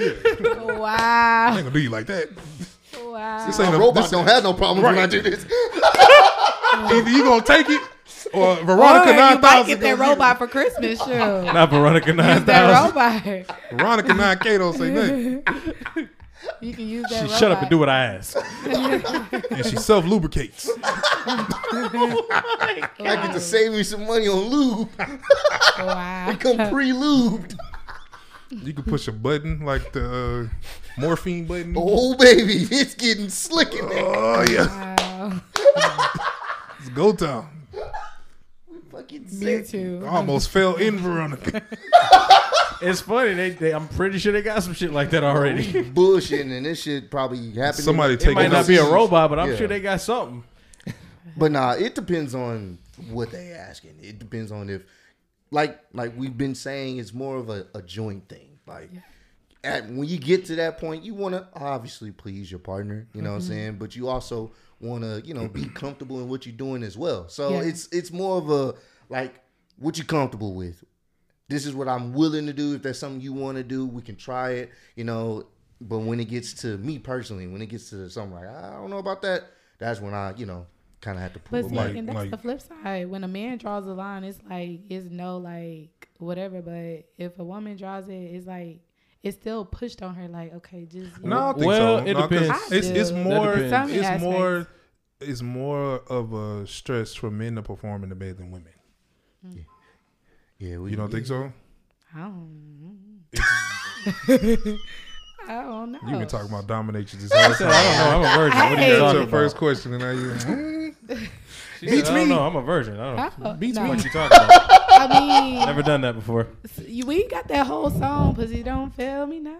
S1: I
S4: wow,
S1: ain't gonna do you like that.
S4: wow.
S1: This ain't
S3: My
S1: a
S3: robot
S1: this
S3: don't
S1: ain't-
S3: have no problems when I do this.
S1: Either you gonna take it or
S4: Uh, Or
S1: Veronica
S4: you
S1: nine
S4: might
S1: thousand.
S4: get that robot for Christmas, sure.
S2: Not Veronica nine
S4: that
S2: thousand.
S4: robot,
S1: Veronica nine K don't say nothing,
S4: you can use that.
S2: She
S4: robot.
S2: shut up and do what I ask.
S1: and she self lubricates.
S3: I get to save me some money on lube.
S4: Wow.
S3: Come pre-lubed.
S1: You can push a button like the uh, morphine button.
S3: Oh baby, it's getting slick in there.
S1: Oh, yeah,
S4: Wow.
S1: it's go time.
S3: Fucking
S4: Me
S3: sick.
S1: I
S4: too.
S1: almost fell in Veronica.
S2: It's funny. They, they, I'm pretty sure they got some shit like that already.
S3: Bullshitting and this shit probably happened.
S1: Somebody
S2: It
S1: take
S2: might
S1: it
S2: not
S1: out.
S2: be a robot, but I'm
S3: Yeah.
S2: sure they got something.
S3: But nah, it depends on what they asking. It depends on if, like, like we've been saying, it's more of a, a joint thing. Like, at when you get to that point, you want to obviously please your partner. You know what I'm saying? But you also want to, you know, be comfortable in what you're doing as well. So
S4: Yeah.
S3: it's it's more of a like what you comfortable with. This is what I'm willing to do. If that's something you want to do, we can try it. You know. But when it gets to me personally, when it gets to something like I don't know about that, that's when I, you know, kind of have to pull
S4: But see,
S1: Like-
S4: and that's
S1: like-
S4: the flip side. When a man draws a line, it's like it's no like whatever. But if a woman draws it, it's like it's still pushed on her. Like okay, just you
S1: No, I
S4: know.
S1: don't think
S2: Well,
S1: so.
S2: it
S1: No, 'cause
S2: depends.
S1: It's it's
S4: I do.
S1: more
S2: That depends.
S4: Some
S1: it's more it's more of a stress for men to perform in the bed than women.
S3: Yeah, we,
S1: You don't think so?
S4: I don't. I don't know.
S1: You've been talking about dominations this whole
S2: I said, I
S1: time.
S2: don't know. I'm a virgin. What are you
S4: Hey.
S1: That's
S2: talking
S1: your
S2: about?
S1: first question, and now you.
S2: She said, I
S1: me.
S2: don't know. I'm a virgin. I don't
S4: I,
S1: Beats
S4: no.
S1: me.
S2: what you talking about.
S4: I mean,
S2: Never done that before.
S4: s- you- we got that whole song, pussy don't fail me now.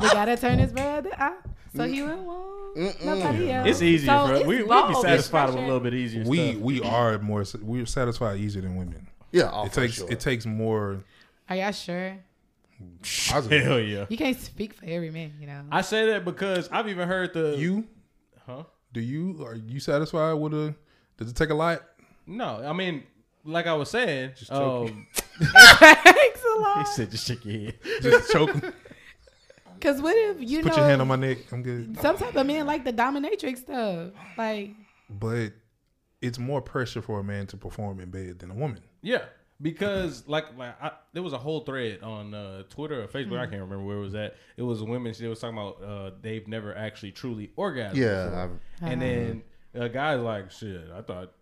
S4: we gotta turn his brother out so he won't want nobody else.
S2: It's easier,
S4: so
S2: bro.
S4: it's
S2: We we be
S4: bold.
S2: satisfied
S4: It's
S2: with a little bit easier
S1: We
S2: stuff.
S1: we are more we're satisfied easier than women.
S3: Yeah, oh,
S1: It
S3: for
S1: takes
S3: sure.
S1: it takes more.
S4: Are y'all sure?
S1: I was-
S2: Hell yeah.
S4: You can't speak for every man, you know.
S2: I say that because I've even heard the
S1: You
S2: Huh?
S1: do you are you satisfied with a? Does it take a lot?
S2: No, I mean, like I was saying, um,
S1: joking.
S4: Thanks a
S2: he
S4: lot.
S2: said just shake your head.
S1: Just choke.
S4: Cause what if you
S1: Put
S4: know
S1: your hand on my neck. I'm good.
S4: some type of men like the dominatrix stuff? Like
S1: But it's more pressure for a man to perform in bed than a woman.
S2: Yeah, because like like I, there was a whole thread on uh, Twitter or Facebook.
S4: Hmm.
S2: I can't remember where it was at. It was women. They was talking about uh, they've never actually truly orgasmed.
S3: Yeah,
S2: before. and then a guy's like, "Shit, I thought."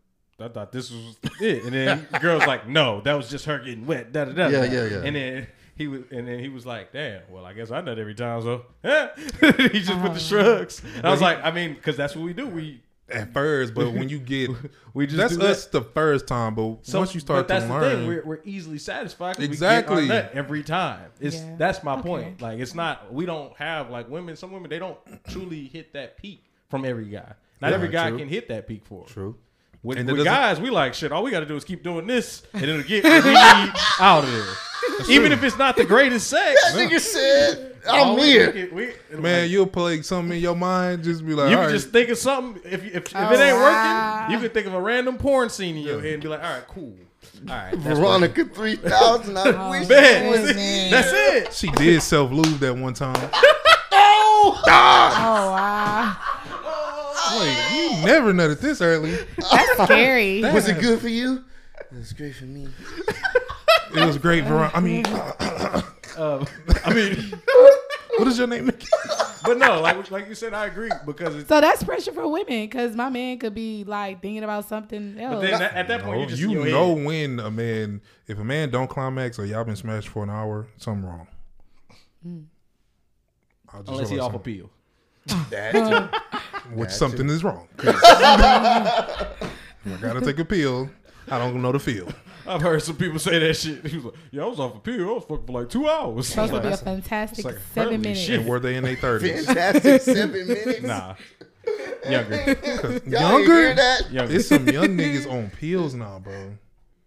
S2: I thought this was it, and then the girl's like, "No, that was just her getting wet." Da, da, da,
S3: Yeah,
S2: da.
S3: yeah, yeah.
S2: And then he was, and then he was like, "Damn, well, I guess I
S1: Oh.
S2: nut every time." So eh. he just put the shrugs. And I was like, "I mean, because that's what we do. We
S1: at first, but when you get
S2: We just
S1: that's
S2: do that.
S1: us the first time, but
S2: So-
S1: once you start
S2: but that's
S1: to
S2: the
S1: learn,
S2: thing, we're, we're easily satisfied. 'cause
S1: Exactly.
S2: we get our nut every time. It's
S4: Yeah.
S2: that's my
S4: Okay.
S2: point. Like it's not we don't have like women. Some women they don't truly hit that peak from every guy. Not
S3: Yeah,
S2: every guy
S3: true.
S2: can hit that peak for. 'em.
S3: True.
S2: With,
S1: And it
S2: with
S1: doesn't-
S2: guys, we like shit. All we got to do is keep doing this, and it'll get me out of there. Even if it's not the greatest sex,
S3: Nigga said, I'm
S2: all we-
S3: here.
S2: we can- we- like,
S1: man, you'll play something in your mind, just be like,
S2: you
S1: all
S2: can
S1: right,
S2: just think of something. If if, if
S4: Oh,
S2: it ain't
S4: wow.
S2: working, you can think of a random porn scene in your head and be like, all right, cool. All right, that's
S3: Veronica 3000. I wish
S2: Bet.
S3: it was
S4: Goodness.
S2: That's it.
S1: she did self lube that one time.
S4: Oh wow,
S1: Wait, you never nutted this early.
S4: scary.
S3: Was it good for you? It was great for me.
S1: It was great, Veron. I mean, uh,
S2: Um, I mean,
S1: what is your name? again?
S2: but no, like like you said, I agree because it's.
S4: So that's pressure for women because my man could be like thinking about something
S2: But
S4: else.
S2: then that, at that point,
S1: Oh,
S2: you just
S1: you
S2: in your
S1: know
S2: head.
S1: when a man, if a man don't climax or y'all been smashed for an hour, something wrong. I'll just
S2: Hmm. unless he
S1: realize
S2: off a
S1: something-
S2: peel.
S3: That
S1: which something is wrong. I gotta take a pill. I don't know the feel.
S2: I've heard some people say that shit. He was like, "Yeah, I was off a peel. I was fucking for like two hours."
S4: supposed to be a
S2: Like,
S4: fantastic
S2: like, holy
S4: seven minutes.
S2: shit.
S1: And were they in their thirties?
S3: fantastic seven minutes.
S2: nah, younger.
S3: Y'all ain't
S1: Younger?
S3: hear that?
S2: Younger.
S1: It's some young niggas on pills now, bro.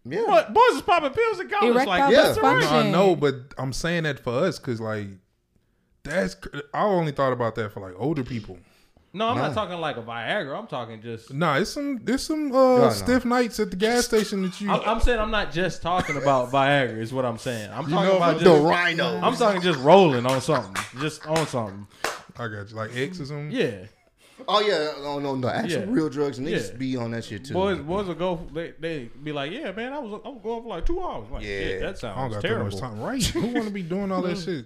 S3: Yeah.
S2: What boys is popping pills in college?
S4: Erectile
S2: Like,
S3: yeah.
S1: No,
S4: dysfunction.
S1: I know, but I'm saying that for us because like that's cr- I only thought about that for like older people.
S2: no, I'm not talking like a Viagra. I'm talking just.
S1: Nah, it's some it's some uh,
S3: no.
S1: stiff nights at the gas station that you.
S2: I'm, I'm saying I'm not just talking about Viagra. Is what I'm saying. I'm talking
S1: know
S2: about
S1: about
S2: just.
S3: The rhino.
S2: I'm talking just rolling on something, just on something.
S1: I got you like X or something.
S2: Yeah.
S3: oh, yeah. No, no, no. Actual
S2: Yeah.
S3: real drugs. Niggas
S2: Yeah.
S3: be on that shit too.
S2: Boys, boys will go. They, they be like, "Yeah, man, I was I was going for like two hours." Like,
S3: Yeah.
S2: shit, that
S1: I don't
S2: sounds
S1: got
S2: terrible.
S1: that much time, right? Who want to be doing all that shit?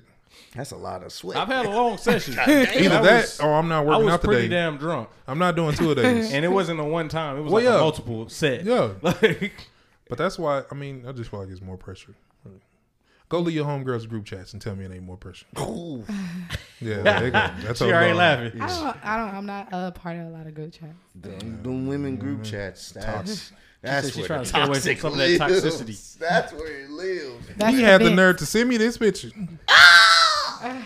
S3: That's a lot of sweat.
S2: I've had a long session.
S1: Either
S2: I
S1: that
S2: was-
S1: or I'm not
S2: I
S1: working
S2: was
S1: out
S2: pretty
S1: today.
S2: damn drunk,
S1: I'm not doing two a days.
S2: and it wasn't a one time. It was
S1: Well,
S2: like
S1: yeah.
S2: a multiple set.
S1: Yeah.
S2: Like,
S1: But that's why I mean I just feel like it's more pressure. Go leave your homegirls group chats and tell me it ain't more pressure.
S3: Ooh.
S1: Yeah, there you go. that's
S2: she
S1: all
S2: already
S1: I'm-
S2: laughing.
S4: I don't, I don't. I'm not a part of a lot of group chats.
S3: Them, them women group chats. That's, that's
S2: said Mm-hmm. she
S3: where
S2: trying
S3: the
S2: to stay away from
S3: toxic
S2: some of that
S3: lives.
S2: toxicity.
S3: That's where it lives.
S4: That's
S1: He had the
S4: bit.
S1: nerve to send me this picture.
S4: Oh,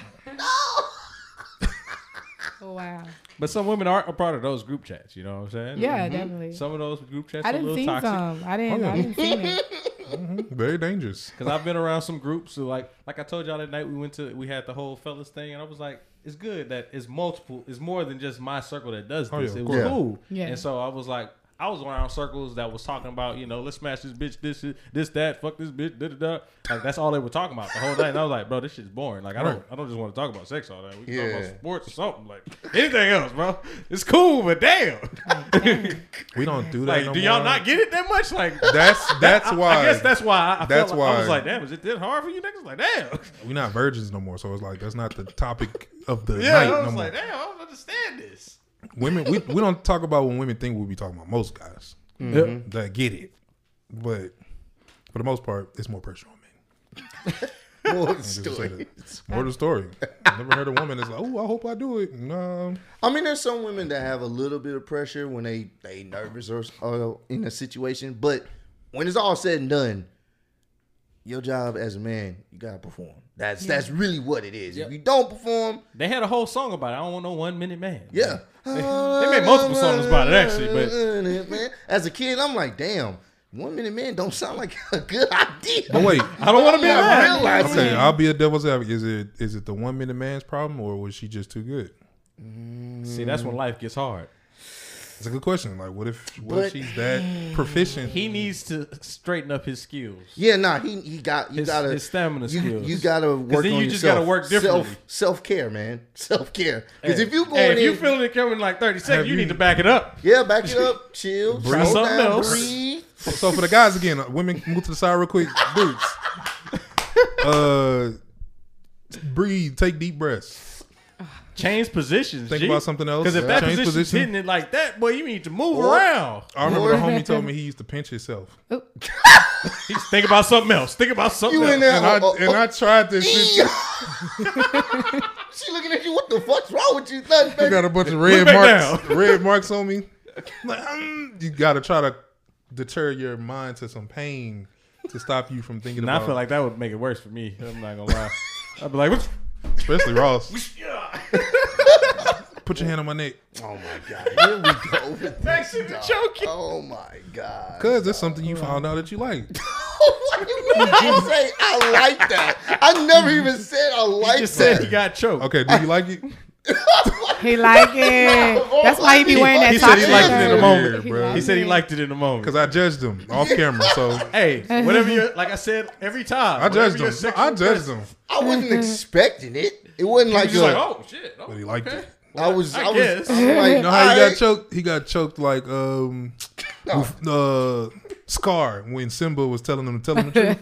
S4: Wow.
S2: But some women are a part of those group chats. You know what I'm saying?
S4: Yeah, definitely.
S2: Some of those group chats
S4: I
S2: are a
S4: didn't
S2: Mm-hmm. little
S4: see
S2: toxic.
S4: some. I didn't.
S1: Oh,
S4: I
S1: yeah.
S4: didn't see it.
S1: Very dangerous.
S2: Cause I've been around some groups who like, like I told y'all that night we went to, we had the whole fellas thing, and I was like, it's good that it's multiple, it's more than just my circle that does this.
S1: Oh, yeah,
S2: it
S1: of
S2: was
S3: course.
S2: cool,
S4: Yeah.
S2: and so I was like, I was around circles that was talking about, you know, let's smash this bitch, this shit, this that, fuck this bitch, da da da. Like that's all they were talking about the whole night, and I was like, bro, this shit's boring. Like I don't,
S1: Right.
S2: I don't just want to talk about sex all day. We can talk
S3: Yeah.
S2: about sports or something, like anything else, bro. It's cool, but damn,
S1: We don't do that.
S2: like,
S1: no
S2: do y'all
S1: more.
S2: not get it that much? Like.
S1: That's that's why.
S2: I guess that's why I, I
S1: That's
S2: felt like, I was
S1: why-
S2: like, damn, is it that hard for you niggas? Like, damn.
S1: we're not virgins no more. So it's like that's not the topic of the
S2: Yeah,
S1: night
S2: I
S1: no
S2: was
S1: more.
S2: like, damn, I don't understand this.
S1: Women, we, we don't talk about when women think we be talking about. Most guys
S2: Yep.
S1: that get it, but for the most part, it's more pressure on men.
S3: More
S1: Just to say
S3: story.
S1: that. More the story. I never heard a woman that's like, oh, I hope I do it. No,
S3: I mean, there's some women that have a little bit of pressure when they they nervous or, or in a situation, but when it's all said and done, your job as a man, you gotta perform. That's that's really what it is. If you don't perform,
S2: They had a whole song about it. I don't want no one minute man.
S3: yeah,
S2: They made multiple songs about it, actually,
S3: but as a kid, I'm like, damn, one minute man don't sound like a good idea.
S1: but wait.
S2: I don't want to be a
S3: I
S2: man.
S3: realize
S1: Okay,
S3: that.
S1: I'll be a devil's advocate. Is it is it the one minute man's problem or was she just too good?
S2: See, that's when life gets hard.
S1: It's a good question. Like, what if what if
S3: But-
S1: she's that proficient?
S2: He needs to straighten up his skills.
S3: Yeah, nah, he he got you
S2: His-
S3: gotta
S2: his stamina
S3: you,
S2: skills.
S3: You gotta work.
S2: then
S3: on
S2: you just
S3: yourself.
S2: gotta work differently.
S3: Self self care, man. Self care. Because
S2: Hey,
S3: if you going
S2: hey, if you
S3: in,
S2: feeling it coming in like thirty
S1: Have
S2: seconds, you,
S1: you-
S2: need to back it up.
S3: yeah, back it up, chill,
S1: Breathe.
S3: slow
S2: Something
S3: down,
S2: else.
S3: breathe.
S1: So for the guys again, uh, women move to the side real quick. Dudes, uh, breathe, take deep breaths.
S2: Change positions.
S1: Think about something else.
S2: Because if that
S1: Change
S2: position's
S1: position.
S2: hitting it like that, boy, you need to move
S3: Or-
S2: around.
S1: I remember the
S3: Or-
S1: homie told me he used to pinch himself,
S2: He's think about something else. Think about something
S3: You
S2: else.
S3: in there?
S1: and I
S3: oh, oh,
S1: and I tried this. shit.
S3: oh. she looking at you. What the fuck's wrong with you, thug
S1: I
S3: baby?
S1: got a bunch of red
S2: back
S1: marks, red marks on me. Like, mm, you got to try to deter your mind to some pain to stop you from thinking
S2: And
S1: about.
S2: I feel like that would make it worse for me. I'm not gonna lie. I'd be like, "What's-
S1: especially Ross. Put your hand on my neck,
S3: Oh my god, here we go with this. dog.
S2: joking.
S3: Oh my god.
S1: cause it's something you found out that you like.
S3: Why you not say I like that? I never even said I like
S2: just
S3: that.
S2: said he got choked.
S1: Okay, do you like it?
S4: He like it. That's why he be wearing that
S2: He
S4: top
S2: said he liked
S4: shirt.
S2: it in the moment.
S1: He
S2: He
S1: liked
S2: said he liked it in the moment.
S1: Cause I judged him off camera, so
S2: Hey, whatever you like, I said every time.
S1: I judged
S2: whatever
S1: him.
S2: your
S1: No,
S2: sexual
S1: I judged
S2: preference-
S1: him,
S3: I wasn't expecting it. It wasn't like,
S2: He's just
S3: a-
S2: like, oh shit. Oh,
S1: but he liked
S2: okay.
S1: it.
S3: I was.
S2: I
S3: I, was.
S2: guess.
S3: I was like,
S1: You know how he
S3: alright.
S1: got choked? He got choked like um, with, uh, Scar when Simba was telling him to tell him the truth.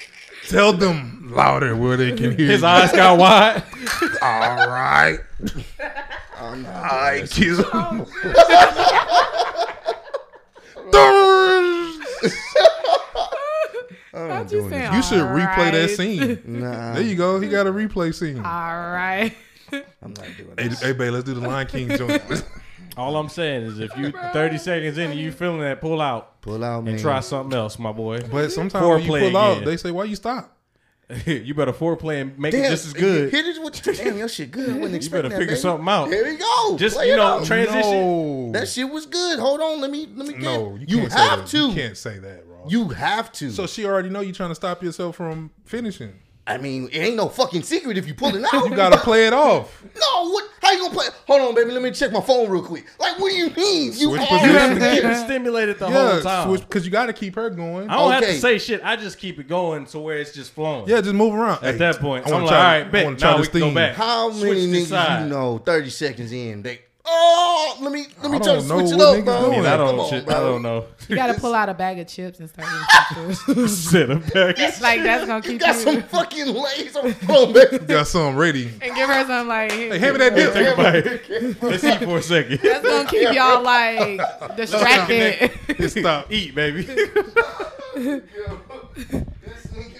S1: tell them louder where they can hear.
S2: His
S1: you.
S2: eyes got wide.
S1: All right,
S3: I'm not-
S1: I kiss him. Thurs.
S3: I'm
S4: Don't
S3: not
S4: you
S3: doing
S4: say
S3: this.
S1: You should replay that
S4: alright.
S1: scene.
S3: Nah,
S1: There you go. He got a replay scene.
S4: All right.
S3: I'm not doing
S1: Hey,
S3: this.
S1: hey, babe, let's do the Lion King joint.
S2: All I'm saying is, if you 30 seconds in and you feeling that, pull out
S3: Pull out, man.
S2: and try something else, my boy.
S1: But sometimes
S2: Foreplay
S1: when you pull out,
S2: again.
S1: they say, "Why you stop?"
S2: you better foreplay and make it
S3: Damn,
S2: just as good.
S3: Hit it with damn your shit good. I wasn't
S2: You
S3: expecting
S2: better
S3: that,
S2: figure
S3: baby.
S2: something out.
S3: There we go.
S2: Just,
S3: Play
S2: you
S3: it
S2: know,
S3: out.
S2: transition.
S1: No.
S3: that shit was good. Hold on, let me let me. Get,
S1: No, you,
S3: you,
S1: can't
S3: have
S1: say that.
S3: to.
S1: You can't say that, Ross.
S3: You have to.
S1: so she already know you trying to stop yourself from finishing.
S3: I mean, it ain't no fucking secret if you pull it out.
S1: You gotta play it off.
S3: No, what? How you gonna play? Hold on, baby. Let me check my phone real quick. Like, what do you mean? You
S1: Switch
S3: already
S2: You have to
S3: there.
S2: keep it stimulated the whole
S1: Yeah,
S2: time.
S1: switch because you gotta keep her going.
S2: I don't have
S3: Okay.
S2: to say shit. I just keep it going to where it's just flowing.
S1: Yeah, just move around.
S2: At that point,
S1: I wanna
S2: I'm like,
S1: try-
S2: all right,
S1: I
S2: bet.
S1: wanna try
S2: Now
S1: this
S2: we can go
S1: thing.
S2: back.
S3: How
S2: Switch
S3: many
S2: the
S3: niggas
S2: side.
S3: you know? Thirty seconds in, they oh, let me let me
S1: I
S3: try to
S1: don't know
S3: switch it
S1: what
S3: up,
S1: niggas
S3: bro.
S2: I mean, I
S1: Come
S2: don't.
S3: on,
S2: shit, I
S3: bro.
S2: don't know.
S4: You gotta pull out a bag of chips and start eating some food.
S2: Sit him back.
S4: Like that's gonna
S3: You
S4: keep
S3: got
S4: you.
S3: some fucking lays on the phone, baby.
S1: Got some ready.
S4: and give her some like.
S1: Hey, hand me that dip.
S2: Take a bite. Let's eat for a second.
S4: That's gonna keep y'all like distracted.
S1: Just Stop.
S2: Eat, baby.
S3: this nigga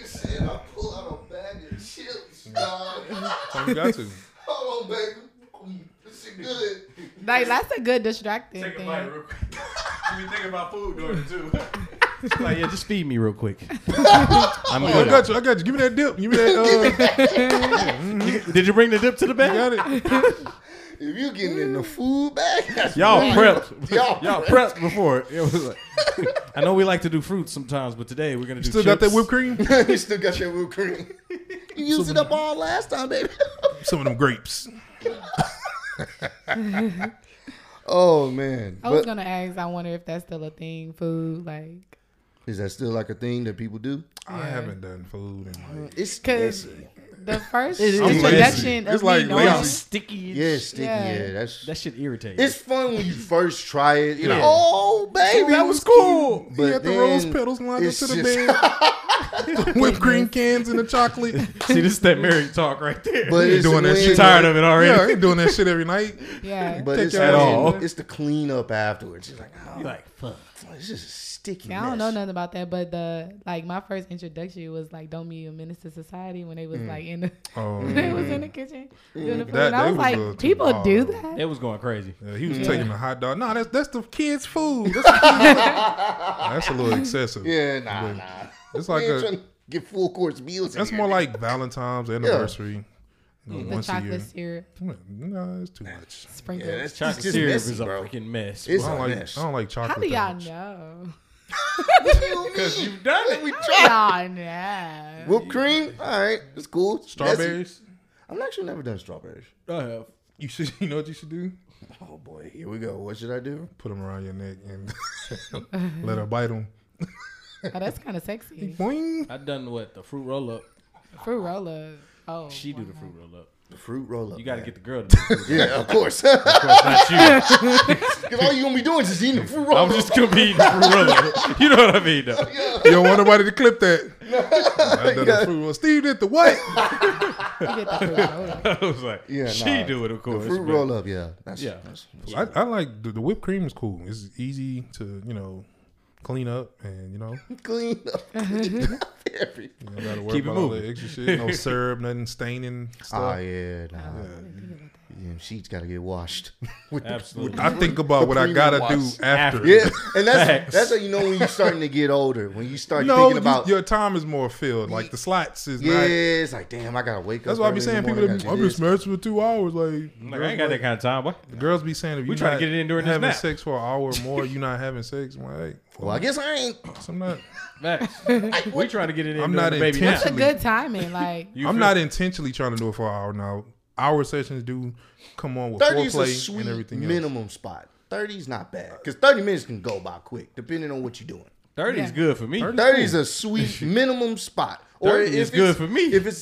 S3: said I pull out a bag of chips, dog.
S1: You got to.
S3: Hold on, baby. This is good.
S4: like that's a good distracting thing.
S2: real quick. You be thinking about food during it too. like, yeah, just feed me real quick. I'm
S1: I
S2: good.
S1: got you. I got you. Give me that dip. Give me that. Uh,
S2: Did you bring the dip to the
S1: you
S2: bag?
S1: got it.
S3: If you getting in the food bag, that's
S2: Y'all
S3: right.
S2: prepped.
S3: Y'all
S2: Y'all prepped before. It was like, I know we like to do fruits sometimes, but today we're gonna do.
S1: Still got that
S2: chips.
S1: whipped cream.
S3: you still got your whipped cream. You used it up all last time, baby.
S1: Some of them grapes.
S3: oh man,
S4: I was
S3: But
S4: gonna ask. I wonder if that's still a thing. Food, like,
S3: is that still like a thing that people do?
S1: I haven't done food in like.
S3: It's
S4: because the first
S2: It is- I'm
S4: introduction
S1: lazy. It's
S4: of
S1: like
S4: me
S2: Y'all
S4: knowing,
S1: lazy.
S2: sticky. and
S3: yeah, it's
S2: shit.
S3: sticky. Yeah,
S4: Yeah.
S3: that's
S2: That shit irritates.
S3: it's fun when you first try it. You're like,
S2: Yeah.
S3: oh baby,
S1: that was cool.
S3: But
S1: he had the
S3: then
S1: rose petals lined up
S3: it's
S1: to the
S3: just-
S1: bed. Whipped cream cans and the chocolate.
S2: See, this is that married talk right there.
S3: But it's
S1: doing that
S3: when-
S1: shit.
S2: tired of it already.
S1: Yeah, I ain't doing that shit every night.
S4: yeah,
S3: But
S1: Take
S3: it's
S1: your
S3: at
S1: ass
S2: home.
S3: all. It's the cleanup afterwards. You're like, oh,
S2: You like fuck.
S3: this is a sticky.
S4: See, I don't know
S3: mess.
S4: nothing about that, but the like my first introduction was like "Don't be a menace to society" when they was like in the
S1: Oh,
S4: when they was in the kitchen doing the food.
S1: That-
S4: and I
S1: they
S4: was
S1: was a-
S4: like, people
S1: oh.
S4: do that.
S2: It was going crazy.
S1: yeah, he was taking the hot dog. No, that's that's the kids' food. That's, the kids' food. that's a little excessive.
S3: Yeah, nah, nah.
S1: It's like
S3: we
S1: a-
S3: ain't trying to get full course meals. in
S1: That's
S3: here.
S1: more like Valentine's anniversary. you know,
S4: Mm, The
S1: once a year.
S4: chocolate syrup
S1: No, it's too much.
S4: sprinkles.
S3: Yeah, that's
S2: Chocolate
S3: it's just
S2: syrup
S3: messy,
S2: is a
S3: bro.
S2: freaking mess.
S1: I
S3: It's
S1: don't
S3: a
S1: like.
S3: mess.
S1: I don't like chocolate.
S4: How do y'all
S1: that much.
S4: know?
S3: Because you
S2: done it.
S3: we tried
S4: Y'all know.
S3: whipped cream. All right, it's cool. Messy.
S1: Strawberries.
S3: I'm actually never done strawberries.
S2: Uh,
S1: You should. You know what you should do?
S3: Oh boy, here we go. What should I do?
S1: Put them around your neck and let her bite them.
S4: Oh, that's kind of sexy.
S1: Boing.
S2: I done what the fruit roll up.
S4: Fruit roll up. Oh,
S2: She do the
S4: wow.
S2: fruit roll up.
S3: The fruit roll up.
S2: You got to
S3: man.
S2: get the girl to do the fruit
S3: Yeah, of course. Because
S2: roll up, not you.
S3: all you gonna be doing is just eating the fruit roll.
S2: I'm just gonna be eating the fruit roll up. You know what I mean? Though.
S1: You don't want nobody to clip that. I done the fruit roll. Steve did the what?
S4: You get the fruit roll up.
S2: I was like,
S3: Yeah,
S2: she
S3: nah.
S2: do it of
S3: the
S2: course.
S3: fruit
S2: but-
S3: roll up. Yeah, that's
S2: Yeah.
S3: That's,
S1: I, I like the, the whipped cream is cool. It's easy to you know clean up and you know you
S3: clean up, clean up everything.
S1: don't gotta worry
S2: Keep it
S1: about all
S2: moving.
S1: Uh-huh. that extra shit. No syrup, nothing staining
S3: Oh
S1: stuff.
S3: yeah, nah.
S1: Yeah.
S3: Yeah, sheets gotta get washed. with the-
S2: Absolutely.
S3: with the
S1: I
S3: pre-
S1: think about
S3: the
S1: what I
S3: premium
S1: gotta
S3: wash.
S1: do after.
S2: After.
S3: Yeah, and that's
S2: Facts.
S3: that's how you know when you're starting to get older. When you start
S1: No,
S3: thinking
S1: you-
S3: about
S1: your time is more filled. Like the slots is
S3: yeah,
S1: not.
S3: it's like damn, I gotta wake
S1: That's
S3: up.
S1: why I be
S3: early in
S1: saying
S3: the
S1: people.
S3: morning,
S1: That,
S3: gotta
S1: I've
S3: do
S1: been
S3: this."
S1: smashed for two hours. Like,
S2: Like, I ain't got that kind of time, boy.
S1: The girls be saying if you
S2: tryna
S1: not
S2: get it in during this
S1: having
S2: nap.
S1: sex for an hour or more, you not having sex. I'm like, hey,
S3: Well, I guess I ain't.
S1: I'm not.
S2: Facts. we trying to get it in.
S1: I'm
S2: during
S1: not
S2: the baby
S4: That's
S2: now.
S4: a good timing. Like
S1: I'm not intentionally trying to do it for an hour now. Hour sessions do come on with
S3: Thirty is a
S1: foreplay and
S3: sweet
S1: everything
S3: minimum spot. Thirty's not bad because thirty minutes can go by quick, depending on what you're doing.
S2: Thirty is
S4: Yeah.
S2: good for me.
S3: Thirty's a sweet minimum spot. Or
S2: 30 is
S3: if
S2: good
S3: it's-
S2: for me.
S3: If it's a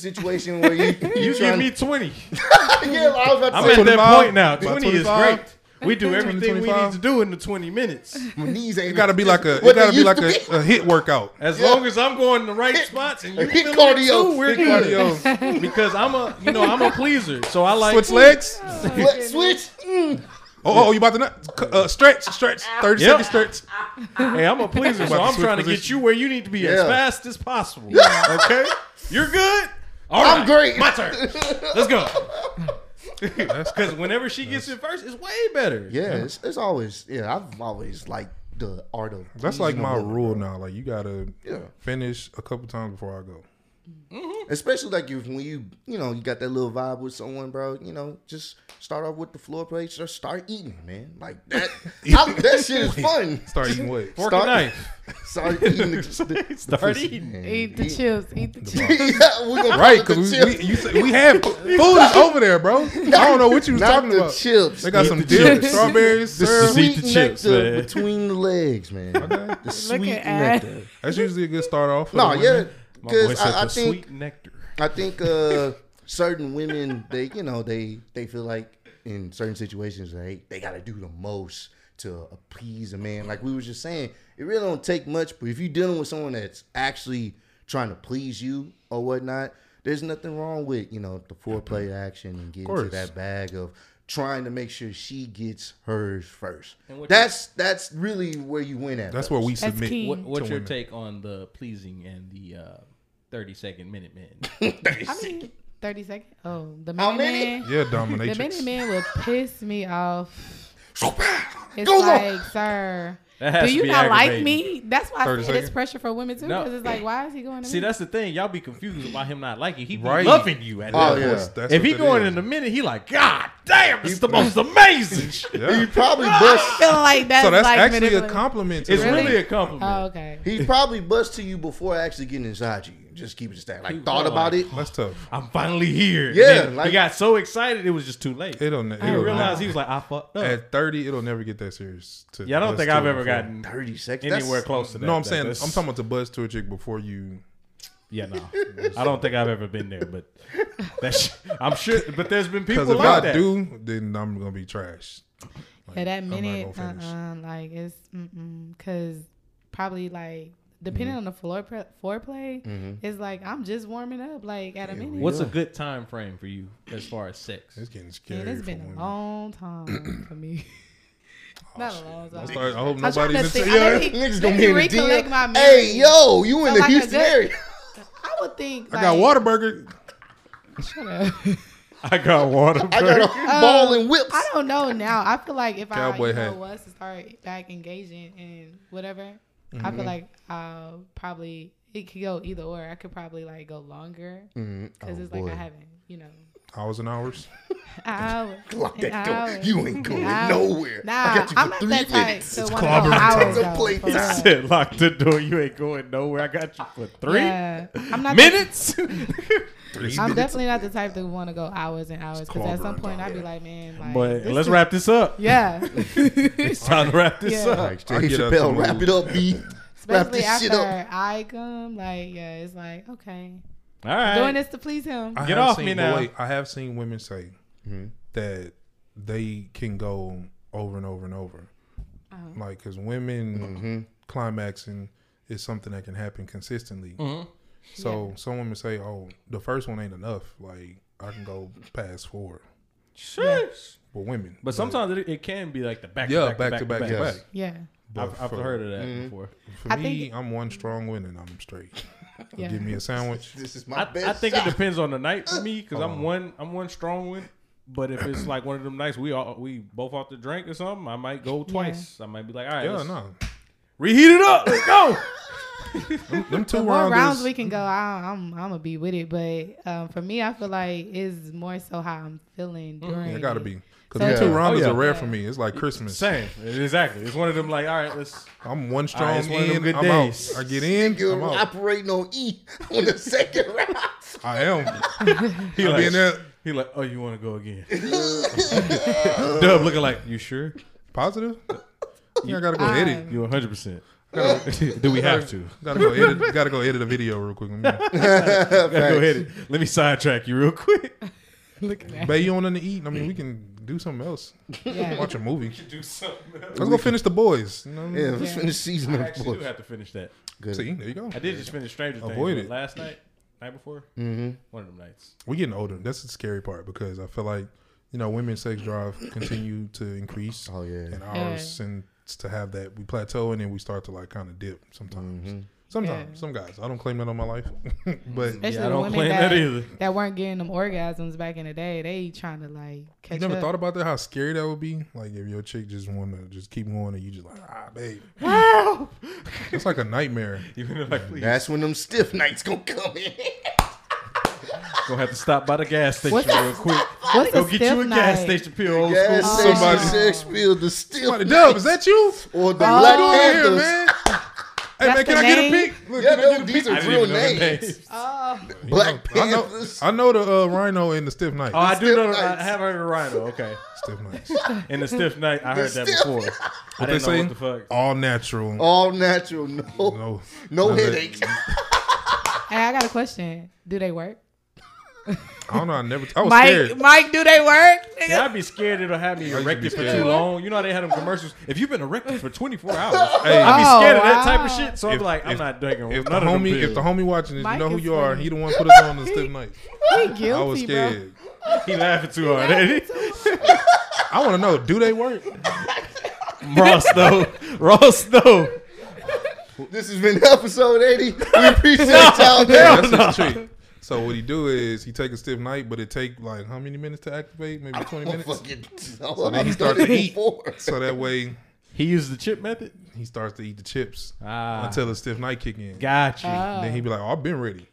S3: situation where you
S2: You give
S3: trying-
S2: me twenty.
S3: yeah, I was about
S2: I'm
S3: to say
S2: at that
S1: 25?
S2: point now.
S1: About
S2: Twenty is
S1: 25?
S2: great. We do everything we need
S1: 25?
S2: to do in the twenty minutes.
S3: my knees ain't.
S1: It gotta be like a. It
S3: what they
S1: gotta be
S3: used
S1: like
S3: to
S1: a, a hit workout.
S2: As
S3: Yeah.
S2: long as I'm going in the right spots and you
S3: Hit
S2: feeling it
S3: cardio.
S2: too, we're
S1: Hit
S2: good.
S1: cardio.
S2: Because I'm a, you know, I'm a pleaser. So I like
S1: Switch legs. Oh,
S3: What, switch. Mm.
S1: oh, you about to not uh, stretch, stretch, thirty
S2: Yep.
S1: second stretch.
S2: Hey, I'm a pleaser, so
S1: About to
S2: I'm
S1: switch
S2: trying to get
S1: positions.
S2: you where you need to be as
S3: Yeah.
S2: fast as possible. Okay, you're good. All right,
S3: I'm great.
S2: My turn. Let's go.
S1: That's
S2: Because whenever she gets it first, it's way better.
S3: Yeah, It's, it's always yeah. I've always liked the art of.
S1: that's like
S3: pleasing a
S1: my
S3: woman.
S1: rule now. Like you gotta
S3: Yeah,
S1: finish a couple times before I go.
S3: especially like if when you you know you got that little vibe with someone, bro. You know, just start off with the floor plate. Just start eating, man. Like that. I, that shit is fun.
S1: Start eating weight.
S2: Fork and
S3: Start-
S2: knife.
S3: Start eating. The, the,
S2: Start eating.
S3: Man,
S4: eat the chips, eat the chips.
S3: yeah, we gonna
S1: Right,
S3: call it
S1: because
S3: the
S1: we, we,
S3: chips.
S1: you said- we have food is over there, bro. I don't know what you was
S3: Not
S1: talking
S3: the
S1: about.
S3: chips.
S1: They got
S3: Eat
S1: some
S3: the
S1: dip,
S3: chips.
S1: strawberries,
S3: The
S1: syrup.
S2: Just eat
S3: sweet
S2: the chips,
S3: nectar
S2: man.
S3: between the legs, man. The sweet
S4: at-
S3: nectar.
S1: That's usually a good start off. for
S3: No,
S1: the
S3: yeah,
S1: women.
S2: My boy
S3: because
S2: said
S3: I, I
S2: the
S3: think
S2: sweet nectar.
S3: I think uh, certain women, they you know they they feel like in certain situations they they got to do the most to appease a man. Like we was just saying, it really don't take much. But if you're dealing with someone that's actually trying to please you or whatnot, there's nothing wrong with you know the foreplay
S2: Mm-hmm.
S3: action and getting to
S1: course.
S3: that bag of trying to make sure she gets hers first.
S2: And what-
S3: That's that's really where you win at.
S1: That's
S3: what
S1: where we
S4: That's
S1: submit.
S4: key.
S2: What,
S4: To
S2: what's your
S1: women.
S2: take on the pleasing and the uh, 30 second minute man?
S4: I mean, thirty seconds. Oh, the
S3: How
S4: minute
S3: many?
S4: man.
S1: Yeah,
S4: The minute
S1: dominatrix.
S4: man will piss me off. It's
S3: Go on.
S4: like, sir,
S2: That has
S4: do
S2: to
S4: you
S2: be
S4: not like
S2: aggravating.
S4: me? That's why I
S1: 30
S4: said it's
S1: seconds?
S4: pressure for women too,
S2: No.
S4: because it's like, why is he going to
S2: See,
S4: me?
S2: that's the thing. Y'all be confused about him not liking. He be
S1: Right.
S2: loving you at
S3: Oh,
S2: that
S3: yeah.
S2: point.
S1: That's- that's
S2: if
S1: what
S2: he
S1: it
S2: going
S1: is.
S2: in a minute, he like, God damn, it's the most amazing. shit."
S1: Yeah.
S3: he probably bust.
S4: Feeling like that's,
S1: So that's
S4: like
S1: actually a
S4: manipulative.
S1: compliment. To
S2: It's
S1: the
S2: really,
S1: women.
S2: a compliment.
S4: Oh, okay.
S3: He probably bust to you before actually getting inside you. Just keep it stacked. Like
S2: He
S3: thought
S2: probably
S3: about
S2: like,
S3: it.
S1: That's tough.
S2: I'm finally here.
S3: Yeah,
S2: And then he
S3: like-
S2: got so excited, it was just too late.
S1: It'll. ne-
S2: he
S1: it'll
S2: realized
S1: ne-
S2: he was like, I fucked up.
S1: at thirty, it'll never get that serious. To
S2: yeah, I don't
S1: buzz
S2: think
S1: to
S2: I've
S1: it
S2: ever
S1: before.
S2: gotten
S3: Thirty seconds.
S2: anywhere
S3: That's-
S2: close to that.
S1: No, I'm
S2: That-
S1: saying I'm
S2: that's-
S1: talking about the buzz to a chick before you.
S2: Yeah, no, I don't think I've ever been there, but that's I'm sure. But there's been people
S1: Because if
S2: like
S1: I
S2: that.
S1: do, then I'm gonna be trash.
S4: Yeah, that
S1: not
S4: minute,
S1: gonna finish.
S4: uh-uh, like it's because probably like depending
S1: Mm-hmm.
S4: on the floor pre- foreplay, it's like I'm just warming up. Like at a minute,
S2: What's a good time frame for you as far as sex?
S1: It's getting scary.
S4: and it's
S1: for
S4: been
S1: women.
S4: a long time for me. Not a long
S1: I
S4: time.
S1: start- I hope
S4: I'm trying to
S1: nobody's
S4: think.
S1: into
S4: I
S1: yeah.
S4: let me-
S3: Niggas
S4: let
S3: gonna
S4: me
S3: be in the
S4: recollect
S3: DM.
S4: my
S3: Hey,
S4: memory.
S3: yo, you in
S4: So
S3: the
S4: like a
S3: Houston
S4: good-
S3: area?
S4: I would think
S1: I got
S4: like-
S1: Waterburger.
S4: Shut up.
S2: I got water.
S3: I got a ball and whips.
S4: um, I don't know now. I feel like if
S1: Cowboy
S4: I you know,
S1: hat.
S4: was to start back engaging and whatever, I
S1: Mm-hmm.
S4: feel like I'll probably it could go either or. I could probably like go longer
S1: Mm-hmm.
S3: Mm,
S4: because
S3: oh,
S4: it's
S3: boy.
S4: like I haven't, you know,
S1: Hours and hours.
S4: hours.
S3: Lock
S4: and
S3: that door.
S4: hours.
S3: You ain't going
S4: hours.
S3: nowhere.
S4: Nah,
S3: I got you for
S4: I'm not
S3: three
S4: that type
S3: minutes.
S4: to
S1: It's
S4: want to
S1: clobbering
S4: go hours
S1: time.
S4: though,
S3: Play
S4: for
S3: time.
S4: real.
S2: said, lock the door. You ain't going nowhere. I got you for three
S4: Yeah, I'm not. the-
S2: minutes.
S4: I'm definitely not the type to want to go hours and hours because at some
S1: clobbering
S4: point
S1: time,
S4: I'd be
S1: yeah.
S4: like, man, like,
S2: but
S4: this
S2: let's
S4: is-
S2: wrap this up.
S4: Yeah,
S2: It's time to wrap this
S4: Yeah.
S2: up.
S3: Like,
S1: I
S3: Dave
S1: get up to
S3: Chappelle,
S1: move.
S3: wrap it up, B. Wrap
S4: especially
S3: this shit up.
S4: after I come, like, yeah, it's like okay,
S2: All right.
S4: doing this to please him.
S1: I
S2: Get
S1: have
S2: off
S1: seen-
S2: me
S1: but
S2: now.
S1: Wait, I have seen women say
S2: Mm-hmm.
S1: that they can go over and over and over,
S4: Oh.
S1: like because women
S2: Mm-hmm.
S1: climaxing is something that can happen consistently.
S4: Mm-hmm.
S1: So some women say, "Oh, the first one ain't enough. Like I can go past four
S2: Sheesh.
S1: for women."
S2: But sometimes it, it can be like the back.
S1: yeah,
S2: to back, to back, to back.
S1: back.
S3: Yes.
S4: Yeah,
S2: I've, I've
S1: for,
S2: heard of that before.
S1: For
S4: I
S1: me,
S4: think-
S1: I'm one strong woman and I'm straight.
S4: yeah.
S1: Give me a sandwich.
S3: This is my
S2: I,
S3: best.
S2: I think it
S3: shot.
S1: Uh-huh.
S2: depends on the night for me because I'm one. I'm one strong one. But if it's like one of them nights we all we both off the drink or something, I might go twice. I might be like, all right,
S1: Yeah,
S2: let's
S1: no.
S2: reheat it up. Let's go.
S1: Them two
S4: The more
S1: rounders.
S4: rounds we can go, I, I'm I'm gonna be with it. But um, for me, I feel like it's more so how I'm feeling during.
S1: yeah, it gotta be. Because
S4: So-
S1: them two
S4: Yeah.
S1: rounders
S2: Oh, yeah.
S1: are rare
S4: Yeah.
S1: for me. It's like Christmas.
S2: Same, exactly. It's one of them like, all right, let's.
S1: I'm one strong
S2: Alright, it's one of them
S1: in,
S2: good
S1: I'm
S2: days.
S1: out. I get in,
S3: You're
S1: I'm out.
S3: operating on E on the second round.
S1: I am.
S2: He
S1: I'll
S2: like,
S1: be in there.
S2: he like, oh, you want to go again? Dub looking like, you sure?
S1: Positive? Yeah, I gotta
S4: Uh,
S1: go
S4: um,
S1: edit.
S2: You 100. percent Do we have to?
S1: Gotta go edit. Gotta go edit a video real quick. Let me-
S2: Gotta go ahead. and- Let me sidetrack you real quick.
S1: Babe, you don't want to eat. I mean, we can do something else.
S4: Yeah.
S1: Watch a movie.
S2: Do something. Else.
S1: Let's go finish the boys. You know what I mean?
S3: Yeah, let's finish season
S2: I
S3: of
S2: actually do
S3: sports.
S2: have to finish that.
S1: See, there you go.
S2: I did just finish Stranger Things
S1: Avoid
S2: what,
S1: it.
S2: last night, night before,
S3: Mm-hmm.
S2: one of them nights.
S1: We're getting older. That's the scary part because I feel like you know women's sex drive continue to increase,
S3: Oh yeah.
S1: and ours tends to have that. We plateau and then we start to like kind of dip sometimes.
S3: Mhm.
S1: Sometimes,
S4: Yeah.
S1: some guys. I don't claim that on my life, but
S4: Especially
S2: I
S4: the
S2: don't
S4: women
S2: claim
S4: that,
S2: that either.
S4: that weren't getting them orgasms back in the day. They trying to like
S1: you
S4: catch
S1: never
S4: up.
S1: thought about that. How scary that would be. Like if your chick just want to just keep going and you just like ah babe, it's like a nightmare.
S2: You were like, please,
S3: That's when them stiff nights gonna come in.
S2: gonna have to stop by the gas station
S4: What's
S2: real quick.
S4: What's
S2: Go
S4: a
S2: get
S4: stiff
S2: you a
S4: night?
S2: gas station pill, old
S3: Yes,
S2: school.
S3: somebody
S1: Somebody-
S3: sex field the stiff
S1: Somebody, Dub, is
S3: nights
S1: that you?
S3: or the
S1: What
S3: Black
S1: you doing here,
S3: Panthers.
S1: man? Hey man,
S4: That's
S1: can
S4: the
S1: I get a
S4: name?
S1: peek? Look,
S3: Yeah,
S1: can I
S3: no,
S1: get a
S3: these
S1: peek?
S3: are
S2: I didn't
S3: real
S2: even know the
S3: names.
S2: names.
S4: Oh,
S3: Black
S1: I know,
S3: Panthers.
S1: I know the uh, Rhino and the Stiff Knight.
S2: Oh, I do
S3: Stiff
S2: know. I
S3: nights.
S2: have heard of Rhino. Okay,
S1: Stiff Knights.
S2: and the stiff night. I heard that
S3: stiff-
S2: before. I
S1: What they
S2: didn't know
S1: say?
S2: what the fuck.
S1: All natural.
S3: All natural, no, Oh. no,
S1: no, none of that.
S3: headache.
S4: hey, I got a question. Do they work?
S1: I don't know. I never. I was
S4: Mike,
S1: scared.
S4: Mike, do they work? Nigga,
S2: Yeah, I'd be scared it'll have me
S1: should be
S2: erected for
S1: scared.
S2: too long. You know how they had them commercials. If you've been erected for 24 hours,
S1: Hey.
S2: I'd be
S4: Oh,
S2: scared of that type of
S4: wow.
S2: shit. So I'd
S1: If-
S2: be like, I'm
S1: if-
S2: not drinking
S1: If the
S2: none of them
S1: homie, if the
S2: pills.
S1: homie watching this, you
S4: Mike
S1: know who
S4: is
S1: you are.
S4: funny.
S1: He the one put us on the Stiff Knight.
S4: he guilty,
S1: I was
S4: bro.
S1: scared.
S2: he laughing too hard. ain't he?
S1: I want to know. Do they work?
S2: Ross though. Ross though.
S3: This has been episode eighty. We appreciate y'all. Man.
S1: Yeah, that's his trick. So what he do is he take a Stiff Knight, but it take like how many minutes to activate? Maybe twenty
S3: I'm
S1: minutes.
S3: fucking.
S1: then
S3: I'm
S1: he start to eat.
S3: four.
S1: So that way
S2: He used the chip method.
S1: he starts to eat the chips
S2: Ah,
S1: until the Stiff Knight kick in.
S2: got you.
S4: Oh.
S1: Then he be like, oh, "I've been ready."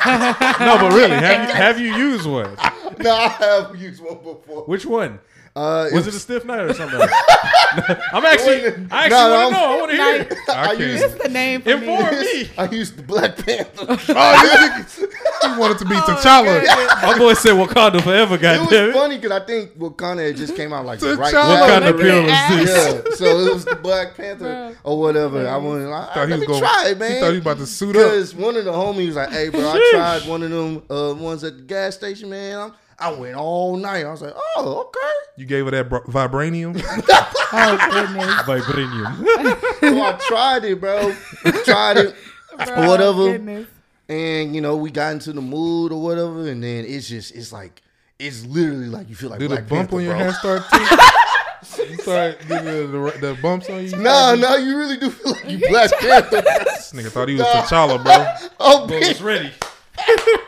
S2: no, but really, have you, have you used one?
S3: No, I have used one before.
S2: Which one?
S3: Uh,
S2: Was it a stiff night or something? else? I'm actually, I actually
S3: No, no,
S2: want to know. I want to hear. it.
S1: I, can't.
S3: used-
S4: What's the name for me?
S2: Inform me.
S3: I used the Black Panther. oh,
S1: He wanted to be
S4: Oh.
S1: T'Challa.
S2: My boy said Wakanda forever.
S3: It was
S2: Goddamn it!
S3: funny because I think Wakanda had just came out like
S1: The
S3: the right
S1: child.
S2: What kind of
S4: Look at
S2: pill is
S4: that.
S2: this?
S3: Yeah, so it was the Black Panther or whatever. I wanted like,
S1: thought
S3: let
S1: he was
S3: me
S1: going.
S3: try it, man.
S1: He thought he was about to suit up.
S3: Because one of the homies was like, hey, bro, I tried one of them uh, ones at the gas station, man. I'm, I went all night. I was like, oh, okay.
S1: You gave her that br- vibranium.
S4: Oh goodness,
S2: Vibranium.
S3: So I tried it, bro. tried it,
S4: bro, Oh,
S3: Whatever.
S4: Goodness.
S3: and you know we got into the mood or whatever, and then it's just it's like it's literally like you feel like
S1: Did a
S3: Black
S1: bump
S3: Panther,
S1: on your
S3: bro.
S1: hand start? Too? you start getting the, the, the bumps on you.
S3: No, no, you really do feel like you Black Panther.
S1: This nigga thought he was T'Challa, bro.
S3: oh,
S2: Boy was
S3: bitch.
S2: ready.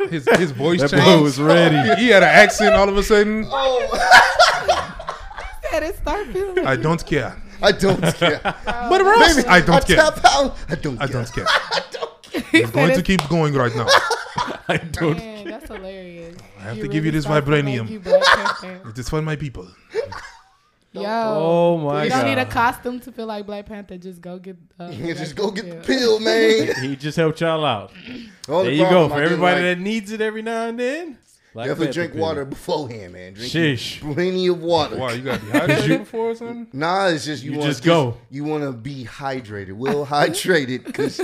S1: His his voice
S2: That
S1: changed.
S2: boy was ready.
S1: he had an accent all of a sudden.
S3: Oh,
S4: Said it start feeling.
S1: I don't care.
S3: I don't care.
S1: But Ross, I don't
S3: I
S1: care.
S3: tap out. I don't
S1: I
S3: care.
S1: don't care.
S4: He
S1: I'm going
S4: said
S1: to
S4: it-
S1: keep going right now.
S2: I don't.
S4: Man, that's hilarious.
S1: I have to give you this vibranium. It is for my people.
S4: Yo,
S2: Oh my
S4: you don't need a
S2: god.
S4: costume to feel like Black Panther. Just go get. Uh,
S3: Yeah, just
S4: Black
S3: go get the
S4: Panther.
S3: pill, man.
S2: He just helped y'all out.
S3: Only
S2: There you go.
S3: problem, I
S2: For
S3: didn't
S2: everybody
S3: like-
S2: that needs it every now and then. Like
S3: definitely drink water beforehand, man. Drink
S2: Sheesh.
S3: plenty of water.
S1: Wow, you got dehydrated before or something?
S3: Nah, it's just you,
S2: You
S3: want
S2: just go.
S3: You want to be hydrated, well hydrated, because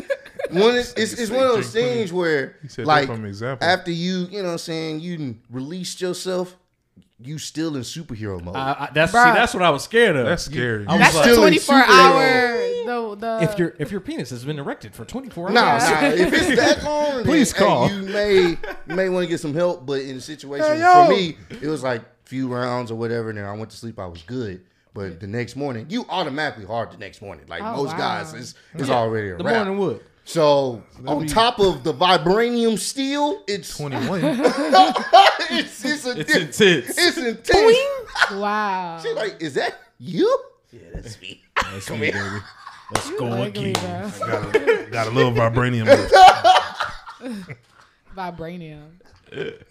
S3: one is, it's, it's one of those
S1: Drink plenty.
S3: things where
S1: said that
S3: like
S1: from example.
S3: after you, you know, what I'm saying you done released yourself, you still in superhero mode.
S2: I, I, that's see,
S4: Bruh.
S2: that's what I was scared of.
S1: That's scary.
S2: I was
S4: That's
S2: like-
S4: the
S3: Still in
S4: 24 hour. The, the,
S2: if your if your penis has been erected for 24 hours.
S3: Nah, nah. If it's that long, then,
S2: Please
S3: hey,
S2: call.
S3: you may you may want to get some help, but in the situation
S1: Hey, yo.
S3: for me, it was like few rounds or whatever, and then I went to sleep. I was good, but the next morning, you automatically hard the next morning. Like
S4: Oh,
S3: most
S4: wow.
S3: guys, it's it's already a
S2: the
S3: wrap.
S2: morning wood.
S3: So on
S1: be-
S3: top of the vibranium steel, it's
S1: Twenty one.
S3: it's, it's, a
S2: It's
S3: diff-
S2: intense.
S3: It's intense.
S4: Wow.
S3: She like, is that you? Yeah, that's me.
S2: That's me, baby. Let's go
S4: Ugly,
S2: again.
S4: bro.
S1: got, a, got a little vibranium. Lift.
S4: Vibranium.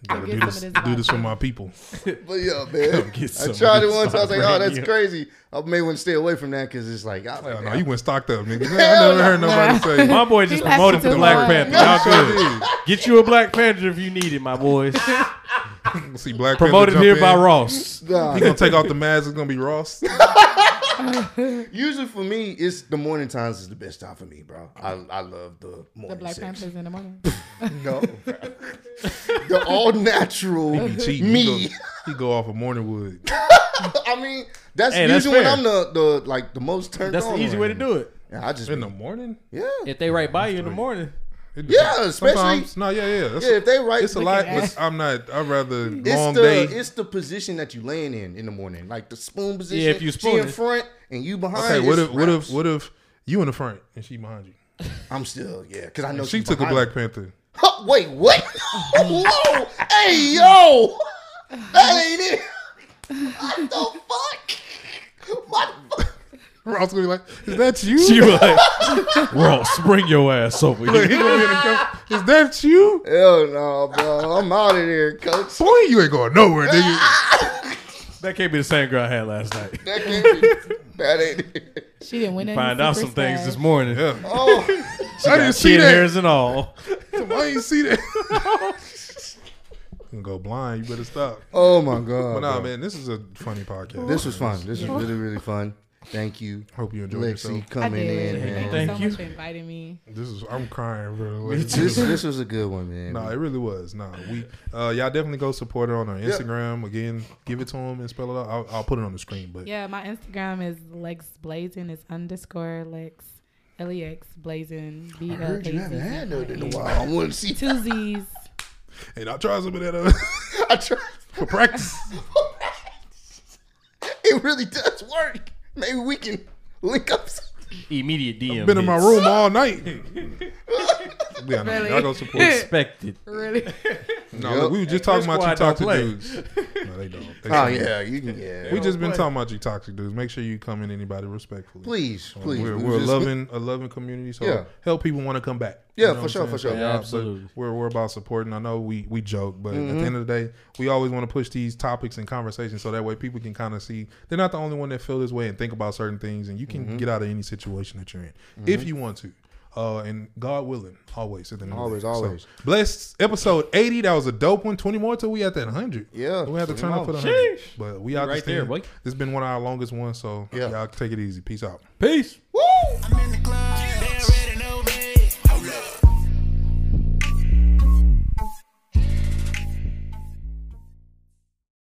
S1: Gotta do
S4: get some
S1: this.
S4: of this
S1: Do this for
S4: vibranium.
S1: my people.
S3: But yeah, man.
S1: get
S3: I
S1: some
S3: tried
S1: of
S3: it
S1: this
S3: once. I was like, oh, that's
S1: vibranium.
S3: crazy. I may want to stay away from that because it's like, I,
S1: Hell no,
S3: man,
S1: you went stocked up, nigga. I never heard nobody say.
S2: My boy
S4: He
S2: just
S4: laughed
S2: promoted
S4: too
S2: the Black
S4: hard.
S2: Panther. Y'all good. Get you a Black Panther if you need it, my boys.
S1: See Black
S2: Promoted
S1: Panther
S2: here
S1: jump
S2: by
S1: in.
S2: Ross.
S3: nah.
S1: He gonna take off the mask. It's gonna be Ross.
S3: Usually for me, it's the morning times is the best time for me, bro. I, I love the morning.
S4: The Black
S3: sex.
S4: Panthers in the morning.
S3: No, bro. the all natural
S1: He cheating. He
S3: me.
S1: go, he go off of Morningwood.
S3: I mean, that's
S2: Hey,
S3: usually
S2: that's
S3: when
S2: fair.
S3: I'm the, the like the most turned
S2: That's
S3: on.
S2: the easy way to do it.
S3: it. I just
S1: In the morning?
S3: yeah.
S2: If they right by you in the morning,
S1: It
S3: Yeah,
S1: depends.
S3: especially-
S1: Sometimes- No, yeah, yeah. That's-
S3: Yeah, if they right,
S1: it's a
S3: we
S1: lot,
S3: can
S1: but
S3: ask.
S1: I'm not. I'd rather long
S3: It's the
S1: day.
S3: it's the position that you laying in in the morning, like the spoon position.
S2: if you
S3: she in
S2: spooning.
S3: front and you behind.
S1: okay, what
S3: it's
S1: if what if
S3: wraps.
S1: what if you in the front and she behind you?
S3: I'm still yeah, because I know
S1: She
S3: she's
S1: took a
S3: behind
S1: Black Panther.
S3: Huh, wait, what?
S4: Oh,
S3: Whoa! Hey, yo! That ain't it. What the fuck? What the fuck?
S1: Ross gonna be like, "Is that you?"
S2: she was like, Ross, bring your ass over
S1: He
S2: here.
S1: gonna be in the cup, Is that you?
S3: Hell no, bro. I'm out of here, coach.
S1: Boy, you ain't going nowhere, nigga.
S2: That can't be the same girl I had last night.
S3: That can't be. That ain't it.
S4: She didn't win any
S2: Find out some
S4: Superstars.
S2: things this morning.
S1: Yeah,
S3: Oh,
S1: I didn't see
S2: Chin
S1: that.
S2: hairs and all.
S1: I ain't see that. You can go blind. You better stop.
S3: oh my God.
S1: But
S3: bro.
S1: nah, man, this is a funny podcast.
S3: This was fun. This was really, really fun. Thank you,
S1: Hope you enjoyed yourself.
S3: Lexi,
S4: I
S3: coming
S4: did.
S3: in, man.
S4: Thank,
S2: Thank
S4: you so
S2: you.
S4: much for inviting me.
S1: This is I'm crying, bro. Like,
S3: This, this was a good one, man.
S1: Nah, it really was. Nah, we uh, y'all definitely go support her on her Instagram again. Give it to him and spell it out. I'll, I'll put it on the screen, but
S4: Yeah, my Instagram is Lex Blazin. It's underscore Lex L E X Blazin. B
S3: I
S4: L A
S3: heard you
S4: Z
S3: haven't had no in a
S4: Z.
S3: while. I want to see.
S4: Two Z's.
S1: and I'll try some of that uh,
S3: I tried.
S1: for practice.
S3: It really does work. Maybe we can link up. some-
S2: Immediate DM.
S1: Been in my
S2: hits.
S1: room all night. yeah, no,
S4: Really?
S1: y'all go support. her.
S2: Expected.
S4: Really?
S1: No,
S3: Yep.
S1: look, we were just
S2: Her
S1: talking about
S2: squad
S1: you toxic
S2: don't play.
S1: dudes. No, they don't. They
S3: Oh
S1: don't.
S3: yeah, you can. Yeah,
S1: We just been
S2: play.
S1: talking about you toxic dudes. Make sure you come in anybody respectfully.
S3: please,
S1: Uh,
S3: please.
S1: we're,
S3: we
S1: we're a
S3: just-
S1: loving a loving community, so
S3: Yeah.
S1: help people want to come back.
S3: Yeah, for
S1: what I'm
S3: sure,
S1: saying?
S3: for sure.
S1: So,
S2: Yeah,
S1: y'all, but
S2: absolutely.
S1: We're we're about supporting. I know we we joke, but
S3: Mm-hmm.
S1: at the end of the day, we always want to push these topics and conversations so that way people can kind of see they're not the only one that feel this way and think about certain things, and you can
S3: Mm-hmm.
S1: get out of any situation that you're in if you want to. Uh, and God willing, always. at the end of the
S3: Always,
S1: day.
S3: always.
S1: So, blessed episode 80. That was a dope one. 20 more till we at that 100.
S3: Yeah,
S1: We have to
S3: 20
S1: turn up for
S3: more.
S1: the 100. But we out
S2: right
S1: this
S2: there,
S1: thing.
S2: boy.
S1: This has been one of our longest ones, so
S3: Yeah.
S1: y'all take it easy. Peace out.
S2: Peace.
S5: I'm in the club.